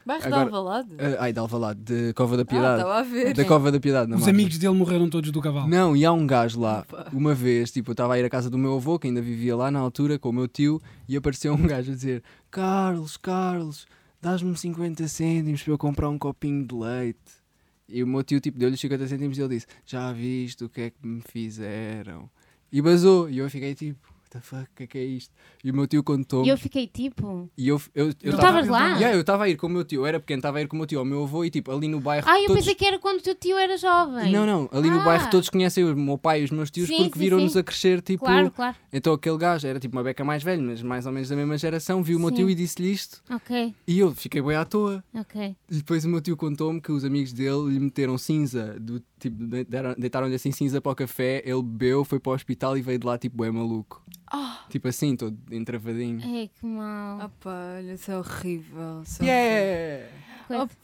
Speaker 1: bairro de
Speaker 4: Agora-
Speaker 1: Alvalade.
Speaker 4: eh, ai, de Alvalade, de Cova
Speaker 1: um
Speaker 4: da
Speaker 1: Ah,
Speaker 4: Piedade.
Speaker 1: estava a ver.
Speaker 4: da Cova da Piedade, não
Speaker 3: Os amigos dele morreram todos do cavalo.
Speaker 4: Não, e há um gajo lá, uma vez, tipo, eu estava a ir à casa do meu avô, que ainda vivia lá na altura, com o meu tio, e apareceu um gajo a dizer: Carlos, Carlos, dás-me 50 cêntimos para eu comprar um copinho de leite. E o meu tio, tipo, deu-lhe os 50 cêntimos e ele disse: Já viste o que é que me fizeram? E basou, e eu fiquei tipo: What the fuck, o que é que é isto? E o meu tio contou-me.
Speaker 2: E eu fiquei tipo.
Speaker 4: E eu eu- eu
Speaker 2: Tu
Speaker 4: tava-
Speaker 2: estavas lá?
Speaker 4: Yeah, eu estava a ir com o meu tio, eu era pequeno, estava a ir com o meu tio, ao meu avô e tipo, ali no bairro.
Speaker 2: Ah, eu
Speaker 4: todos...
Speaker 2: pensei que era quando o teu tio era jovem.
Speaker 4: Não, não, ali no
Speaker 2: Ah.
Speaker 4: bairro todos conhecem o meu pai e os meus tios
Speaker 2: Sim,
Speaker 4: porque
Speaker 2: sim,
Speaker 4: viram-nos
Speaker 2: sim.
Speaker 4: a crescer, tipo.
Speaker 2: Claro, claro.
Speaker 4: Então aquele gajo era tipo uma beca mais velho, mas mais ou menos da mesma geração, viu o meu
Speaker 2: Sim.
Speaker 4: tio e disse-lhe isto
Speaker 2: Ok,
Speaker 4: e eu fiquei bem à toa.
Speaker 2: ok.
Speaker 4: E depois o meu tio contou-me que os amigos dele lhe meteram cinza, do tipo, de- deram- deitaram-lhe assim cinza para o café, ele bebeu, foi para o hospital e veio de lá tipo bem maluco.
Speaker 2: Oh.
Speaker 4: Tipo assim, todo entravadinho.
Speaker 2: Ai, que mal.
Speaker 1: Opa, olha, isso é horrível. isso é
Speaker 4: Yeah!
Speaker 2: Coisa.
Speaker 1: Opa,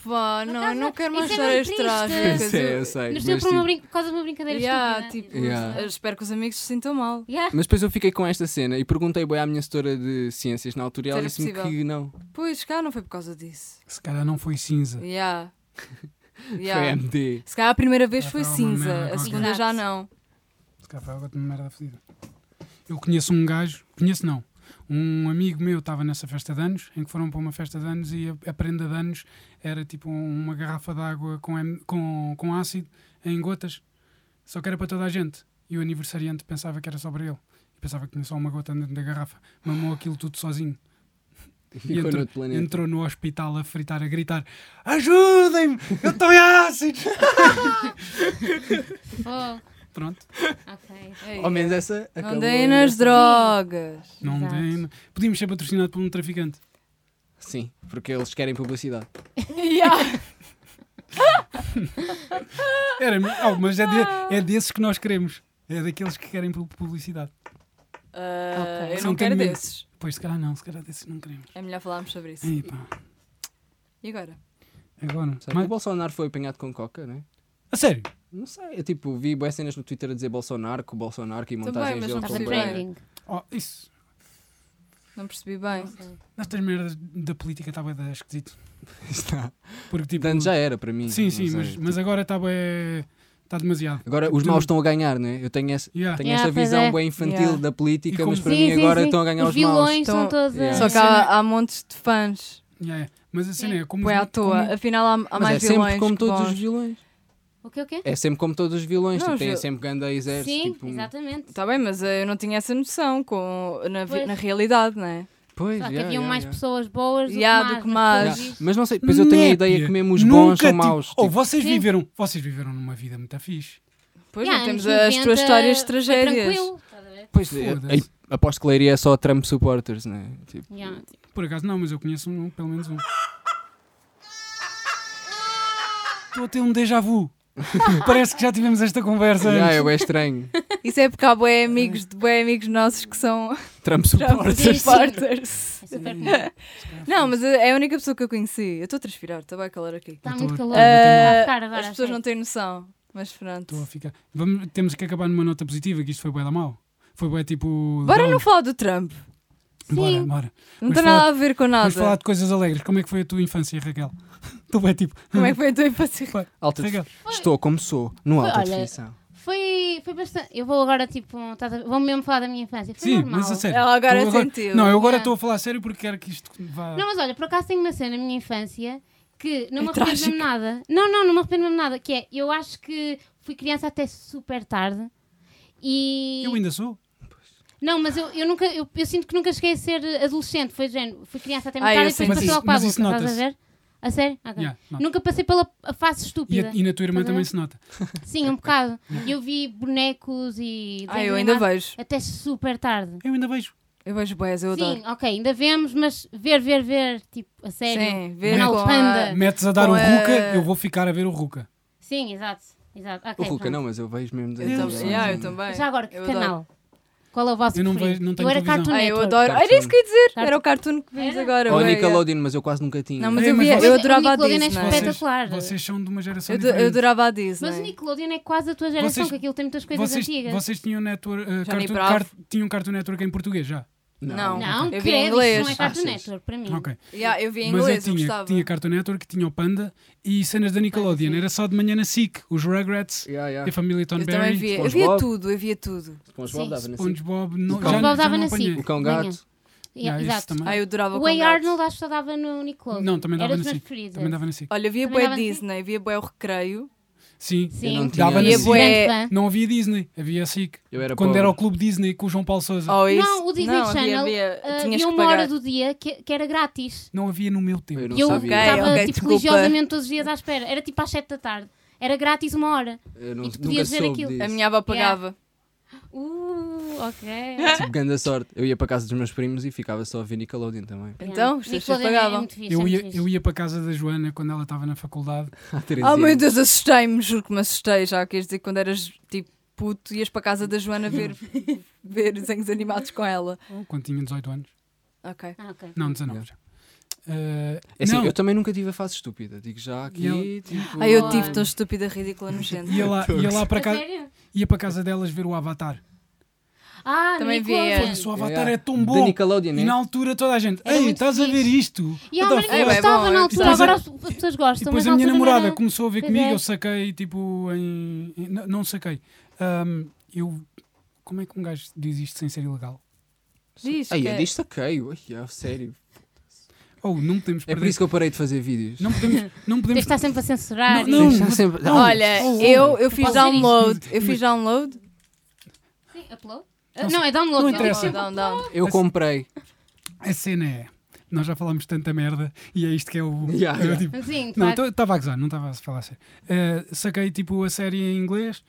Speaker 2: Por
Speaker 1: não,
Speaker 2: acaso,
Speaker 1: não quero mais
Speaker 2: isso é bem
Speaker 1: histórias
Speaker 2: triste.
Speaker 1: trágicas.
Speaker 4: Sim, eu sei.
Speaker 2: Mas deu
Speaker 4: mas,
Speaker 2: por, uma
Speaker 4: tipo,
Speaker 2: brin- por causa de uma brincadeira
Speaker 1: Yeah,
Speaker 2: estúpida.
Speaker 1: tipo,
Speaker 4: Yeah.
Speaker 1: eu espero que os amigos se sintam mal.
Speaker 2: Yeah.
Speaker 4: Mas depois eu fiquei com esta cena e perguntei bem à minha setora de ciências na altura e ela
Speaker 1: Era
Speaker 4: disse-me
Speaker 1: possível.
Speaker 4: que não.
Speaker 1: Pois, cá não foi por causa disso.
Speaker 3: Se calhar não foi cinza.
Speaker 1: Yeah.
Speaker 4: Foi
Speaker 1: Yeah.
Speaker 4: MD.
Speaker 1: Se calhar a primeira vez
Speaker 3: Ah,
Speaker 1: foi
Speaker 3: foi uma
Speaker 1: cinza,
Speaker 3: merda
Speaker 1: a
Speaker 3: qualquer.
Speaker 1: segunda já
Speaker 2: Exato.
Speaker 1: não.
Speaker 3: Se calhar foi algo de merda fodida. Eu conheço um gajo, conheço não. Um amigo meu estava nessa festa de anos, em que foram para uma festa de anos e a, a prenda de anos era tipo uma garrafa de água com, em- com, com ácido em gotas, só que era para toda a gente. E o aniversariante pensava que era só para ele. E pensava que tinha só uma gota dentro da garrafa. Mamou aquilo tudo sozinho.
Speaker 4: Ficou
Speaker 3: entrou,
Speaker 4: noutro planeta.
Speaker 3: entrou no hospital a fritar, a gritar: Ajudem-me! Eu estou em ácido!
Speaker 2: Oh,
Speaker 3: Pronto,
Speaker 2: ok.
Speaker 1: Ei,
Speaker 4: Ao menos essa acabou.
Speaker 2: é
Speaker 1: Não deem nas drogas.
Speaker 3: não
Speaker 2: Exato.
Speaker 3: tem. Podíamos ser patrocinados por um traficante.
Speaker 4: Sim, porque eles querem publicidade.
Speaker 1: Yeah.
Speaker 3: Era, ah, mas é, de- é desses que nós queremos. É daqueles que querem pu- publicidade.
Speaker 1: Ah,
Speaker 2: Ok.
Speaker 1: Eu
Speaker 4: um
Speaker 3: Não
Speaker 1: não quero
Speaker 3: tenho medo.
Speaker 1: desses.
Speaker 3: Pois se calhar não, se calhar desses não queremos.
Speaker 1: É melhor falarmos sobre isso.
Speaker 3: Ei, pá,
Speaker 1: E agora?
Speaker 3: agora.
Speaker 4: Sabe?
Speaker 3: Mas-
Speaker 4: O Bolsonaro foi apanhado com coca, não é?
Speaker 3: a sério?
Speaker 4: Não sei, eu tipo, vi boas cenas no Twitter a dizer Bolsonaro, que o Bolsonaro, que
Speaker 1: Também,
Speaker 4: montagens
Speaker 1: mas
Speaker 4: dele
Speaker 1: não
Speaker 4: com
Speaker 2: Estava
Speaker 1: percebi.
Speaker 4: bué-
Speaker 2: trending.
Speaker 3: Oh, isso.
Speaker 1: Não percebi bem.
Speaker 3: Nestas merdas da política está bem esquisito.
Speaker 4: Está.
Speaker 3: Porque tipo.
Speaker 4: Portanto, já era para mim.
Speaker 3: Sim,
Speaker 4: não
Speaker 3: sim,
Speaker 4: sei,
Speaker 3: mas,
Speaker 4: tipo,
Speaker 3: mas agora está bem. Está demasiado.
Speaker 4: Agora os
Speaker 3: tu-
Speaker 4: maus estão a ganhar, não é? Eu tenho essa,
Speaker 3: Yeah.
Speaker 4: tenho
Speaker 2: Yeah,
Speaker 4: essa
Speaker 2: pois
Speaker 4: visão
Speaker 2: é.
Speaker 4: bem infantil
Speaker 1: Yeah.
Speaker 4: da
Speaker 3: E
Speaker 4: política,
Speaker 3: como-
Speaker 4: mas para
Speaker 2: Sim,
Speaker 4: mim
Speaker 2: sim,
Speaker 4: agora
Speaker 2: sim.
Speaker 4: estão a ganhar os, maus.
Speaker 2: vilões
Speaker 1: Estão-
Speaker 2: são todos.
Speaker 4: Yeah.
Speaker 1: Só
Speaker 2: a-
Speaker 1: que há, há montes de fãs.
Speaker 3: Yeah, yeah. Mas a cena é como.
Speaker 1: Põe à toa. Afinal, há, há
Speaker 4: Mas
Speaker 1: mais
Speaker 4: é
Speaker 1: vilões.
Speaker 4: sempre como
Speaker 1: que
Speaker 4: todos
Speaker 1: bons.
Speaker 4: os vilões.
Speaker 2: O que o quê?
Speaker 4: É sempre como todos os vilões.
Speaker 1: Não,
Speaker 4: tipo, têm
Speaker 1: os vil-
Speaker 4: sempre ganda exército.
Speaker 2: Sim,
Speaker 4: tipo, um-
Speaker 2: exatamente.
Speaker 1: Está bem, mas eh, eu não tinha essa noção com, na, vi-
Speaker 2: Pois.
Speaker 1: na realidade, não é?
Speaker 4: Pois,
Speaker 2: Só que
Speaker 4: yeah,
Speaker 2: haviam
Speaker 4: yeah,
Speaker 2: mais
Speaker 4: yeah.
Speaker 2: pessoas boas
Speaker 1: Yeah, do
Speaker 2: do
Speaker 1: que
Speaker 2: que
Speaker 1: más.
Speaker 2: más. mas depois
Speaker 4: Yeah.
Speaker 2: disto-
Speaker 4: Mas não sei, depois eu tenho a ideia que mesmo os bons são maus.
Speaker 3: Ou
Speaker 4: tipo,
Speaker 3: Oh, vocês
Speaker 2: Sim.
Speaker 3: viveram. Vocês viveram numa vida muito fixe.
Speaker 1: Pois
Speaker 2: Yeah,
Speaker 1: não temos
Speaker 2: anos
Speaker 1: as tuas
Speaker 2: 90
Speaker 1: histórias de
Speaker 2: foi
Speaker 1: tragédias.
Speaker 2: tranquilo, estás a ver?
Speaker 4: Pois,
Speaker 3: Foda-se.
Speaker 4: aí, aposto que Leiria é só Trump supporters, não é? Tipo,
Speaker 2: Yeah.
Speaker 3: Por acaso não, mas eu conheço um, pelo menos um. Estou a ter um déjà vu. Parece que já tivemos esta conversa
Speaker 4: yeah,
Speaker 3: antes.
Speaker 4: é bué estranho.
Speaker 1: Isso é porque há bué amigos de bué amigos nossos que são
Speaker 4: Trump supporters.
Speaker 2: Sim, sim.
Speaker 1: supporters.
Speaker 2: É super comum.
Speaker 1: Não, mas é a única pessoa que eu conheci. Eu estou a transpirar, está bem calor aqui.
Speaker 2: Está
Speaker 3: Eu
Speaker 2: Tá
Speaker 4: Então,
Speaker 2: muito
Speaker 3: tô-
Speaker 2: calor.
Speaker 3: tô-
Speaker 2: Está a
Speaker 1: Ah,
Speaker 2: ficar agora.
Speaker 1: As pessoas
Speaker 2: a
Speaker 1: não têm noção, mas pronto.
Speaker 3: Estou a ficar. Vamos- temos que acabar numa nota positiva, que isto foi bué da mal. Foi bué tipo.
Speaker 1: Bora
Speaker 3: down.
Speaker 1: não falar do Trump.
Speaker 3: Bora,
Speaker 2: Sim.
Speaker 3: bora.
Speaker 1: Não
Speaker 3: Vamos
Speaker 1: tem
Speaker 3: falar-
Speaker 1: nada a ver com
Speaker 3: Vamos falar
Speaker 1: nada.
Speaker 3: de coisas alegres. Como é que foi a tua infância, Raquel? Tu é tipo.
Speaker 1: Como é que foi a tua infância?
Speaker 4: Alta
Speaker 3: Raquel,
Speaker 4: Estou como sou, no alta
Speaker 2: Olha,
Speaker 4: definição.
Speaker 1: é
Speaker 2: Foi, foi bastante. Eu vou agora, tipo. estás a- Vou mesmo falar da minha infância. Foi
Speaker 3: Sim,
Speaker 2: normal.
Speaker 3: mas a sério.
Speaker 1: Ela agora
Speaker 3: tu
Speaker 1: sentiu.
Speaker 3: Não, eu agora
Speaker 2: Yeah.
Speaker 3: estou a falar a sério porque quero que isto vá.
Speaker 2: Não, mas olha, por acaso tenho uma cena na minha infância que não
Speaker 1: É
Speaker 2: me arrependo mesmo
Speaker 1: trágico.
Speaker 2: nada. Não, não, não me arrependo mesmo nada. Que é, eu acho que fui criança até super tarde. E.
Speaker 3: Eu ainda sou.
Speaker 2: Não, mas eu, eu nunca. Eu, eu sinto que nunca cheguei a ser adolescente. Foi de género. Fui criança até muito
Speaker 1: Ah, eu
Speaker 2: tarde e
Speaker 1: sei.
Speaker 3: Mas
Speaker 2: depois passei
Speaker 3: isso-
Speaker 2: logo para a
Speaker 3: mas isso
Speaker 2: adulta. Estás a
Speaker 3: nota-se.
Speaker 2: ver? A sério? Ok.
Speaker 3: Yeah, não.
Speaker 2: Nunca passei pela a fase
Speaker 3: E,
Speaker 2: estúpida.
Speaker 3: a- e é. na tua irmã
Speaker 2: Estás a
Speaker 3: também
Speaker 2: ver?
Speaker 3: se nota.
Speaker 2: Sim, um bocado. Eu vi bonecos e.
Speaker 1: Ah, eu ainda
Speaker 2: desenhos
Speaker 1: vejo.
Speaker 2: animados Até super tarde.
Speaker 3: Eu ainda vejo.
Speaker 1: Eu vejo boés, eu adoro.
Speaker 2: Sim, ok, ainda vemos, mas ver, ver, ver, tipo, a sério.
Speaker 1: Sim, ver
Speaker 2: Canal
Speaker 1: com
Speaker 2: Panda.
Speaker 1: a...
Speaker 3: Metes a dar o
Speaker 1: Com a-
Speaker 3: Ruca, eu vou ficar a ver o Ruca.
Speaker 2: Sim, exato. exato.
Speaker 4: O
Speaker 2: Ok,
Speaker 4: Ruka
Speaker 2: pronto.
Speaker 4: não, mas eu vejo mesmo.
Speaker 1: Eu, um
Speaker 3: Eu
Speaker 1: também.
Speaker 3: sei.
Speaker 1: Yeah, eu também.
Speaker 2: Já agora, que
Speaker 1: Eu adoro.
Speaker 2: canal? Qual é o vosso
Speaker 3: Eu não
Speaker 2: preferido?
Speaker 3: vejo- não tenho
Speaker 2: Eu era
Speaker 3: televisão.
Speaker 2: Cartoon
Speaker 1: Ah, eu
Speaker 2: Network.
Speaker 1: adoro.
Speaker 4: Cartoon.
Speaker 1: Era isso que eu ia dizer.
Speaker 2: Cartoon.
Speaker 1: Era o cartoon que vimos
Speaker 2: Era?
Speaker 1: agora.
Speaker 4: Ou
Speaker 1: bué,
Speaker 4: Nickelodeon, mas eu quase nunca tinha.
Speaker 1: Não, mas
Speaker 3: É,
Speaker 1: eu,
Speaker 3: mas
Speaker 1: via,
Speaker 3: vocês-
Speaker 1: eu
Speaker 2: o
Speaker 1: adorava a
Speaker 2: Nickelodeon é
Speaker 1: Disney.
Speaker 2: espetacular. Espetacular.
Speaker 3: Vocês são de uma geração
Speaker 1: Eu, do-
Speaker 3: diferente.
Speaker 1: eu adorava a Disney.
Speaker 2: Mas o Nickelodeon é quase a tua geração,
Speaker 3: Vocês-
Speaker 2: que aquilo tem muitas coisas
Speaker 3: vocês,
Speaker 2: antigas.
Speaker 3: vocês tinham network, uh,
Speaker 1: Johnny
Speaker 3: cartoon,
Speaker 1: Bravo.
Speaker 3: cart- tinham Cartoon Network em português já.
Speaker 1: Não.
Speaker 2: Não,
Speaker 1: Eu vi em
Speaker 2: credo, isso
Speaker 1: inglês.
Speaker 2: não é
Speaker 1: Ah,
Speaker 2: Cartoon
Speaker 4: sim.
Speaker 2: Network para mim.
Speaker 3: Ok.
Speaker 1: Yeah, eu via em
Speaker 3: Mas
Speaker 1: inglês, eu,
Speaker 3: eu tinha,
Speaker 1: gostava.
Speaker 3: tinha Cartoon Network, tinha o Panda e cenas da Nickelodeon.
Speaker 2: sim.
Speaker 3: Era só de manhã na SIC, os Rugrats
Speaker 4: Yeah,
Speaker 3: e a
Speaker 4: yeah.
Speaker 3: família Tom
Speaker 1: eu também
Speaker 3: Berry.
Speaker 1: via. Eu
Speaker 4: SpongeBob.
Speaker 1: via tudo, eu via tudo.
Speaker 4: SpongeBob
Speaker 2: Sim.
Speaker 4: dava
Speaker 3: assim,
Speaker 4: na SIC.
Speaker 3: SpongeBob, não,
Speaker 4: O
Speaker 3: já,
Speaker 4: Cão.
Speaker 3: não- já
Speaker 2: dava
Speaker 3: não
Speaker 2: na
Speaker 3: apanhei.
Speaker 2: SIC.
Speaker 4: assim. O Cão
Speaker 2: Manhã.
Speaker 4: Gato.
Speaker 2: Yeah,
Speaker 3: Yeah, isso
Speaker 2: exato.
Speaker 3: também.
Speaker 1: Ah, eu adorava
Speaker 2: O
Speaker 1: o
Speaker 2: Way
Speaker 1: Cão Gato.
Speaker 2: Arnold acho que só dava no Nickelodeon.
Speaker 3: Não, também dava
Speaker 2: Era
Speaker 3: na
Speaker 2: dos meus
Speaker 3: SIC.
Speaker 2: preferidos.
Speaker 3: Também dava na SIC.
Speaker 1: Olha, eu via
Speaker 2: Também
Speaker 1: bué
Speaker 2: dava assim.
Speaker 1: Disney, via bué o Recreio.
Speaker 3: Sim.
Speaker 2: Sim.
Speaker 4: Eu não tinha
Speaker 3: Dava
Speaker 4: nada
Speaker 3: na
Speaker 1: E a
Speaker 4: disso.
Speaker 1: bué-
Speaker 2: Grande fã.
Speaker 3: Não havia Disney, havia a SIC.
Speaker 4: Eu era
Speaker 3: Quando
Speaker 4: pobre.
Speaker 3: era o Clube Disney com o João Paulo Souza.
Speaker 1: Oh, isso.
Speaker 2: Não, o Disney
Speaker 1: não, havia-
Speaker 2: Channel
Speaker 1: havia-
Speaker 2: ah,
Speaker 1: tinhas
Speaker 2: havia
Speaker 1: que
Speaker 2: uma hora
Speaker 1: pagar.
Speaker 2: do dia que, que era grátis.
Speaker 3: Não havia no meu tempo.
Speaker 4: Eu não
Speaker 2: E eu
Speaker 4: sabia.
Speaker 2: estava
Speaker 1: Ok, ok,
Speaker 2: tipo,
Speaker 1: desculpa.
Speaker 2: religiosamente todos os dias à espera. Era tipo às 7 da tarde. Era grátis uma hora.
Speaker 4: Eu não,
Speaker 2: E tu
Speaker 4: nunca
Speaker 2: podias ver
Speaker 4: soube
Speaker 2: aquilo.
Speaker 4: disso.
Speaker 1: A minha avó pagava.
Speaker 2: Uh, ok.
Speaker 4: Tipo, grande sorte. Eu ia para casa dos meus primos e ficava só a ver Nickelodeon também.
Speaker 1: Então, os teus
Speaker 2: Nickelodeon é
Speaker 1: pagavam.
Speaker 2: muito fixe, é
Speaker 3: Eu
Speaker 2: muito
Speaker 3: ia,
Speaker 2: fixe.
Speaker 3: eu ia para casa da Joana quando ela estava na faculdade.
Speaker 4: Há três
Speaker 3: é.
Speaker 1: Ah, meu
Speaker 4: anos.
Speaker 1: Deus, assustei-me, juro que me assustei já. Queres dizer que quando eras tipo puto, ias para casa da Joana ver, ver desenhos animados com ela.
Speaker 3: Oh, Quando tinha 18 anos.
Speaker 1: Ok.
Speaker 2: Ah, ok.
Speaker 3: Não, 19 já. Eh,
Speaker 4: É assim,
Speaker 3: não,
Speaker 4: eu também nunca tive a fase estúpida. Digo já aqui,
Speaker 3: E
Speaker 4: tipo...
Speaker 1: Ai, eu
Speaker 2: Ai. Uhum.
Speaker 1: tive tão estúpida, ridícula, nojenta.
Speaker 3: ia, lá, ia lá para
Speaker 2: A
Speaker 3: casa,
Speaker 2: sério?
Speaker 3: ia para casa delas ver o Avatar.
Speaker 2: Ah,
Speaker 1: Também
Speaker 2: também
Speaker 1: vi,
Speaker 2: Nickelodeon.
Speaker 1: é.
Speaker 3: Foda-se, o
Speaker 4: Yeah,
Speaker 3: Avatar
Speaker 4: yeah.
Speaker 3: é tão
Speaker 4: ah, De
Speaker 3: bom.
Speaker 4: Nickelodeon,
Speaker 3: E
Speaker 4: né?
Speaker 3: na altura toda a gente,
Speaker 2: Era
Speaker 3: ei,
Speaker 2: muito
Speaker 3: estás a ver
Speaker 2: fixe.
Speaker 3: isto?
Speaker 2: E a
Speaker 3: What the
Speaker 2: Maria
Speaker 1: É,
Speaker 3: fuck?
Speaker 1: bem
Speaker 2: gostava
Speaker 1: bom,
Speaker 2: na
Speaker 1: é.
Speaker 2: altura,
Speaker 3: Depois a-
Speaker 2: agora as as pessoas
Speaker 3: então, E
Speaker 2: gostam.
Speaker 3: depois
Speaker 2: mas
Speaker 3: a minha
Speaker 2: na altura
Speaker 3: namorada
Speaker 2: não era.
Speaker 3: começou a ver
Speaker 2: Pois
Speaker 3: comigo,
Speaker 2: é.
Speaker 3: eu saquei, tipo, em... em- Não, não saquei. Ahm, eu... Como é que um gajo diz isto sem ser ilegal?
Speaker 1: Diz.
Speaker 4: Ai,
Speaker 1: que
Speaker 4: eu
Speaker 1: é-
Speaker 4: diz saqueio. Ai, ah, sério.
Speaker 3: Ou Oh, não podemos
Speaker 4: É
Speaker 3: perder...
Speaker 4: por isso que eu parei de fazer vídeos.
Speaker 3: Não podemos... Não
Speaker 2: Tens de
Speaker 3: podemos...
Speaker 2: estar sempre a censurar.
Speaker 3: Não,
Speaker 4: Deixar sempre- Não.
Speaker 1: Olha, eu, eu fiz
Speaker 2: Pode ser isto.
Speaker 1: download. Eu fiz download.
Speaker 2: Sim, upload? Ah, Não, é download.
Speaker 3: Não
Speaker 2: eu
Speaker 3: interessa.
Speaker 2: digo sempre
Speaker 1: Down, down.
Speaker 4: Eu comprei.
Speaker 3: A cena é... Nós já falámos tanta merda e é isto que é o...
Speaker 4: Yeah,
Speaker 3: é o
Speaker 4: yeah.
Speaker 3: tipo-
Speaker 2: upload. Sim,
Speaker 3: Não,
Speaker 2: claro.
Speaker 3: estava a gozar, não estava a falar a sério. Eh, saquei tipo a série em inglês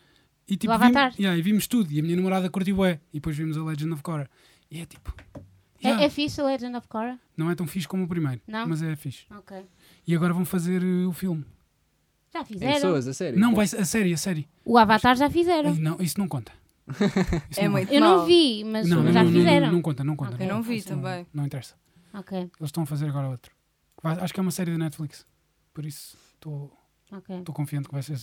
Speaker 3: e tipo
Speaker 2: Do
Speaker 3: vimos,
Speaker 2: Avatar.
Speaker 3: yeah, e vimos tudo. E a minha namorada curtiu bué. E depois vimos a Legend of Korra. E é tipo. yeah,
Speaker 2: É é fixe a Legend of Korra?
Speaker 3: Não é tão fixe como o primeiro,
Speaker 2: Não?
Speaker 3: mas é fixe.
Speaker 2: Ok.
Speaker 3: E agora vão fazer eh, o filme.
Speaker 2: Já
Speaker 4: Em
Speaker 2: fizeram.
Speaker 4: pessoas, a sério.
Speaker 3: Não, vai a série, a série.
Speaker 2: O Avatar já
Speaker 3: Ai,
Speaker 2: fizeram.
Speaker 3: Não, isso não conta. Isso
Speaker 1: É
Speaker 3: não
Speaker 1: muito
Speaker 2: Eu não
Speaker 1: mau.
Speaker 2: vi, mas
Speaker 3: Não, não,
Speaker 2: já
Speaker 3: não, não,
Speaker 2: fizeram.
Speaker 3: não, não conta, não conta.
Speaker 2: Ok.
Speaker 1: Eu não vi
Speaker 3: Isso não-
Speaker 1: também.
Speaker 3: Não, interessa.
Speaker 2: Ok,
Speaker 3: Eles estão a fazer agora outro. Vai- acho que é uma série da Netflix. Por isso estou
Speaker 2: ok.
Speaker 3: estou confiante que vai ser.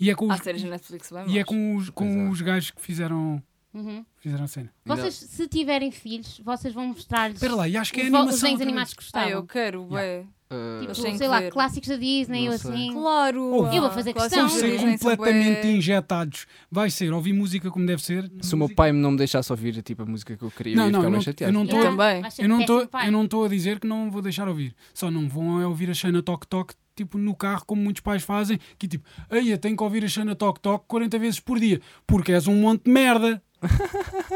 Speaker 3: E é com
Speaker 1: Há
Speaker 3: os,
Speaker 1: séries na Netflix bem
Speaker 3: e é
Speaker 1: más.
Speaker 3: com os,
Speaker 4: Pois
Speaker 3: com
Speaker 4: é.
Speaker 3: os gajos que fizeram
Speaker 2: Uhum.
Speaker 3: Fizeram a cena.
Speaker 2: Vocês, se tiverem filhos, vocês vão mostrar-lhes
Speaker 3: Espera lá, e acho que é
Speaker 2: os, vo- os
Speaker 3: animação.
Speaker 2: desenhos
Speaker 3: outra
Speaker 2: animados
Speaker 3: vez.
Speaker 2: que
Speaker 1: Ah,
Speaker 2: gostavam.
Speaker 1: eu quero, bué.
Speaker 4: Ah,
Speaker 2: Tipo,
Speaker 1: Eles têm
Speaker 2: sei
Speaker 1: que
Speaker 2: lá,
Speaker 1: ver.
Speaker 2: clássicos da Disney
Speaker 4: Não
Speaker 2: ou
Speaker 4: sei.
Speaker 2: assim.
Speaker 1: Claro.
Speaker 3: Ouve.
Speaker 2: Eu vou fazer
Speaker 1: clássicos da
Speaker 2: questão.
Speaker 3: Vão
Speaker 2: Não,
Speaker 3: ser
Speaker 1: Disney são
Speaker 3: completamente
Speaker 1: bué-
Speaker 3: injetados. Vai ser ouvir música como deve ser.
Speaker 4: Se o meu pai não me deixasse ouvir tipo, a música que eu queria,
Speaker 3: Não,
Speaker 4: eu ia
Speaker 3: não,
Speaker 4: ficar
Speaker 3: eu
Speaker 4: bem
Speaker 3: não-
Speaker 4: chateado.
Speaker 3: eu não
Speaker 2: Yeah,
Speaker 1: Também.
Speaker 2: vais ser
Speaker 3: Eu não
Speaker 2: é péssimo
Speaker 3: estou,
Speaker 2: pai.
Speaker 3: eu não tô a dizer que não vou deixar ouvir. Só não vão é ouvir a Xana Toc Toc tipo no carro como muitos pais fazem, que tipo, aí eu tenho que ouvir a Xana Toc Toc 40 vezes por dia, porque és um monte de merda.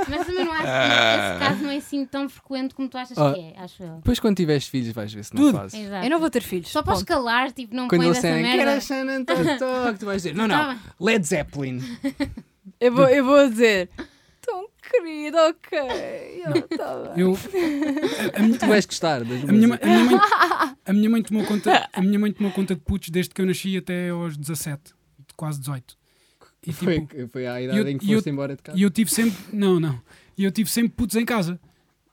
Speaker 2: Mas também não acho que esse caso não é assim tão frequente como tu achas
Speaker 4: Ah.
Speaker 2: que é, acho eu.
Speaker 4: Depois quando tiveres filhos vais ver se não
Speaker 3: Tudo.
Speaker 4: fazes.
Speaker 2: Exato.
Speaker 1: Eu não vou ter filhos.
Speaker 2: Só para
Speaker 1: ponto.
Speaker 2: escalar, tipo, não
Speaker 4: Quando
Speaker 2: põe
Speaker 4: eles
Speaker 2: dessa
Speaker 4: disserem que
Speaker 2: merda.
Speaker 4: era Shannon Toc Toc, tu vais dizer, não,
Speaker 2: Tá
Speaker 4: não, Led Zeppelin.
Speaker 1: Eu vou, eu vou dizer. Tão querido, ok. Eu, tá bem.
Speaker 3: Eu,
Speaker 4: Tu vais gostar das
Speaker 3: a, minha, ma-
Speaker 4: músicas.
Speaker 3: a, minha mãe, a minha mãe tomou conta, a minha mãe tomou conta de putos desde que eu nasci até aos 17, quase 18. E,
Speaker 4: Foi,
Speaker 3: tipo,
Speaker 4: foi à idade
Speaker 3: eu-
Speaker 4: em que
Speaker 3: eu-
Speaker 4: foste embora de casa.
Speaker 3: E eu tive sempre. Não, não. E eu tive sempre putos em casa.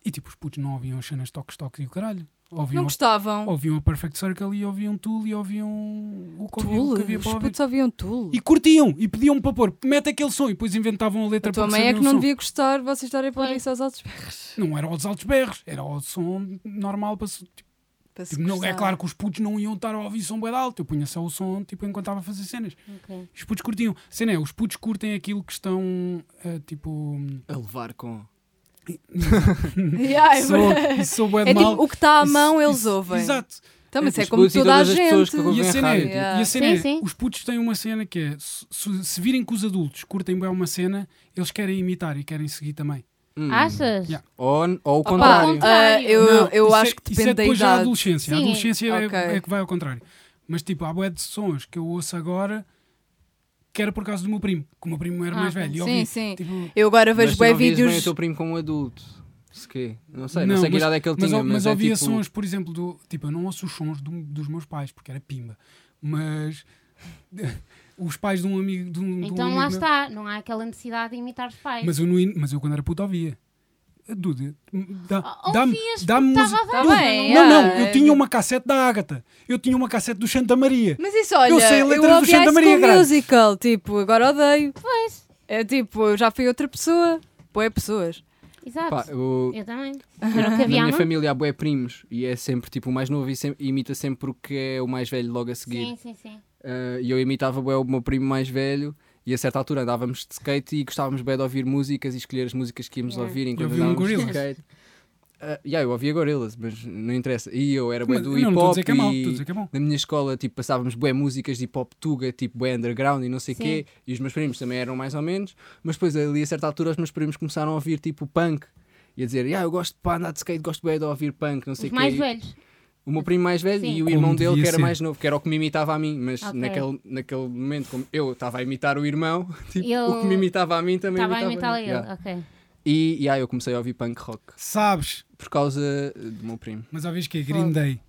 Speaker 3: E tipo, os putos não ouviam as cenas toques toques e o caralho.
Speaker 1: Não
Speaker 3: Ouviam,
Speaker 1: gostavam.
Speaker 3: ouviam a Perfect Circle e ouviam Tool e ouviam o que ouviam- o
Speaker 1: Tool.
Speaker 3: que havia
Speaker 1: Os
Speaker 3: para ouvir.
Speaker 1: putos ouviam Tool.
Speaker 3: E curtiam e pediam-me para pôr, mete aquele som e depois inventavam a letra
Speaker 1: A tua
Speaker 3: para
Speaker 1: mãe é
Speaker 3: saber
Speaker 1: que
Speaker 3: o
Speaker 1: não
Speaker 3: som.
Speaker 1: devia gostar de vocês estarem a pôr
Speaker 2: Pois.
Speaker 1: isso aos altos
Speaker 3: Não era aos altos berros, era ao som normal para se- tipo,
Speaker 1: para se
Speaker 3: não- É
Speaker 1: gostar.
Speaker 3: claro que os putos não iam estar a ouvir som bem alto, eu punha só o som tipo, enquanto estava a fazer cenas.
Speaker 2: Ok.
Speaker 3: Os putos curtiam. A Cena é, os putos curtem aquilo que estão eh, tipo.
Speaker 4: A levar com...
Speaker 1: Yeah, é
Speaker 3: Sou,
Speaker 1: verdade.
Speaker 3: isso sou bué de
Speaker 1: é tipo,
Speaker 3: mal.
Speaker 1: o que está à
Speaker 3: Isso-
Speaker 1: mão eles
Speaker 3: isso-
Speaker 1: ouvem.
Speaker 3: Exato. tipo,
Speaker 1: Então, mas
Speaker 4: É,
Speaker 1: é
Speaker 4: os
Speaker 1: como
Speaker 4: putos e
Speaker 1: toda a
Speaker 4: todas as pessoas
Speaker 1: gente.
Speaker 4: que ouvem
Speaker 3: E a cena,
Speaker 4: rádio,
Speaker 3: é,
Speaker 4: tipo.
Speaker 1: Ah,
Speaker 3: e a cena é,
Speaker 2: Sim, sim.
Speaker 3: os putos têm uma cena que é, se, se- se virem que os adultos curtem bem uma cena, eles querem imitar e querem seguir também.
Speaker 4: Hum.
Speaker 2: Achas?
Speaker 3: Yeah.
Speaker 4: Ou, ou o
Speaker 1: Opa,
Speaker 4: contrário.
Speaker 1: ah, eu
Speaker 3: Não,
Speaker 1: eu
Speaker 3: isso é-
Speaker 1: acho que
Speaker 3: isso é
Speaker 1: depende da
Speaker 3: depois da
Speaker 1: idade.
Speaker 3: adolescência. a
Speaker 2: Sim,
Speaker 3: adolescência é,
Speaker 1: ok.
Speaker 3: é que vai ao contrário. Mas tipo, há bué de sons que eu ouço agora que era por causa do meu primo, que o meu primo era
Speaker 2: Ah,
Speaker 3: mais velho. e
Speaker 1: sim,
Speaker 3: ouvi,
Speaker 1: sim.
Speaker 3: tipo,
Speaker 1: Eu agora
Speaker 4: Mas
Speaker 1: vejo
Speaker 4: tu não
Speaker 1: bem
Speaker 4: ouvias
Speaker 1: vídeos.
Speaker 4: bem o teu primo como adulto. Se quê? Não sei, não,
Speaker 3: Não,
Speaker 4: sei que
Speaker 3: mas-
Speaker 4: idade é que ele
Speaker 3: mas,
Speaker 4: tinha,
Speaker 3: ou-
Speaker 4: mas,
Speaker 3: mas
Speaker 4: é
Speaker 3: ouvia
Speaker 4: tipo...
Speaker 3: sons, por exemplo, do tipo, eu não ouço os sons do- dos meus pais, porque era pimba, mas os pais de um amigo. De um, de um
Speaker 2: Então
Speaker 3: amigo meu-
Speaker 2: lá está, não há aquela necessidade de imitar os pais.
Speaker 3: Mas eu, no in- mas eu quando era puto ouvia. Duda, dá-
Speaker 2: O-
Speaker 3: dá-me
Speaker 2: ouvias
Speaker 3: dá
Speaker 2: porque
Speaker 3: música.
Speaker 2: estava a
Speaker 3: Dude,
Speaker 2: ver,
Speaker 1: bem,
Speaker 3: Não,
Speaker 1: é,
Speaker 3: não, eu
Speaker 1: é.
Speaker 3: tinha uma cassete da Ágata. Eu tinha uma cassete do Santa Maria.
Speaker 1: Mas isso, olha,
Speaker 3: Eu sei a
Speaker 1: eu,
Speaker 3: letra do
Speaker 1: ouvi
Speaker 3: Santa
Speaker 1: High School
Speaker 3: Maria Grande.
Speaker 1: Musical, tipo, agora odeio.
Speaker 2: Pois,
Speaker 1: É tipo, eu já fui outra pessoa. Pô, é pessoas.
Speaker 2: exato.
Speaker 4: Pá, eu-
Speaker 2: Eu também. Era o que
Speaker 4: na
Speaker 2: havia à
Speaker 4: minha
Speaker 2: mão.
Speaker 4: família há bué primos e é sempre tipo o mais novo e sem- imita sempre o que é o mais velho logo a seguir.
Speaker 2: Sim, sim, sim.
Speaker 4: Ah, e eu imitava bué o meu primo mais velho e a certa altura andávamos de skate e gostávamos bem de ouvir músicas e escolher as músicas que íamos
Speaker 2: Yeah.
Speaker 4: ouvir enquanto
Speaker 3: ouvi um
Speaker 4: andávamos de
Speaker 3: Gorillaz.
Speaker 4: skate. Ah, yeah, eu ouvia Gorillaz, mas não interessa. E eu era bué
Speaker 3: Mas,
Speaker 4: do
Speaker 3: não, não
Speaker 4: hip
Speaker 3: estou a
Speaker 4: hop
Speaker 3: dizer que é mau,
Speaker 4: e-
Speaker 3: estou a dizer que é bom.
Speaker 4: na minha escola tipo, passávamos bué músicas de hip hop tuga, tipo bué underground e não sei o
Speaker 2: Sim.
Speaker 4: quê, e os meus primos também eram mais ou menos, mas depois ali a certa altura os meus primos começaram a ouvir tipo punk e a dizer, ah, eu gosto de andar de skate, gosto bué de ouvir punk, não sei
Speaker 2: Os
Speaker 4: é o quê.
Speaker 2: mais
Speaker 4: E
Speaker 2: velhos.
Speaker 4: O meu primo mais velho
Speaker 2: Sim.
Speaker 4: e o
Speaker 3: Como
Speaker 4: irmão dele que
Speaker 3: devia
Speaker 4: era
Speaker 3: ser.
Speaker 4: mais novo, que era o que me imitava a mim, mas
Speaker 2: Ok.
Speaker 4: naquele, naquele momento, como eu estava a imitar o irmão, tipo, o
Speaker 2: Ele
Speaker 4: que me imitava a mim também
Speaker 2: Estava a
Speaker 4: imitava
Speaker 2: imitar a
Speaker 4: mim.
Speaker 2: ele,
Speaker 4: Yeah.
Speaker 2: ok.
Speaker 4: E, e ah, eu comecei a ouvir punk rock
Speaker 3: Sabes,
Speaker 4: por causa eh, do meu primo.
Speaker 3: mas ouvias que é Green Day.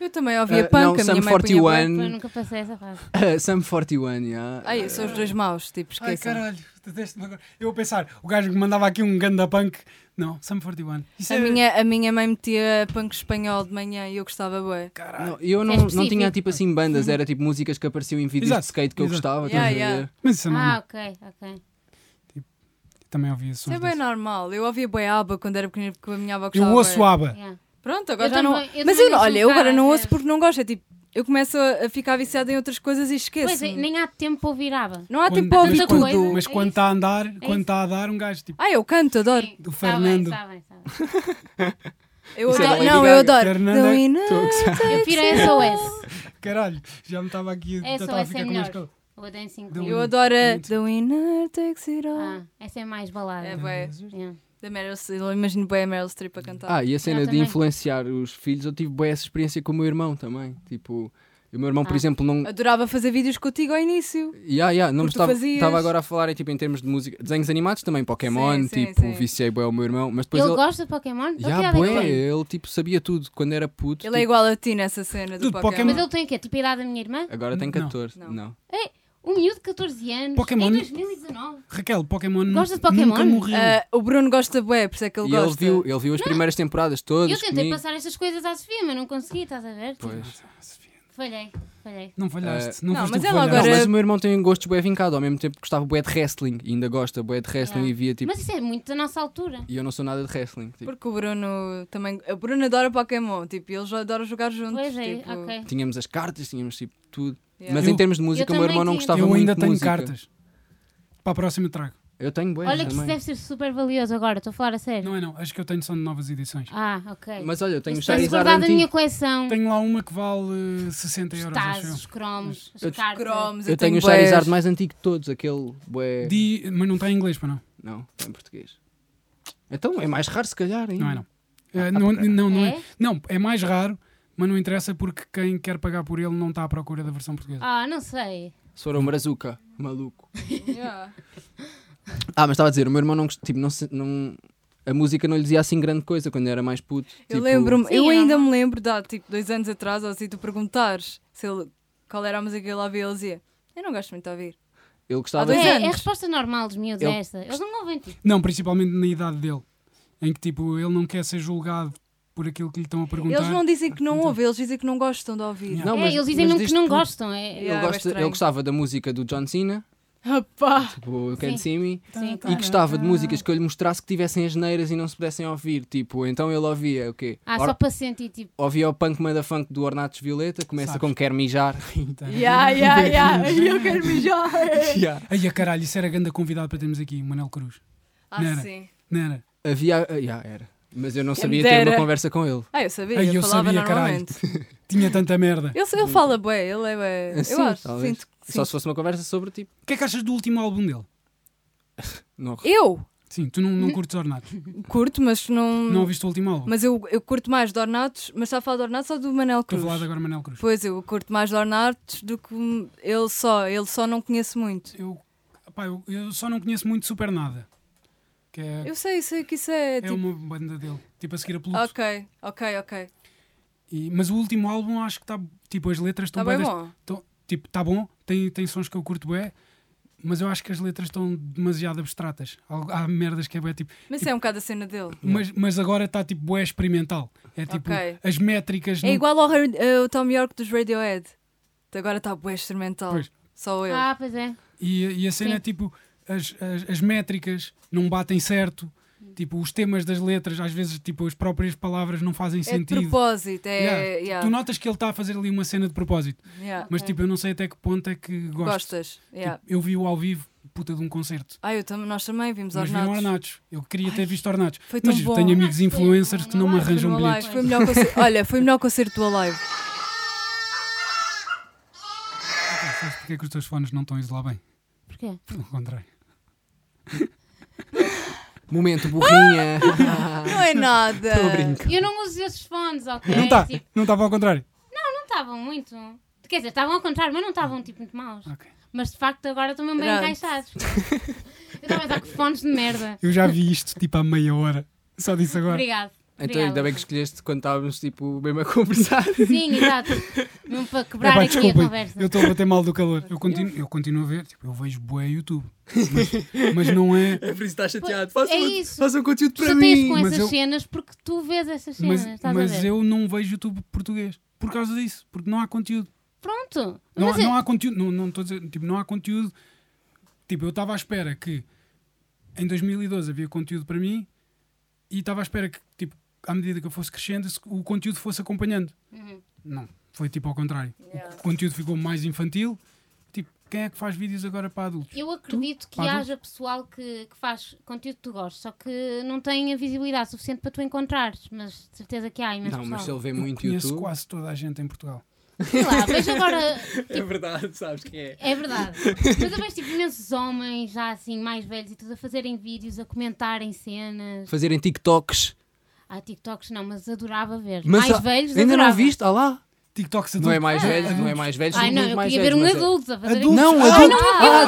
Speaker 1: Eu também ouvia
Speaker 4: Ah,
Speaker 1: punk,
Speaker 4: não,
Speaker 1: a minha
Speaker 4: Sum Eh,
Speaker 1: mãe punha bué.
Speaker 2: Eu
Speaker 4: 41,
Speaker 2: nunca passei essa fase.
Speaker 4: Sam 41, yeah.
Speaker 1: Ai, são os dois maus, tipo,
Speaker 3: Ai
Speaker 1: esqueçam.
Speaker 3: caralho, detesto-me agora. Eu a pensar, o gajo que mandava aqui um ganda punk. Não, Sam 41. Isso
Speaker 1: a,
Speaker 3: é-
Speaker 1: minha, a minha mãe metia punk espanhol de manhã e eu gostava bué.
Speaker 4: Não, eu não, não
Speaker 2: é específico.
Speaker 4: tinha tipo assim bandas, era tipo músicas que apareciam em vídeos
Speaker 3: Exato,
Speaker 4: de skate que eu
Speaker 3: exato.
Speaker 4: gostava.
Speaker 1: Yeah,
Speaker 4: estás a
Speaker 1: yeah.
Speaker 4: ver?
Speaker 3: Mas isso é
Speaker 2: Ah,
Speaker 3: normal.
Speaker 2: ok, ok.
Speaker 3: Também ouvia
Speaker 1: Isso é
Speaker 3: sons.
Speaker 1: bem
Speaker 3: desses.
Speaker 1: normal. Eu ouvia bué aba quando era pequenino porque a minha avó
Speaker 3: Eu
Speaker 1: gostava
Speaker 3: ouço
Speaker 1: bué.
Speaker 3: aba.
Speaker 2: Yeah.
Speaker 1: Pronto, agora
Speaker 2: Eu
Speaker 1: já não.
Speaker 2: também- eu
Speaker 1: Mas
Speaker 2: também
Speaker 1: eu, não-
Speaker 2: ouço
Speaker 1: olha,
Speaker 2: um
Speaker 1: eu agora
Speaker 2: bocado,
Speaker 1: não
Speaker 2: é.
Speaker 1: ouço porque não gosto. É tipo, eu começo a, a ficar viciada em outras coisas e esqueço.
Speaker 2: Pois é, nem há tempo para ouvir ABBA.
Speaker 1: Não há
Speaker 3: Quando-
Speaker 1: tempo para
Speaker 3: mas
Speaker 1: ouvir
Speaker 3: quando-
Speaker 1: tudo.
Speaker 3: Mas
Speaker 2: É
Speaker 3: quando
Speaker 2: isso.
Speaker 3: está a andar, quando
Speaker 2: isso.
Speaker 3: está a dar, um gajo tipo.
Speaker 1: Ah, eu canto, adoro.
Speaker 2: Sim,
Speaker 3: Do
Speaker 2: está
Speaker 3: Fernando.
Speaker 2: bem, está bem, está bem.
Speaker 1: Eu
Speaker 4: Isso é
Speaker 1: adoro.
Speaker 4: da Lady
Speaker 1: não, eu
Speaker 4: Gaga.
Speaker 1: adoro.
Speaker 3: Fernanda-
Speaker 1: Don't you know?
Speaker 4: Estou a gozar.
Speaker 2: Eu prefiro a SOS.
Speaker 3: Caralho, já me estava aqui, já
Speaker 2: É
Speaker 3: estava a
Speaker 2: SOS
Speaker 3: ficar Então tá, com
Speaker 2: é
Speaker 3: a
Speaker 2: melhor.
Speaker 3: escola.
Speaker 2: Ou a Dancing
Speaker 3: Deu
Speaker 2: Queen.
Speaker 1: Eu adoro a The Winner Takes It All.
Speaker 2: Ah, essa é mais balada.
Speaker 1: É bué.
Speaker 2: Yeah.
Speaker 1: Da Meryl Streep. Eu imagino bem a Meryl Streep a cantar.
Speaker 4: Ah, e a cena
Speaker 2: Eu
Speaker 4: de
Speaker 2: também.
Speaker 4: influenciar os filhos, eu tive bem essa experiência com o meu irmão também. Tipo, o meu irmão, por
Speaker 2: Ah.
Speaker 4: exemplo, não.
Speaker 1: Adorava fazer vídeos contigo ao início.
Speaker 4: Yeah, yeah, não me
Speaker 1: Porque tu
Speaker 4: estava,
Speaker 1: fazias.
Speaker 4: estava agora a falar tipo, em termos de música, desenhos animados também, Pokémon,
Speaker 1: Sim, sim,
Speaker 4: tipo,
Speaker 1: sim.
Speaker 4: viciei bem o meu irmão, mas depois
Speaker 2: Ele
Speaker 4: ele.
Speaker 2: gosta de Pokémon? Ele
Speaker 4: Yeah,
Speaker 2: que idade é que
Speaker 4: bué,
Speaker 2: tem?
Speaker 4: ele tipo, sabia tudo quando era puto.
Speaker 1: Ele é
Speaker 4: tipo,
Speaker 1: igual a ti nessa cena do
Speaker 3: Tudo
Speaker 1: Pokémon.
Speaker 2: Mas ele tem o quê? Tipo a idade da minha irmã?
Speaker 4: Agora tem
Speaker 3: Não.
Speaker 4: 14. Não.
Speaker 1: Não.
Speaker 2: Um miúdo de 14 anos.
Speaker 3: Pokémon-
Speaker 2: Em 2019.
Speaker 3: Raquel, Pokémon nu-
Speaker 2: Gosta de Pokémon?
Speaker 3: nunca morreu.
Speaker 1: Ah, o Bruno gosta bué, por isso é que ele
Speaker 4: E ele
Speaker 1: gosta.
Speaker 4: viu, ele viu as primeiras temporadas todas.
Speaker 2: Eu tentei
Speaker 4: comigo.
Speaker 2: passar estas coisas à Sofia, mas não consegui, estás a ver?
Speaker 4: Pois.
Speaker 2: Tipo, Falhei. falhei.
Speaker 3: Não falhaste.
Speaker 1: Não,
Speaker 3: não, foste
Speaker 1: mas
Speaker 3: tu que
Speaker 1: ela
Speaker 3: falhaste.
Speaker 4: Não,
Speaker 1: Agora-
Speaker 4: mas o meu irmão tem gostos bué vincado, ao mesmo tempo que gostava bué de wrestling, e ainda gosta bué de wrestling
Speaker 2: Yeah.
Speaker 4: e via tipo.
Speaker 2: Mas isso é muito da nossa altura.
Speaker 4: E eu não sou nada de wrestling. tipo,
Speaker 1: Porque o Bruno também. O Bruno adora Pokémon, tipo, eles adoram jogar juntos.
Speaker 2: Pois é,
Speaker 1: tipo,
Speaker 2: ok.
Speaker 4: Tínhamos as cartas, tínhamos tipo tudo.
Speaker 1: yeah.
Speaker 4: Mas
Speaker 3: Eu-
Speaker 4: em termos de música, o meu
Speaker 2: também
Speaker 4: irmão não
Speaker 2: tinha.
Speaker 4: gostava
Speaker 3: Eu
Speaker 4: muito
Speaker 3: ainda
Speaker 4: de
Speaker 3: tenho
Speaker 4: música.
Speaker 3: cartas. Para a próxima trago.
Speaker 4: Eu tenho bué
Speaker 3: é,
Speaker 2: Olha que isso
Speaker 4: também.
Speaker 2: deve ser super valioso agora, estou a falar a sério.
Speaker 3: Não é não, acho que eu tenho são de novas edições.
Speaker 2: Ah, ok.
Speaker 4: Mas olha, eu tenho o
Speaker 2: Estou
Speaker 4: Charizard
Speaker 2: guardado da minha
Speaker 4: antigo.
Speaker 2: coleção.
Speaker 3: Tenho lá uma que vale eh, 60
Speaker 2: Os
Speaker 3: euros,
Speaker 2: tazos,
Speaker 3: acho
Speaker 2: os cromos, as
Speaker 4: Eu-
Speaker 2: cartas.
Speaker 1: Cromos,
Speaker 4: Eu tenho o
Speaker 1: bués.
Speaker 4: Charizard mais antigo de todos, aquele bué.
Speaker 3: eu. Di- Mas não está em inglês, para não.
Speaker 4: Não, está em português. Então é mais raro se calhar, hein?
Speaker 3: Não é não.
Speaker 1: Ah, tá
Speaker 3: Eh, não, não, não, é?
Speaker 2: É?
Speaker 3: não, é mais raro, mas não interessa porque quem quer pagar por ele não está à procura da versão portuguesa.
Speaker 2: Ah, não sei.
Speaker 4: Se for um brazuca, maluco.
Speaker 1: Yeah.
Speaker 4: Ah, mas estava a dizer, o meu irmão não gost- tipo, não, se- não- A música não lhe dizia assim grande coisa quando era mais puto.
Speaker 1: Eu
Speaker 4: tipo,
Speaker 1: lembro-me,
Speaker 2: Sim,
Speaker 1: eu
Speaker 2: era
Speaker 1: ainda
Speaker 2: uma-
Speaker 1: me lembro de há tipo dois anos atrás, ou se tu perguntares se ele, qual era a música que ele ouvia, ele dizia: Eu não gosto muito de ouvir.
Speaker 4: Ele
Speaker 1: Há
Speaker 4: gostava.
Speaker 1: dois
Speaker 2: É,
Speaker 1: anos.
Speaker 2: é a resposta normal dos miúdos,
Speaker 4: Eu-
Speaker 2: é esta. Eles não ouvem
Speaker 1: Ah.
Speaker 2: tipo.
Speaker 3: Não, principalmente na idade dele, em que tipo ele não quer ser julgado por aquilo que lhe estão a perguntar.
Speaker 1: Eles não dizem que não
Speaker 3: Então-
Speaker 1: ouvem, eles dizem que não gostam de ouvir.
Speaker 4: Não,
Speaker 2: é,
Speaker 4: mas-
Speaker 2: eles dizem
Speaker 4: mas
Speaker 2: não que
Speaker 4: diz
Speaker 2: não
Speaker 4: tudo.
Speaker 2: gostam. É,
Speaker 1: Yeah,
Speaker 4: Ele,
Speaker 1: é
Speaker 4: gosta-
Speaker 1: estranho.
Speaker 4: ele gostava da música do John Cena,
Speaker 1: Rapá!
Speaker 4: tipo o Can't
Speaker 2: Sim.
Speaker 4: See Me,
Speaker 2: Sim.
Speaker 4: e gostava de músicas que eu lhe mostrasse que tivessem as neiras e não se pudessem ouvir. Tipo, então ele ouvia o quê?
Speaker 2: Ah,
Speaker 4: Or-
Speaker 2: só para sentir tipo.
Speaker 4: Ouvia o punk motherfunk do Ornatos Violeta, começa
Speaker 3: Sabes.
Speaker 4: com Quer Mijar.
Speaker 3: Então,
Speaker 1: Ya, ya, ya, eu quero mijar!
Speaker 4: Yeah.
Speaker 3: Ai, a caralho, isso era grande convidado para termos aqui, o Manel Cruz. Não
Speaker 1: Ah,
Speaker 3: era.
Speaker 1: sim.
Speaker 3: Não era?
Speaker 4: Havia. ah, yeah, era. Mas eu não
Speaker 1: Quem
Speaker 4: sabia
Speaker 1: me
Speaker 4: ter
Speaker 1: dera.
Speaker 4: uma conversa com ele.
Speaker 1: Ah, eu sabia,
Speaker 3: Ai, eu
Speaker 1: eu falava
Speaker 3: sabia, caralho.
Speaker 1: normalmente.
Speaker 3: Tinha tanta merda.
Speaker 1: Ele, ele fala bué, ele é bué.
Speaker 4: Sim,
Speaker 1: eu acho,
Speaker 4: Assim, talvez.
Speaker 1: sinto que
Speaker 4: Só
Speaker 1: sim.
Speaker 4: se fosse uma conversa sobre tipo.
Speaker 3: O que é que achas do último álbum dele?
Speaker 4: Não,
Speaker 1: Eu
Speaker 3: Sim, tu não, não curtes ornatos.
Speaker 1: curto, mas não.
Speaker 3: Não ouviste o último álbum?
Speaker 1: Hum. Mas eu, eu curto mais de Ornatos, mas está a falar de Ornatos ou do Manel
Speaker 3: Estou a
Speaker 1: Cruz?
Speaker 3: falar de agora Manel Cruz.
Speaker 1: Pois, eu curto mais de Ornatos do que hum, ele só. Ele só não conheço muito.
Speaker 3: Eu, pá, eu, eu só não conheço muito Super Nada. Que é,
Speaker 1: Eu sei, sei que isso é,
Speaker 3: é
Speaker 1: tipo.
Speaker 3: uma banda dele. Tipo a seguir a Pluto.
Speaker 1: Ok, ok, ok. Tá
Speaker 3: E- mas o último álbum acho que está. Tipo, as letras estão
Speaker 1: Está Tá bem
Speaker 3: bué das-
Speaker 1: bom.
Speaker 3: tão- Tipo, está bom, tem, tem sons que eu curto bem, mas eu acho que as letras estão demasiado abstratas. Há, há merdas que é bem tipo.
Speaker 1: Mas isso é um bocado a cena dele.
Speaker 3: Mas, mas agora está tipo bué experimental. É tipo,
Speaker 1: Ok.
Speaker 3: as métricas.
Speaker 1: É
Speaker 3: não-
Speaker 1: igual ao, Har- eh, o Tom York dos Radiohead. Agora está bué instrumental.
Speaker 3: Pois.
Speaker 1: Só eu.
Speaker 2: Ah, pois é.
Speaker 3: E, e a cena
Speaker 2: Sim.
Speaker 3: é tipo, as, as, as métricas não batem certo, tipo, os temas das letras, às vezes, tipo, as próprias palavras não fazem
Speaker 1: é de
Speaker 3: sentido.
Speaker 1: propósito. É,
Speaker 3: Yeah.
Speaker 1: yeah,
Speaker 3: Tu notas que ele está a fazer ali uma cena de propósito,
Speaker 1: yeah.
Speaker 3: mas tipo, eu não sei até que ponto é que gosto.
Speaker 1: Gostas? Yeah.
Speaker 3: Tipo, eu vi-o ao vivo, puta de um concerto.
Speaker 1: Ah, eu tam nós também vimos
Speaker 3: Mas vi
Speaker 1: Ornatos.
Speaker 3: Ornatos. Eu queria ter visto Ornatos.
Speaker 1: foi tão
Speaker 3: Mas
Speaker 1: bom.
Speaker 3: tenho amigos
Speaker 2: Ornatos
Speaker 3: influencers
Speaker 2: foi
Speaker 3: que não me
Speaker 2: uma live,
Speaker 1: Foi
Speaker 3: arranjam
Speaker 1: uma
Speaker 3: bilhetes.
Speaker 1: live, foi o melhor concerto. Olha, foi o melhor concerto do Alive.
Speaker 3: Ah, Sabes porque é que os teus fones não estão a isolar bem?
Speaker 2: Porquê?
Speaker 3: Pelo contrário.
Speaker 4: Momento, burrinha.
Speaker 1: Não é nada.
Speaker 4: Estou Ah, a brincar.
Speaker 2: Eu não uso esses fones,
Speaker 1: É,
Speaker 2: ok?
Speaker 3: Não tá. está,
Speaker 2: Tipo,
Speaker 3: não estava ao contrário.
Speaker 2: não estavam muito. Quer dizer, estavam ao contrário, mas não estavam tipo muito maus.
Speaker 3: Ok.
Speaker 2: Mas de facto agora estão mesmo bem
Speaker 1: Pronto.
Speaker 2: encaixados. Eu estava a estar com fones de merda.
Speaker 3: Eu já vi isto tipo há meia hora. Só disse agora.
Speaker 2: Obrigado.
Speaker 4: Então ainda bem
Speaker 2: Obrigada.
Speaker 4: que escolheste quando estávamos tipo mesmo a conversar.
Speaker 2: Sim, exato. Mesmo para quebrar
Speaker 3: Epá,
Speaker 2: aqui
Speaker 3: desculpem,
Speaker 2: a conversa.
Speaker 3: Eu estou a bater mal do calor. Eu continuo, eu continuo a ver, tipo, eu vejo bué YouTube. Mas, mas não é.
Speaker 4: É por isso que estás chateado.
Speaker 2: É isso.
Speaker 4: Façam conteúdo
Speaker 2: Tu chateias com
Speaker 3: mas
Speaker 2: essas
Speaker 3: eu-
Speaker 2: cenas porque tu vês essas cenas,
Speaker 3: Mas,
Speaker 2: estás a
Speaker 3: mas
Speaker 2: ver?
Speaker 3: eu não vejo YouTube português. Por causa disso, porque não há conteúdo.
Speaker 2: Pronto.
Speaker 3: Não,
Speaker 2: mas
Speaker 3: há-
Speaker 2: é-
Speaker 3: não há conteúdo, não, não estou a dizer, tipo, não há conteúdo. Tipo, eu estava à espera que em 2012 havia conteúdo para mim e estava à espera que, tipo, à medida que eu fosse crescendo, se- o conteúdo fosse acompanhando.
Speaker 2: Uhum.
Speaker 3: Não, foi tipo ao contrário. O conteúdo ficou mais infantil. Tipo, quem é que faz vídeos agora para adultos?
Speaker 2: Eu acredito que
Speaker 3: Pablo?
Speaker 2: haja pessoal que, que faz conteúdo que tu gostes, só que não tem a visibilidade suficiente para tu encontrares, mas de certeza que há imenso
Speaker 4: Não, mas se
Speaker 2: pessoal.
Speaker 4: ele vê
Speaker 3: Eu
Speaker 4: muito
Speaker 3: conheço
Speaker 4: YouTube.
Speaker 3: quase toda a gente em Portugal.
Speaker 2: Sei lá, vejo agora,
Speaker 4: É verdade, sabes quem é?
Speaker 2: é verdade, mas eu vejo tipo, imensos homens já assim, mais velhos e tudo, a fazerem vídeos, a comentarem cenas.
Speaker 4: Fazerem TikToks.
Speaker 2: Há TikToks não, mas adorava ver.
Speaker 4: Mas
Speaker 2: mais
Speaker 4: ah,
Speaker 2: velhos,
Speaker 4: Ainda não
Speaker 2: adorava.
Speaker 4: viste? Ah lá.
Speaker 3: TikToks
Speaker 4: Não é
Speaker 3: adultos.
Speaker 4: mais velhos, não é mais velhos.
Speaker 2: Ai
Speaker 4: são
Speaker 2: não,
Speaker 4: muito
Speaker 2: eu
Speaker 4: mais
Speaker 2: queria ver um
Speaker 4: velhos, mas é-
Speaker 2: adulto a fazer
Speaker 3: Adultos?
Speaker 4: Não,
Speaker 3: Ah,
Speaker 4: adulto.
Speaker 2: um
Speaker 4: Ah,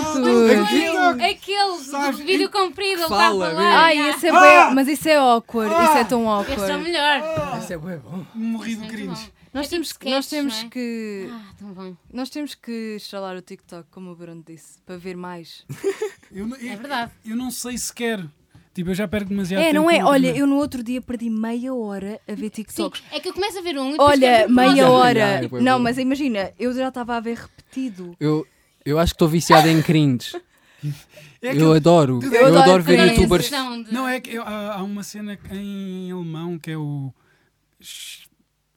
Speaker 4: adultos.
Speaker 1: Adultos.
Speaker 3: TikTok.
Speaker 2: Aquele do
Speaker 3: Sabes?
Speaker 2: vídeo comprido, ele tá Ah, está a
Speaker 4: Fala,
Speaker 3: Ah,
Speaker 2: falar.
Speaker 1: Ai,
Speaker 2: yeah.
Speaker 1: esse é bué, mas isso é awkward. Isso é tão
Speaker 2: Estes são
Speaker 1: awkward.
Speaker 2: melhores.
Speaker 4: Isso é bué bom.
Speaker 3: Morri do
Speaker 2: Muito bom.
Speaker 3: cringe.
Speaker 1: Nós
Speaker 2: É
Speaker 1: temos
Speaker 2: tipo
Speaker 1: que, nós
Speaker 2: sketches,
Speaker 1: temos
Speaker 2: não é?
Speaker 1: que,
Speaker 2: Ah, tão bom.
Speaker 1: nós temos que instalar o TikTok, como o Bruno disse, para ver mais.
Speaker 3: Eu, não-
Speaker 2: É
Speaker 3: eu-
Speaker 2: verdade.
Speaker 3: eu não sei sequer. Tipo, eu já né? perco demasiado
Speaker 1: É,
Speaker 3: tempo.
Speaker 1: não
Speaker 3: com
Speaker 1: é?
Speaker 3: outra
Speaker 1: Olha,
Speaker 3: merda.
Speaker 1: eu no outro dia perdi meia hora a ver
Speaker 2: Sim,
Speaker 1: TikToks.
Speaker 2: é que eu começo a ver um e depois
Speaker 1: Olha,
Speaker 2: quero ver o
Speaker 1: meia
Speaker 2: outro.
Speaker 1: hora.
Speaker 4: depois
Speaker 1: Não,
Speaker 4: vou-
Speaker 1: mas imagina, eu já estava a ver repetido.
Speaker 4: Eu, eu acho que estou viciado em cringes.
Speaker 3: É
Speaker 4: eu adoro.
Speaker 3: Eu
Speaker 4: Eu,
Speaker 1: adoro
Speaker 4: adoro,
Speaker 1: ver
Speaker 4: ver
Speaker 1: cringes.
Speaker 4: youtubers.
Speaker 2: Não, de-
Speaker 3: Não, é que eu- há, há uma cena que- em alemão que é o. Sch-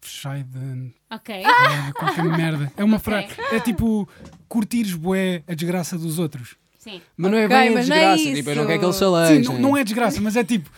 Speaker 3: Scheiden.
Speaker 2: Ok.
Speaker 3: ah, Qualquer merda. É uma
Speaker 2: Ok.
Speaker 3: frase. É tipo curtires bué a desgraça dos outros.
Speaker 2: Sim.
Speaker 4: Mas não é
Speaker 1: Ok,
Speaker 4: bem a
Speaker 1: mas não é
Speaker 4: desgraça. tipo, eu não
Speaker 1: isso.
Speaker 4: quero que eles se
Speaker 3: Sim,
Speaker 4: aleijem.
Speaker 3: não, não é desgraça, mas é tipo.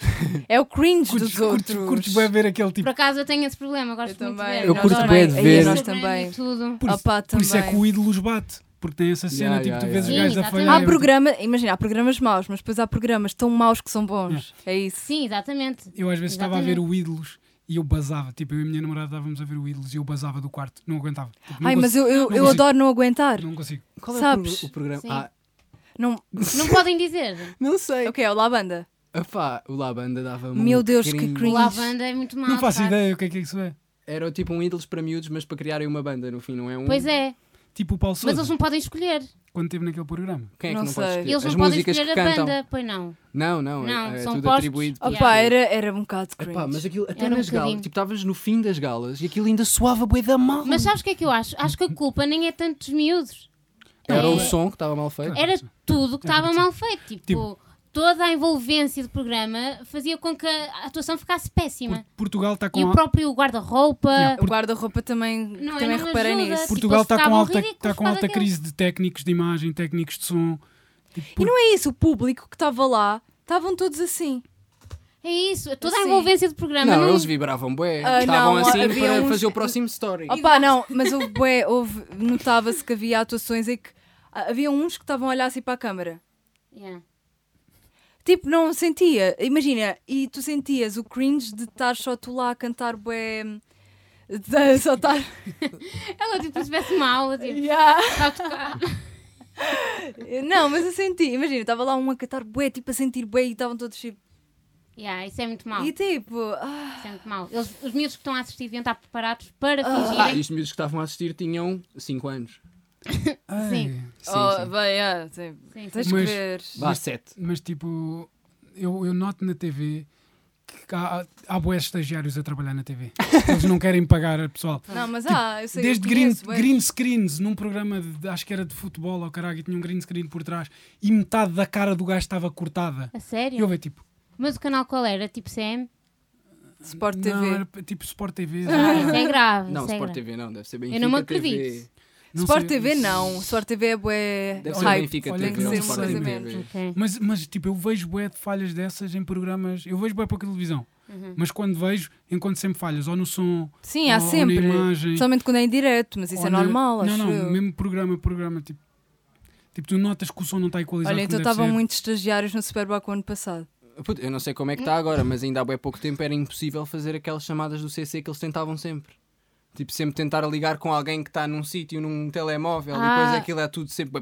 Speaker 1: É o cringe
Speaker 3: Curtes,
Speaker 1: dos
Speaker 3: curtes,
Speaker 1: outros.
Speaker 3: curtes bué ver aquele
Speaker 2: Por
Speaker 3: tipo.
Speaker 2: acaso eu tenho esse problema, gosto
Speaker 1: Eu
Speaker 2: muito
Speaker 1: também.
Speaker 2: de ver.
Speaker 4: Eu curto
Speaker 2: adoro.
Speaker 4: bué de
Speaker 2: Aí
Speaker 4: ver.
Speaker 2: eu
Speaker 4: nós
Speaker 2: sobre
Speaker 1: também.
Speaker 2: e Tudo.
Speaker 3: Por isso,
Speaker 1: Opa,
Speaker 3: por isso é
Speaker 1: também.
Speaker 3: que o ídolos bate. Porque tem essa cena,
Speaker 4: Yeah,
Speaker 3: tipo, tu
Speaker 4: yeah,
Speaker 3: vês os
Speaker 2: yeah.
Speaker 3: gajos
Speaker 2: Sim,
Speaker 3: da
Speaker 2: exatamente.
Speaker 3: falha.
Speaker 1: Há
Speaker 2: É,
Speaker 1: programa, imagina, há programas maus, mas depois há programas tão maus que são bons. É isso.
Speaker 2: Sim, exatamente.
Speaker 3: Eu às vezes estava a ver o ídolos e eu basava. Tipo, eu e a minha namorada estávamos a ver o ídolos e eu basava do quarto. Não aguentava. Tipo, não
Speaker 1: Ai, mas
Speaker 3: consigo-
Speaker 1: eu, eu,
Speaker 3: não
Speaker 1: eu
Speaker 3: consigo.
Speaker 1: adoro não aguentar.
Speaker 3: Não consigo.
Speaker 4: Qual é o
Speaker 1: Sabes?
Speaker 4: pro- o programa?
Speaker 2: Sim.
Speaker 4: Ah,
Speaker 1: Não, é
Speaker 2: Não podem dizer.
Speaker 4: não sei.
Speaker 1: ok, olá banda.
Speaker 4: Epá, o Labanda dava
Speaker 1: Meu
Speaker 4: muito
Speaker 1: Deus, que
Speaker 4: cringe.
Speaker 1: cringe.
Speaker 2: O lavanda é muito mal.
Speaker 3: Não faço
Speaker 2: pá.
Speaker 3: ideia o que é que isso é.
Speaker 4: Era tipo um ídolos para miúdos, mas para criarem uma banda, no fim, não é um.
Speaker 2: Pois é,
Speaker 3: Tipo o Paulo
Speaker 2: mas eles
Speaker 3: Sousa,
Speaker 2: não podem escolher.
Speaker 3: quando esteve naquele programa.
Speaker 4: Quem é que
Speaker 1: Não
Speaker 4: não, pode
Speaker 1: sei.
Speaker 4: escolher?
Speaker 2: Eles
Speaker 4: As
Speaker 2: não podem
Speaker 4: músicas
Speaker 2: escolher
Speaker 4: que
Speaker 2: a
Speaker 4: cantam.
Speaker 2: banda, pois não.
Speaker 4: Não, não,
Speaker 2: Não,
Speaker 4: é, é
Speaker 2: são
Speaker 4: tudo
Speaker 2: postos.
Speaker 4: atribuído.
Speaker 1: Opa,
Speaker 4: por-
Speaker 2: Yeah.
Speaker 1: era, era um bocado cringe.
Speaker 4: Epá,
Speaker 3: é
Speaker 4: mas aquilo, até
Speaker 2: Era um
Speaker 4: nas galas,
Speaker 2: bocadinho.
Speaker 4: tipo, estavas no fim das galas e aquilo ainda soava bué da mal.
Speaker 2: Mas sabes o que é que eu acho? Acho que a culpa nem é tanto dos miúdos.
Speaker 4: Era
Speaker 2: É-
Speaker 4: o som que estava mal feito.
Speaker 2: Era tudo que estava
Speaker 3: verdade.
Speaker 2: mal feito. Tipo,
Speaker 3: Tipo-
Speaker 2: toda a envolvência do programa fazia com que a atuação ficasse péssima.
Speaker 3: Por- Portugal está
Speaker 2: E
Speaker 3: com
Speaker 2: o
Speaker 3: a-
Speaker 2: próprio guarda-roupa.
Speaker 3: Yeah,
Speaker 1: O guarda-roupa também,
Speaker 2: Não,
Speaker 1: também
Speaker 2: não
Speaker 1: reparei
Speaker 2: ajuda.
Speaker 1: nisso.
Speaker 3: Portugal
Speaker 2: tipo, eles
Speaker 3: está com
Speaker 2: estavam
Speaker 3: alta,
Speaker 2: ridículos
Speaker 3: tá com
Speaker 2: por
Speaker 3: alta
Speaker 2: causa
Speaker 3: crise de técnicos de imagem, técnicos de som. Tipo,
Speaker 1: E não é isso, o público que estava lá, estavam todos assim.
Speaker 2: É isso, toda a
Speaker 1: Sim.
Speaker 2: envolvência do programa.
Speaker 4: Não,
Speaker 2: não- é?
Speaker 4: eles vibravam bué.
Speaker 1: Ah,
Speaker 4: Estavam
Speaker 1: não,
Speaker 4: assim
Speaker 1: havia
Speaker 4: para
Speaker 1: uns-
Speaker 4: fazer o próximo story.
Speaker 1: Opa, não, mas houve, bué, houve- notava-se que havia atuações em que ah, havia uns que estavam a olhar assim para a câmara.
Speaker 2: Yeah.
Speaker 1: Tipo, não sentia, imagina, e tu sentias o cringe de estar só tu lá a cantar bué. de- só estar.
Speaker 2: Ela tipo, se tivesse uma aula, tipo,
Speaker 1: Yeah.
Speaker 2: está a tocar.
Speaker 1: Não, mas eu senti, imagina, estava lá um a cantar bué, tipo a sentir bué e estavam todos tipo.
Speaker 2: Yeah, isso é muito mau.
Speaker 1: E
Speaker 2: Isso
Speaker 1: tipo. ah,
Speaker 2: é muito mau. Eles- os miúdos que estão a assistir deviam estar preparados para
Speaker 4: Ah,
Speaker 2: fingirem.
Speaker 4: e os miúdos que estavam a assistir tinham 5 anos.
Speaker 3: ai,
Speaker 2: sim.
Speaker 4: Sim,
Speaker 1: oh,
Speaker 4: sim.
Speaker 1: bem, ah, sim.
Speaker 2: Sim, sim.
Speaker 1: Tens que
Speaker 3: Mas-
Speaker 1: ver.
Speaker 4: Vá, 7.
Speaker 3: Mas tipo, eu, eu noto na TV que há, há boés estagiários a trabalhar na TV. Eles não querem pagar a pessoal.
Speaker 1: Não, mas ah, eu sei. eu
Speaker 3: tipo, Desde green,
Speaker 1: conheço, bué.
Speaker 3: green screens num programa de, acho que era de futebol ou caralho, e tinha um green screen por trás e metade da cara do gajo estava cortada.
Speaker 2: A
Speaker 3: E
Speaker 2: sério?
Speaker 3: eu vi tipo,
Speaker 2: Mas o canal qual era? Tipo CM?
Speaker 1: Sport TV.
Speaker 3: não, era tipo Sport TV.
Speaker 2: Ah, isso é grave.
Speaker 4: Não,
Speaker 2: isso é
Speaker 4: Sport
Speaker 2: grave.
Speaker 4: TV não, deve ser bem
Speaker 2: Eu não me acredito.
Speaker 3: Não
Speaker 1: Sport
Speaker 3: sei,
Speaker 1: TV não, Sport TV é bué
Speaker 4: Deve ser
Speaker 1: hype.
Speaker 4: Benfica
Speaker 3: olha,
Speaker 1: tem que
Speaker 4: TV,
Speaker 3: não
Speaker 1: ser
Speaker 4: não
Speaker 1: uma
Speaker 4: Sport
Speaker 3: sei
Speaker 1: coisa
Speaker 3: mesmo.
Speaker 1: menos.
Speaker 2: Ok.
Speaker 3: Mas, mas tipo, eu vejo bué de falhas dessas em programas. Eu vejo bué pouca televisão.
Speaker 1: Uhum.
Speaker 3: Mas quando vejo, encontro sempre falhas. Ou no som.
Speaker 1: Sim, há
Speaker 3: ou,
Speaker 1: sempre.
Speaker 3: Ou na imagem.
Speaker 1: Principalmente quando é em direto, mas isso
Speaker 3: ou
Speaker 1: é
Speaker 3: na-
Speaker 1: normal,
Speaker 3: Não,
Speaker 1: acho
Speaker 3: não.
Speaker 1: eu.
Speaker 3: Mesmo programa, programa. Tipo, tipo, tu notas que o som não está equalizado.
Speaker 1: Olha, então
Speaker 3: como deve
Speaker 1: estavam
Speaker 3: ser.
Speaker 1: muitos estagiários no Superboc o ano passado.
Speaker 4: Puto, eu não sei como é que está agora, mas ainda há bem pouco tempo era impossível fazer aquelas chamadas do CC que eles tentavam sempre. Tipo, sempre tentar ligar com alguém que está num sítio, num telemóvel, e
Speaker 2: Ah.
Speaker 4: depois aquilo é tudo sempre.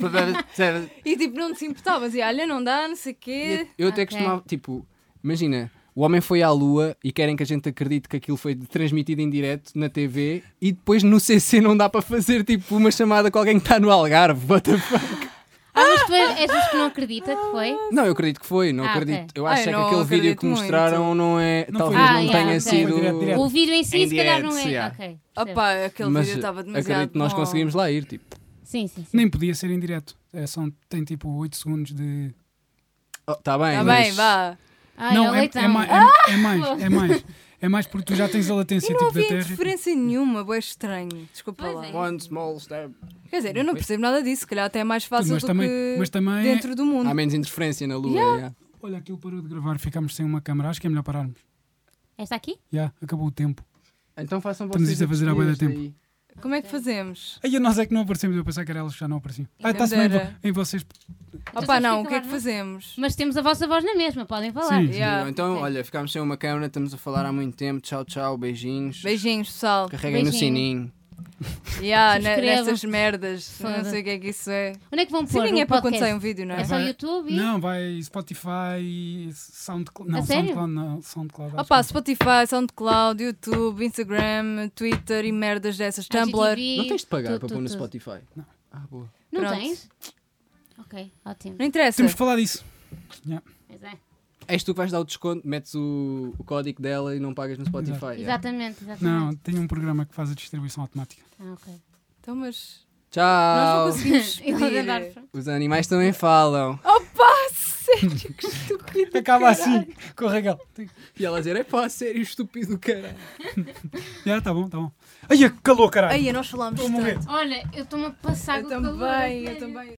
Speaker 4: bué-
Speaker 1: E tipo, não te importavas, e olha, não dá, não sei o quê.
Speaker 4: Eu até
Speaker 2: Ok.
Speaker 4: costumava, tipo, imagina, o homem foi à Lua e querem que a gente acredite que aquilo foi transmitido em direto na TV e depois no CC não dá para fazer tipo uma chamada com alguém que está no Algarve. What the fuck?
Speaker 2: Ah, mas tu és, és dos que não acredita que foi?
Speaker 4: Não, eu acredito que foi, não
Speaker 2: Ah,
Speaker 4: acredito.
Speaker 2: ok.
Speaker 4: Eu acho
Speaker 1: Ah, eu
Speaker 4: é que
Speaker 1: não
Speaker 4: aquele vídeo
Speaker 1: acredito
Speaker 4: que mostraram não é.
Speaker 3: Não
Speaker 4: talvez
Speaker 3: foi.
Speaker 4: não
Speaker 2: Ah,
Speaker 4: tenha
Speaker 2: yeah, ok.
Speaker 4: sido.
Speaker 3: Foi direto, direto.
Speaker 2: O vídeo em si,
Speaker 4: Em
Speaker 2: se calhar, não é.
Speaker 4: direto, yeah.
Speaker 2: Ok. percebo.
Speaker 1: Opá, aquele
Speaker 4: Mas eh,
Speaker 1: vídeo estava demasiado.
Speaker 4: acredito que nós
Speaker 1: bom.
Speaker 4: conseguimos lá ir, tipo.
Speaker 2: Sim, sim, sim.
Speaker 3: Nem podia ser em direto. É, são, tem tipo 8 segundos de.
Speaker 4: Está oh, tá bem,
Speaker 1: Está Tá bem,
Speaker 4: mas-
Speaker 1: vá.
Speaker 2: Ai,
Speaker 3: não,
Speaker 2: é,
Speaker 3: é,
Speaker 2: leitão.
Speaker 3: é ma- é- é mais. É mais. É mais porque tu já tens a latência
Speaker 1: E não
Speaker 3: tipo, da
Speaker 1: havia
Speaker 3: Terra.
Speaker 1: interferência nenhuma, bué estranho. Desculpa
Speaker 2: Pois
Speaker 1: lá.
Speaker 2: é.
Speaker 4: One small step.
Speaker 1: Quer dizer, eu não percebo nada disso, se calhar até é mais fácil
Speaker 3: Mas
Speaker 1: do
Speaker 3: também-
Speaker 1: que
Speaker 3: mas também é-
Speaker 1: dentro do mundo.
Speaker 4: Há menos interferência na Lua. yeah.
Speaker 3: Olha, aquilo parou de gravar. Ficámos sem uma câmara. Acho que é melhor pararmos.
Speaker 2: Esta aqui?
Speaker 3: Já, acabou o tempo.
Speaker 4: Então façam
Speaker 3: Estamos
Speaker 4: vocês.
Speaker 3: isto a fazer há bué de
Speaker 4: despedida
Speaker 3: tempo.
Speaker 4: daí.
Speaker 1: Como é que fazemos?
Speaker 3: Aí nós é que não aparecemos. Eu pensava que era elas que já não apareciam. Ah,
Speaker 1: Ainda
Speaker 3: está-se bem
Speaker 1: era.
Speaker 3: em vocês.
Speaker 1: Opá,
Speaker 2: sabes
Speaker 1: não,
Speaker 2: que
Speaker 1: o que é que
Speaker 2: acabar, Então não?
Speaker 1: fazemos?
Speaker 2: Mas temos a vossa voz na mesma, podem falar.
Speaker 3: Sim.
Speaker 1: Yeah.
Speaker 4: Então,
Speaker 2: Sim.
Speaker 4: olha, ficámos sem uma câmera, estamos a falar há muito tempo. Tchau, tchau, beijinhos.
Speaker 1: Beijinhos, pessoal.
Speaker 4: Carreguem no
Speaker 2: Beijinho.
Speaker 4: sininho.
Speaker 1: Yeah, ne-
Speaker 2: Subscrevam.
Speaker 1: nessas merdas. Eu Não
Speaker 2: Foda.
Speaker 1: sei o que é que isso é.
Speaker 2: Onde é que vão
Speaker 1: Se
Speaker 2: pôr
Speaker 1: ninguém é
Speaker 2: o
Speaker 1: para quando sai
Speaker 2: podcast?
Speaker 1: um vídeo, não
Speaker 2: É
Speaker 1: é?
Speaker 2: só
Speaker 3: Vai-
Speaker 2: YouTube? e-
Speaker 3: Não, vai Spotify, SoundCloud. Não,
Speaker 2: A sério?
Speaker 3: SoundCloud não. SoundCloud. acho
Speaker 1: Opa,
Speaker 3: que-
Speaker 1: Spotify, SoundCloud, YouTube, Instagram, Twitter e merdas dessas. Tumblr.
Speaker 2: IGTV,
Speaker 4: Não tens de pagar
Speaker 2: tudo,
Speaker 4: para
Speaker 2: tudo,
Speaker 4: pôr no
Speaker 2: tudo.
Speaker 4: Spotify. Ah, boa.
Speaker 2: Não
Speaker 1: Pronto.
Speaker 2: tens? Ok, ótimo.
Speaker 1: Não interessa.
Speaker 3: Temos de falar disso. Yeah.
Speaker 2: Pois é.
Speaker 4: És tu que vais dar o desconto, metes o, o código dela e não pagas no Spotify. é. yeah.
Speaker 2: Exatamente,
Speaker 3: Não,
Speaker 2: exatamente.
Speaker 3: tem um programa que faz a distribuição automática.
Speaker 2: Ah, ok.
Speaker 1: Então, mas
Speaker 4: Tchau!
Speaker 1: nós não conseguimos
Speaker 2: Ele
Speaker 1: pedir.
Speaker 2: a dar-
Speaker 4: Os animais também falam.
Speaker 1: Opa, sério, que estúpido.
Speaker 3: Acaba assim, com o Raquel.
Speaker 4: E ela dizer, epá, sério, estúpido, cara.
Speaker 3: Já, tá bom, tá bom. Ai, calor, caralho!
Speaker 1: Aí, nós falámos
Speaker 3: Estou a morrer.
Speaker 1: tanto.
Speaker 2: Olha, eu estou-me a passar
Speaker 1: Eu
Speaker 2: Tá com o calor, a
Speaker 1: também, eu
Speaker 2: sério.
Speaker 1: também.